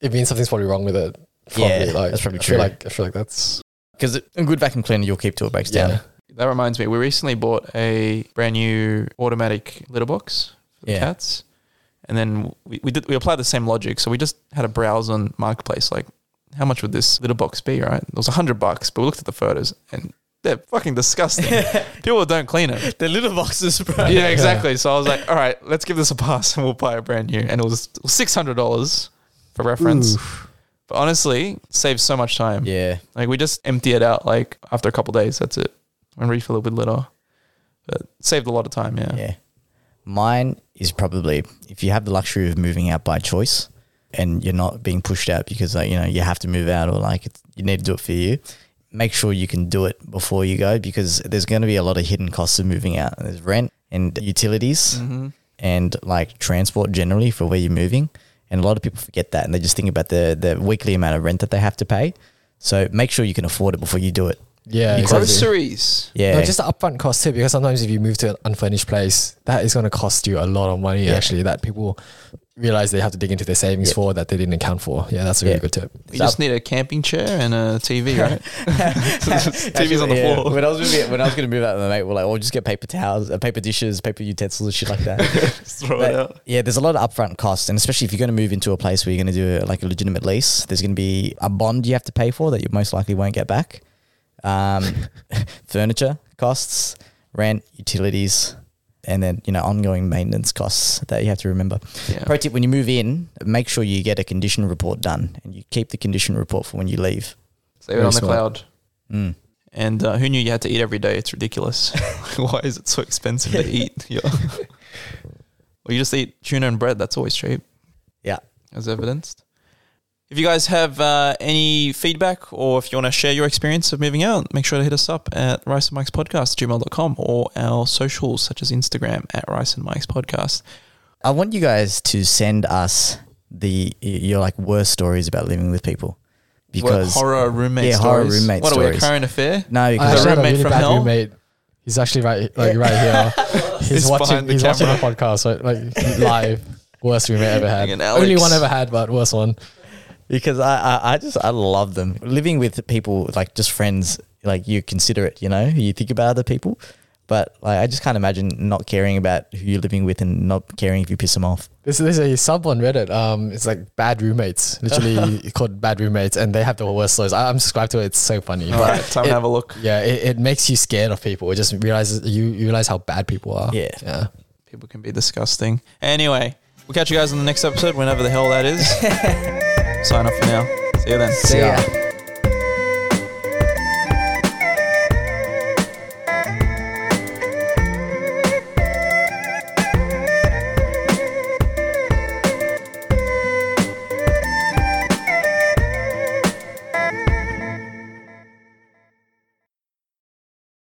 Speaker 3: it means something's probably wrong with it. Probably,
Speaker 2: Yeah,
Speaker 3: like,
Speaker 2: that's probably
Speaker 3: I feel
Speaker 2: true.
Speaker 3: Like I feel like that's
Speaker 2: Because a good vacuum cleaner, you'll keep till it breaks
Speaker 3: yeah.
Speaker 2: down.
Speaker 1: That reminds me, we recently bought a brand new automatic litter box for the
Speaker 2: Yeah.
Speaker 1: cats. And then we, we did we applied the same logic. So we just had a browse on marketplace, like how much would this litter box be, right? It was a hundred bucks, but we looked at the photos and they're fucking disgusting. People don't clean it.
Speaker 2: [laughs] The little boxes, bro.
Speaker 1: Yeah, exactly. So I was like, all right, let's give this a pass and we'll buy a brand new. And it was six hundred dollars for reference. But honestly, it saves so much time.
Speaker 2: Yeah.
Speaker 1: Like we just empty it out like after a couple days. That's it, and refill it with litter. But saved a lot of time. Yeah.
Speaker 2: Yeah. Mine is probably if you have the luxury of moving out by choice and you're not being pushed out because like, you know, you have to move out or like it's, you need to do it for you. Make sure you can do it before you go because there's going to be a lot of hidden costs of moving out. There's rent and utilities
Speaker 3: Mm-hmm.
Speaker 2: and like transport generally for where you're moving. And a lot of people forget that and they just think about the, the weekly amount of rent that they have to pay. So make sure you can afford it before you do it.
Speaker 3: Yeah,
Speaker 2: You
Speaker 3: exactly.
Speaker 1: Groceries.
Speaker 2: Yeah.
Speaker 3: No, just the upfront cost too, because sometimes if you move to an unfurnished place, that is going to cost you a lot of money.
Speaker 2: Yeah.
Speaker 3: Actually, that people realize they have to dig into their savings
Speaker 2: Yeah.
Speaker 3: for that they didn't account for. Yeah, that's a really
Speaker 2: Yeah.
Speaker 3: good tip.
Speaker 1: You just need a camping chair and a
Speaker 2: [laughs]
Speaker 1: TV, right? [laughs] TV's on the
Speaker 2: Actually, yeah.
Speaker 1: floor.
Speaker 2: When I was moving, when I was going to move out, with my mate were like, "Well, just get paper towels, uh, paper dishes, paper utensils, and shit like that."
Speaker 1: [laughs] Throw
Speaker 2: But,
Speaker 1: it out.
Speaker 2: yeah, there's a lot of upfront costs, and especially if you're going to move into a place where you're going to do like a legitimate lease, there's going to be a bond you have to pay for that you most likely won't get back.
Speaker 1: [laughs]
Speaker 2: Um, furniture costs, rent, utilities, and then you know ongoing maintenance costs that you have to remember.
Speaker 1: Yeah.
Speaker 2: Pro tip: when you move in, make sure you get a condition report done, and you keep the condition report for when you leave.
Speaker 1: Save it on the
Speaker 3: smart.
Speaker 1: cloud.
Speaker 2: Mm.
Speaker 1: And uh, who knew you had to eat every day? It's
Speaker 2: [laughs]
Speaker 1: ridiculous. Why is it so expensive to eat? Yeah. well, you just eat tuna and bread. That's always cheap.
Speaker 2: Yeah.
Speaker 1: As evidenced. If you guys have uh, any feedback or if you want to share your experience of moving out, make sure to hit us up at rice and mike's podcast, gmail.com, or our socials such as Instagram at rice and mike's podcast.
Speaker 2: I want you guys to send us the your like worst stories about living with people because
Speaker 1: horror roommate
Speaker 2: yeah,
Speaker 1: stories.
Speaker 2: horror roommate
Speaker 1: what are we, a
Speaker 2: stories.
Speaker 1: current affair?
Speaker 2: no,
Speaker 3: I
Speaker 2: because
Speaker 1: The
Speaker 3: actually had a
Speaker 1: roommate
Speaker 3: really
Speaker 1: from
Speaker 3: bad
Speaker 1: hell?
Speaker 3: roommate. He's actually right, like
Speaker 1: [laughs]
Speaker 3: right here. He's,
Speaker 1: He's
Speaker 3: watching.
Speaker 1: behind the
Speaker 3: He's watching the
Speaker 1: camera.
Speaker 3: podcast, right? like live. Worst roommate ever had.
Speaker 1: Friggin'
Speaker 3: Only
Speaker 1: Alex.
Speaker 3: one ever had, but worst one.
Speaker 2: because I, I I just I love them living with people like just friends like you consider it you know you think about other people but like I just can't imagine not caring about who you're living with and not caring if you piss them off
Speaker 3: This is a sub on Reddit. Um, it's like bad roommates,
Speaker 1: [laughs]
Speaker 3: literally called bad roommates, and they have the worst stories. I, I'm subscribed to it. It's so funny.
Speaker 1: All
Speaker 3: but [laughs]
Speaker 1: right, time to
Speaker 3: it-
Speaker 1: have a look.
Speaker 3: Yeah, it, it makes you scared of people. It just realizes you, you realize how bad people are.
Speaker 2: Yeah.
Speaker 3: yeah.
Speaker 1: People can be disgusting. Anyway, we'll catch you guys in the next episode, whenever the hell that is. Sign off for now. See you then.
Speaker 2: See ya.
Speaker 3: Yeah.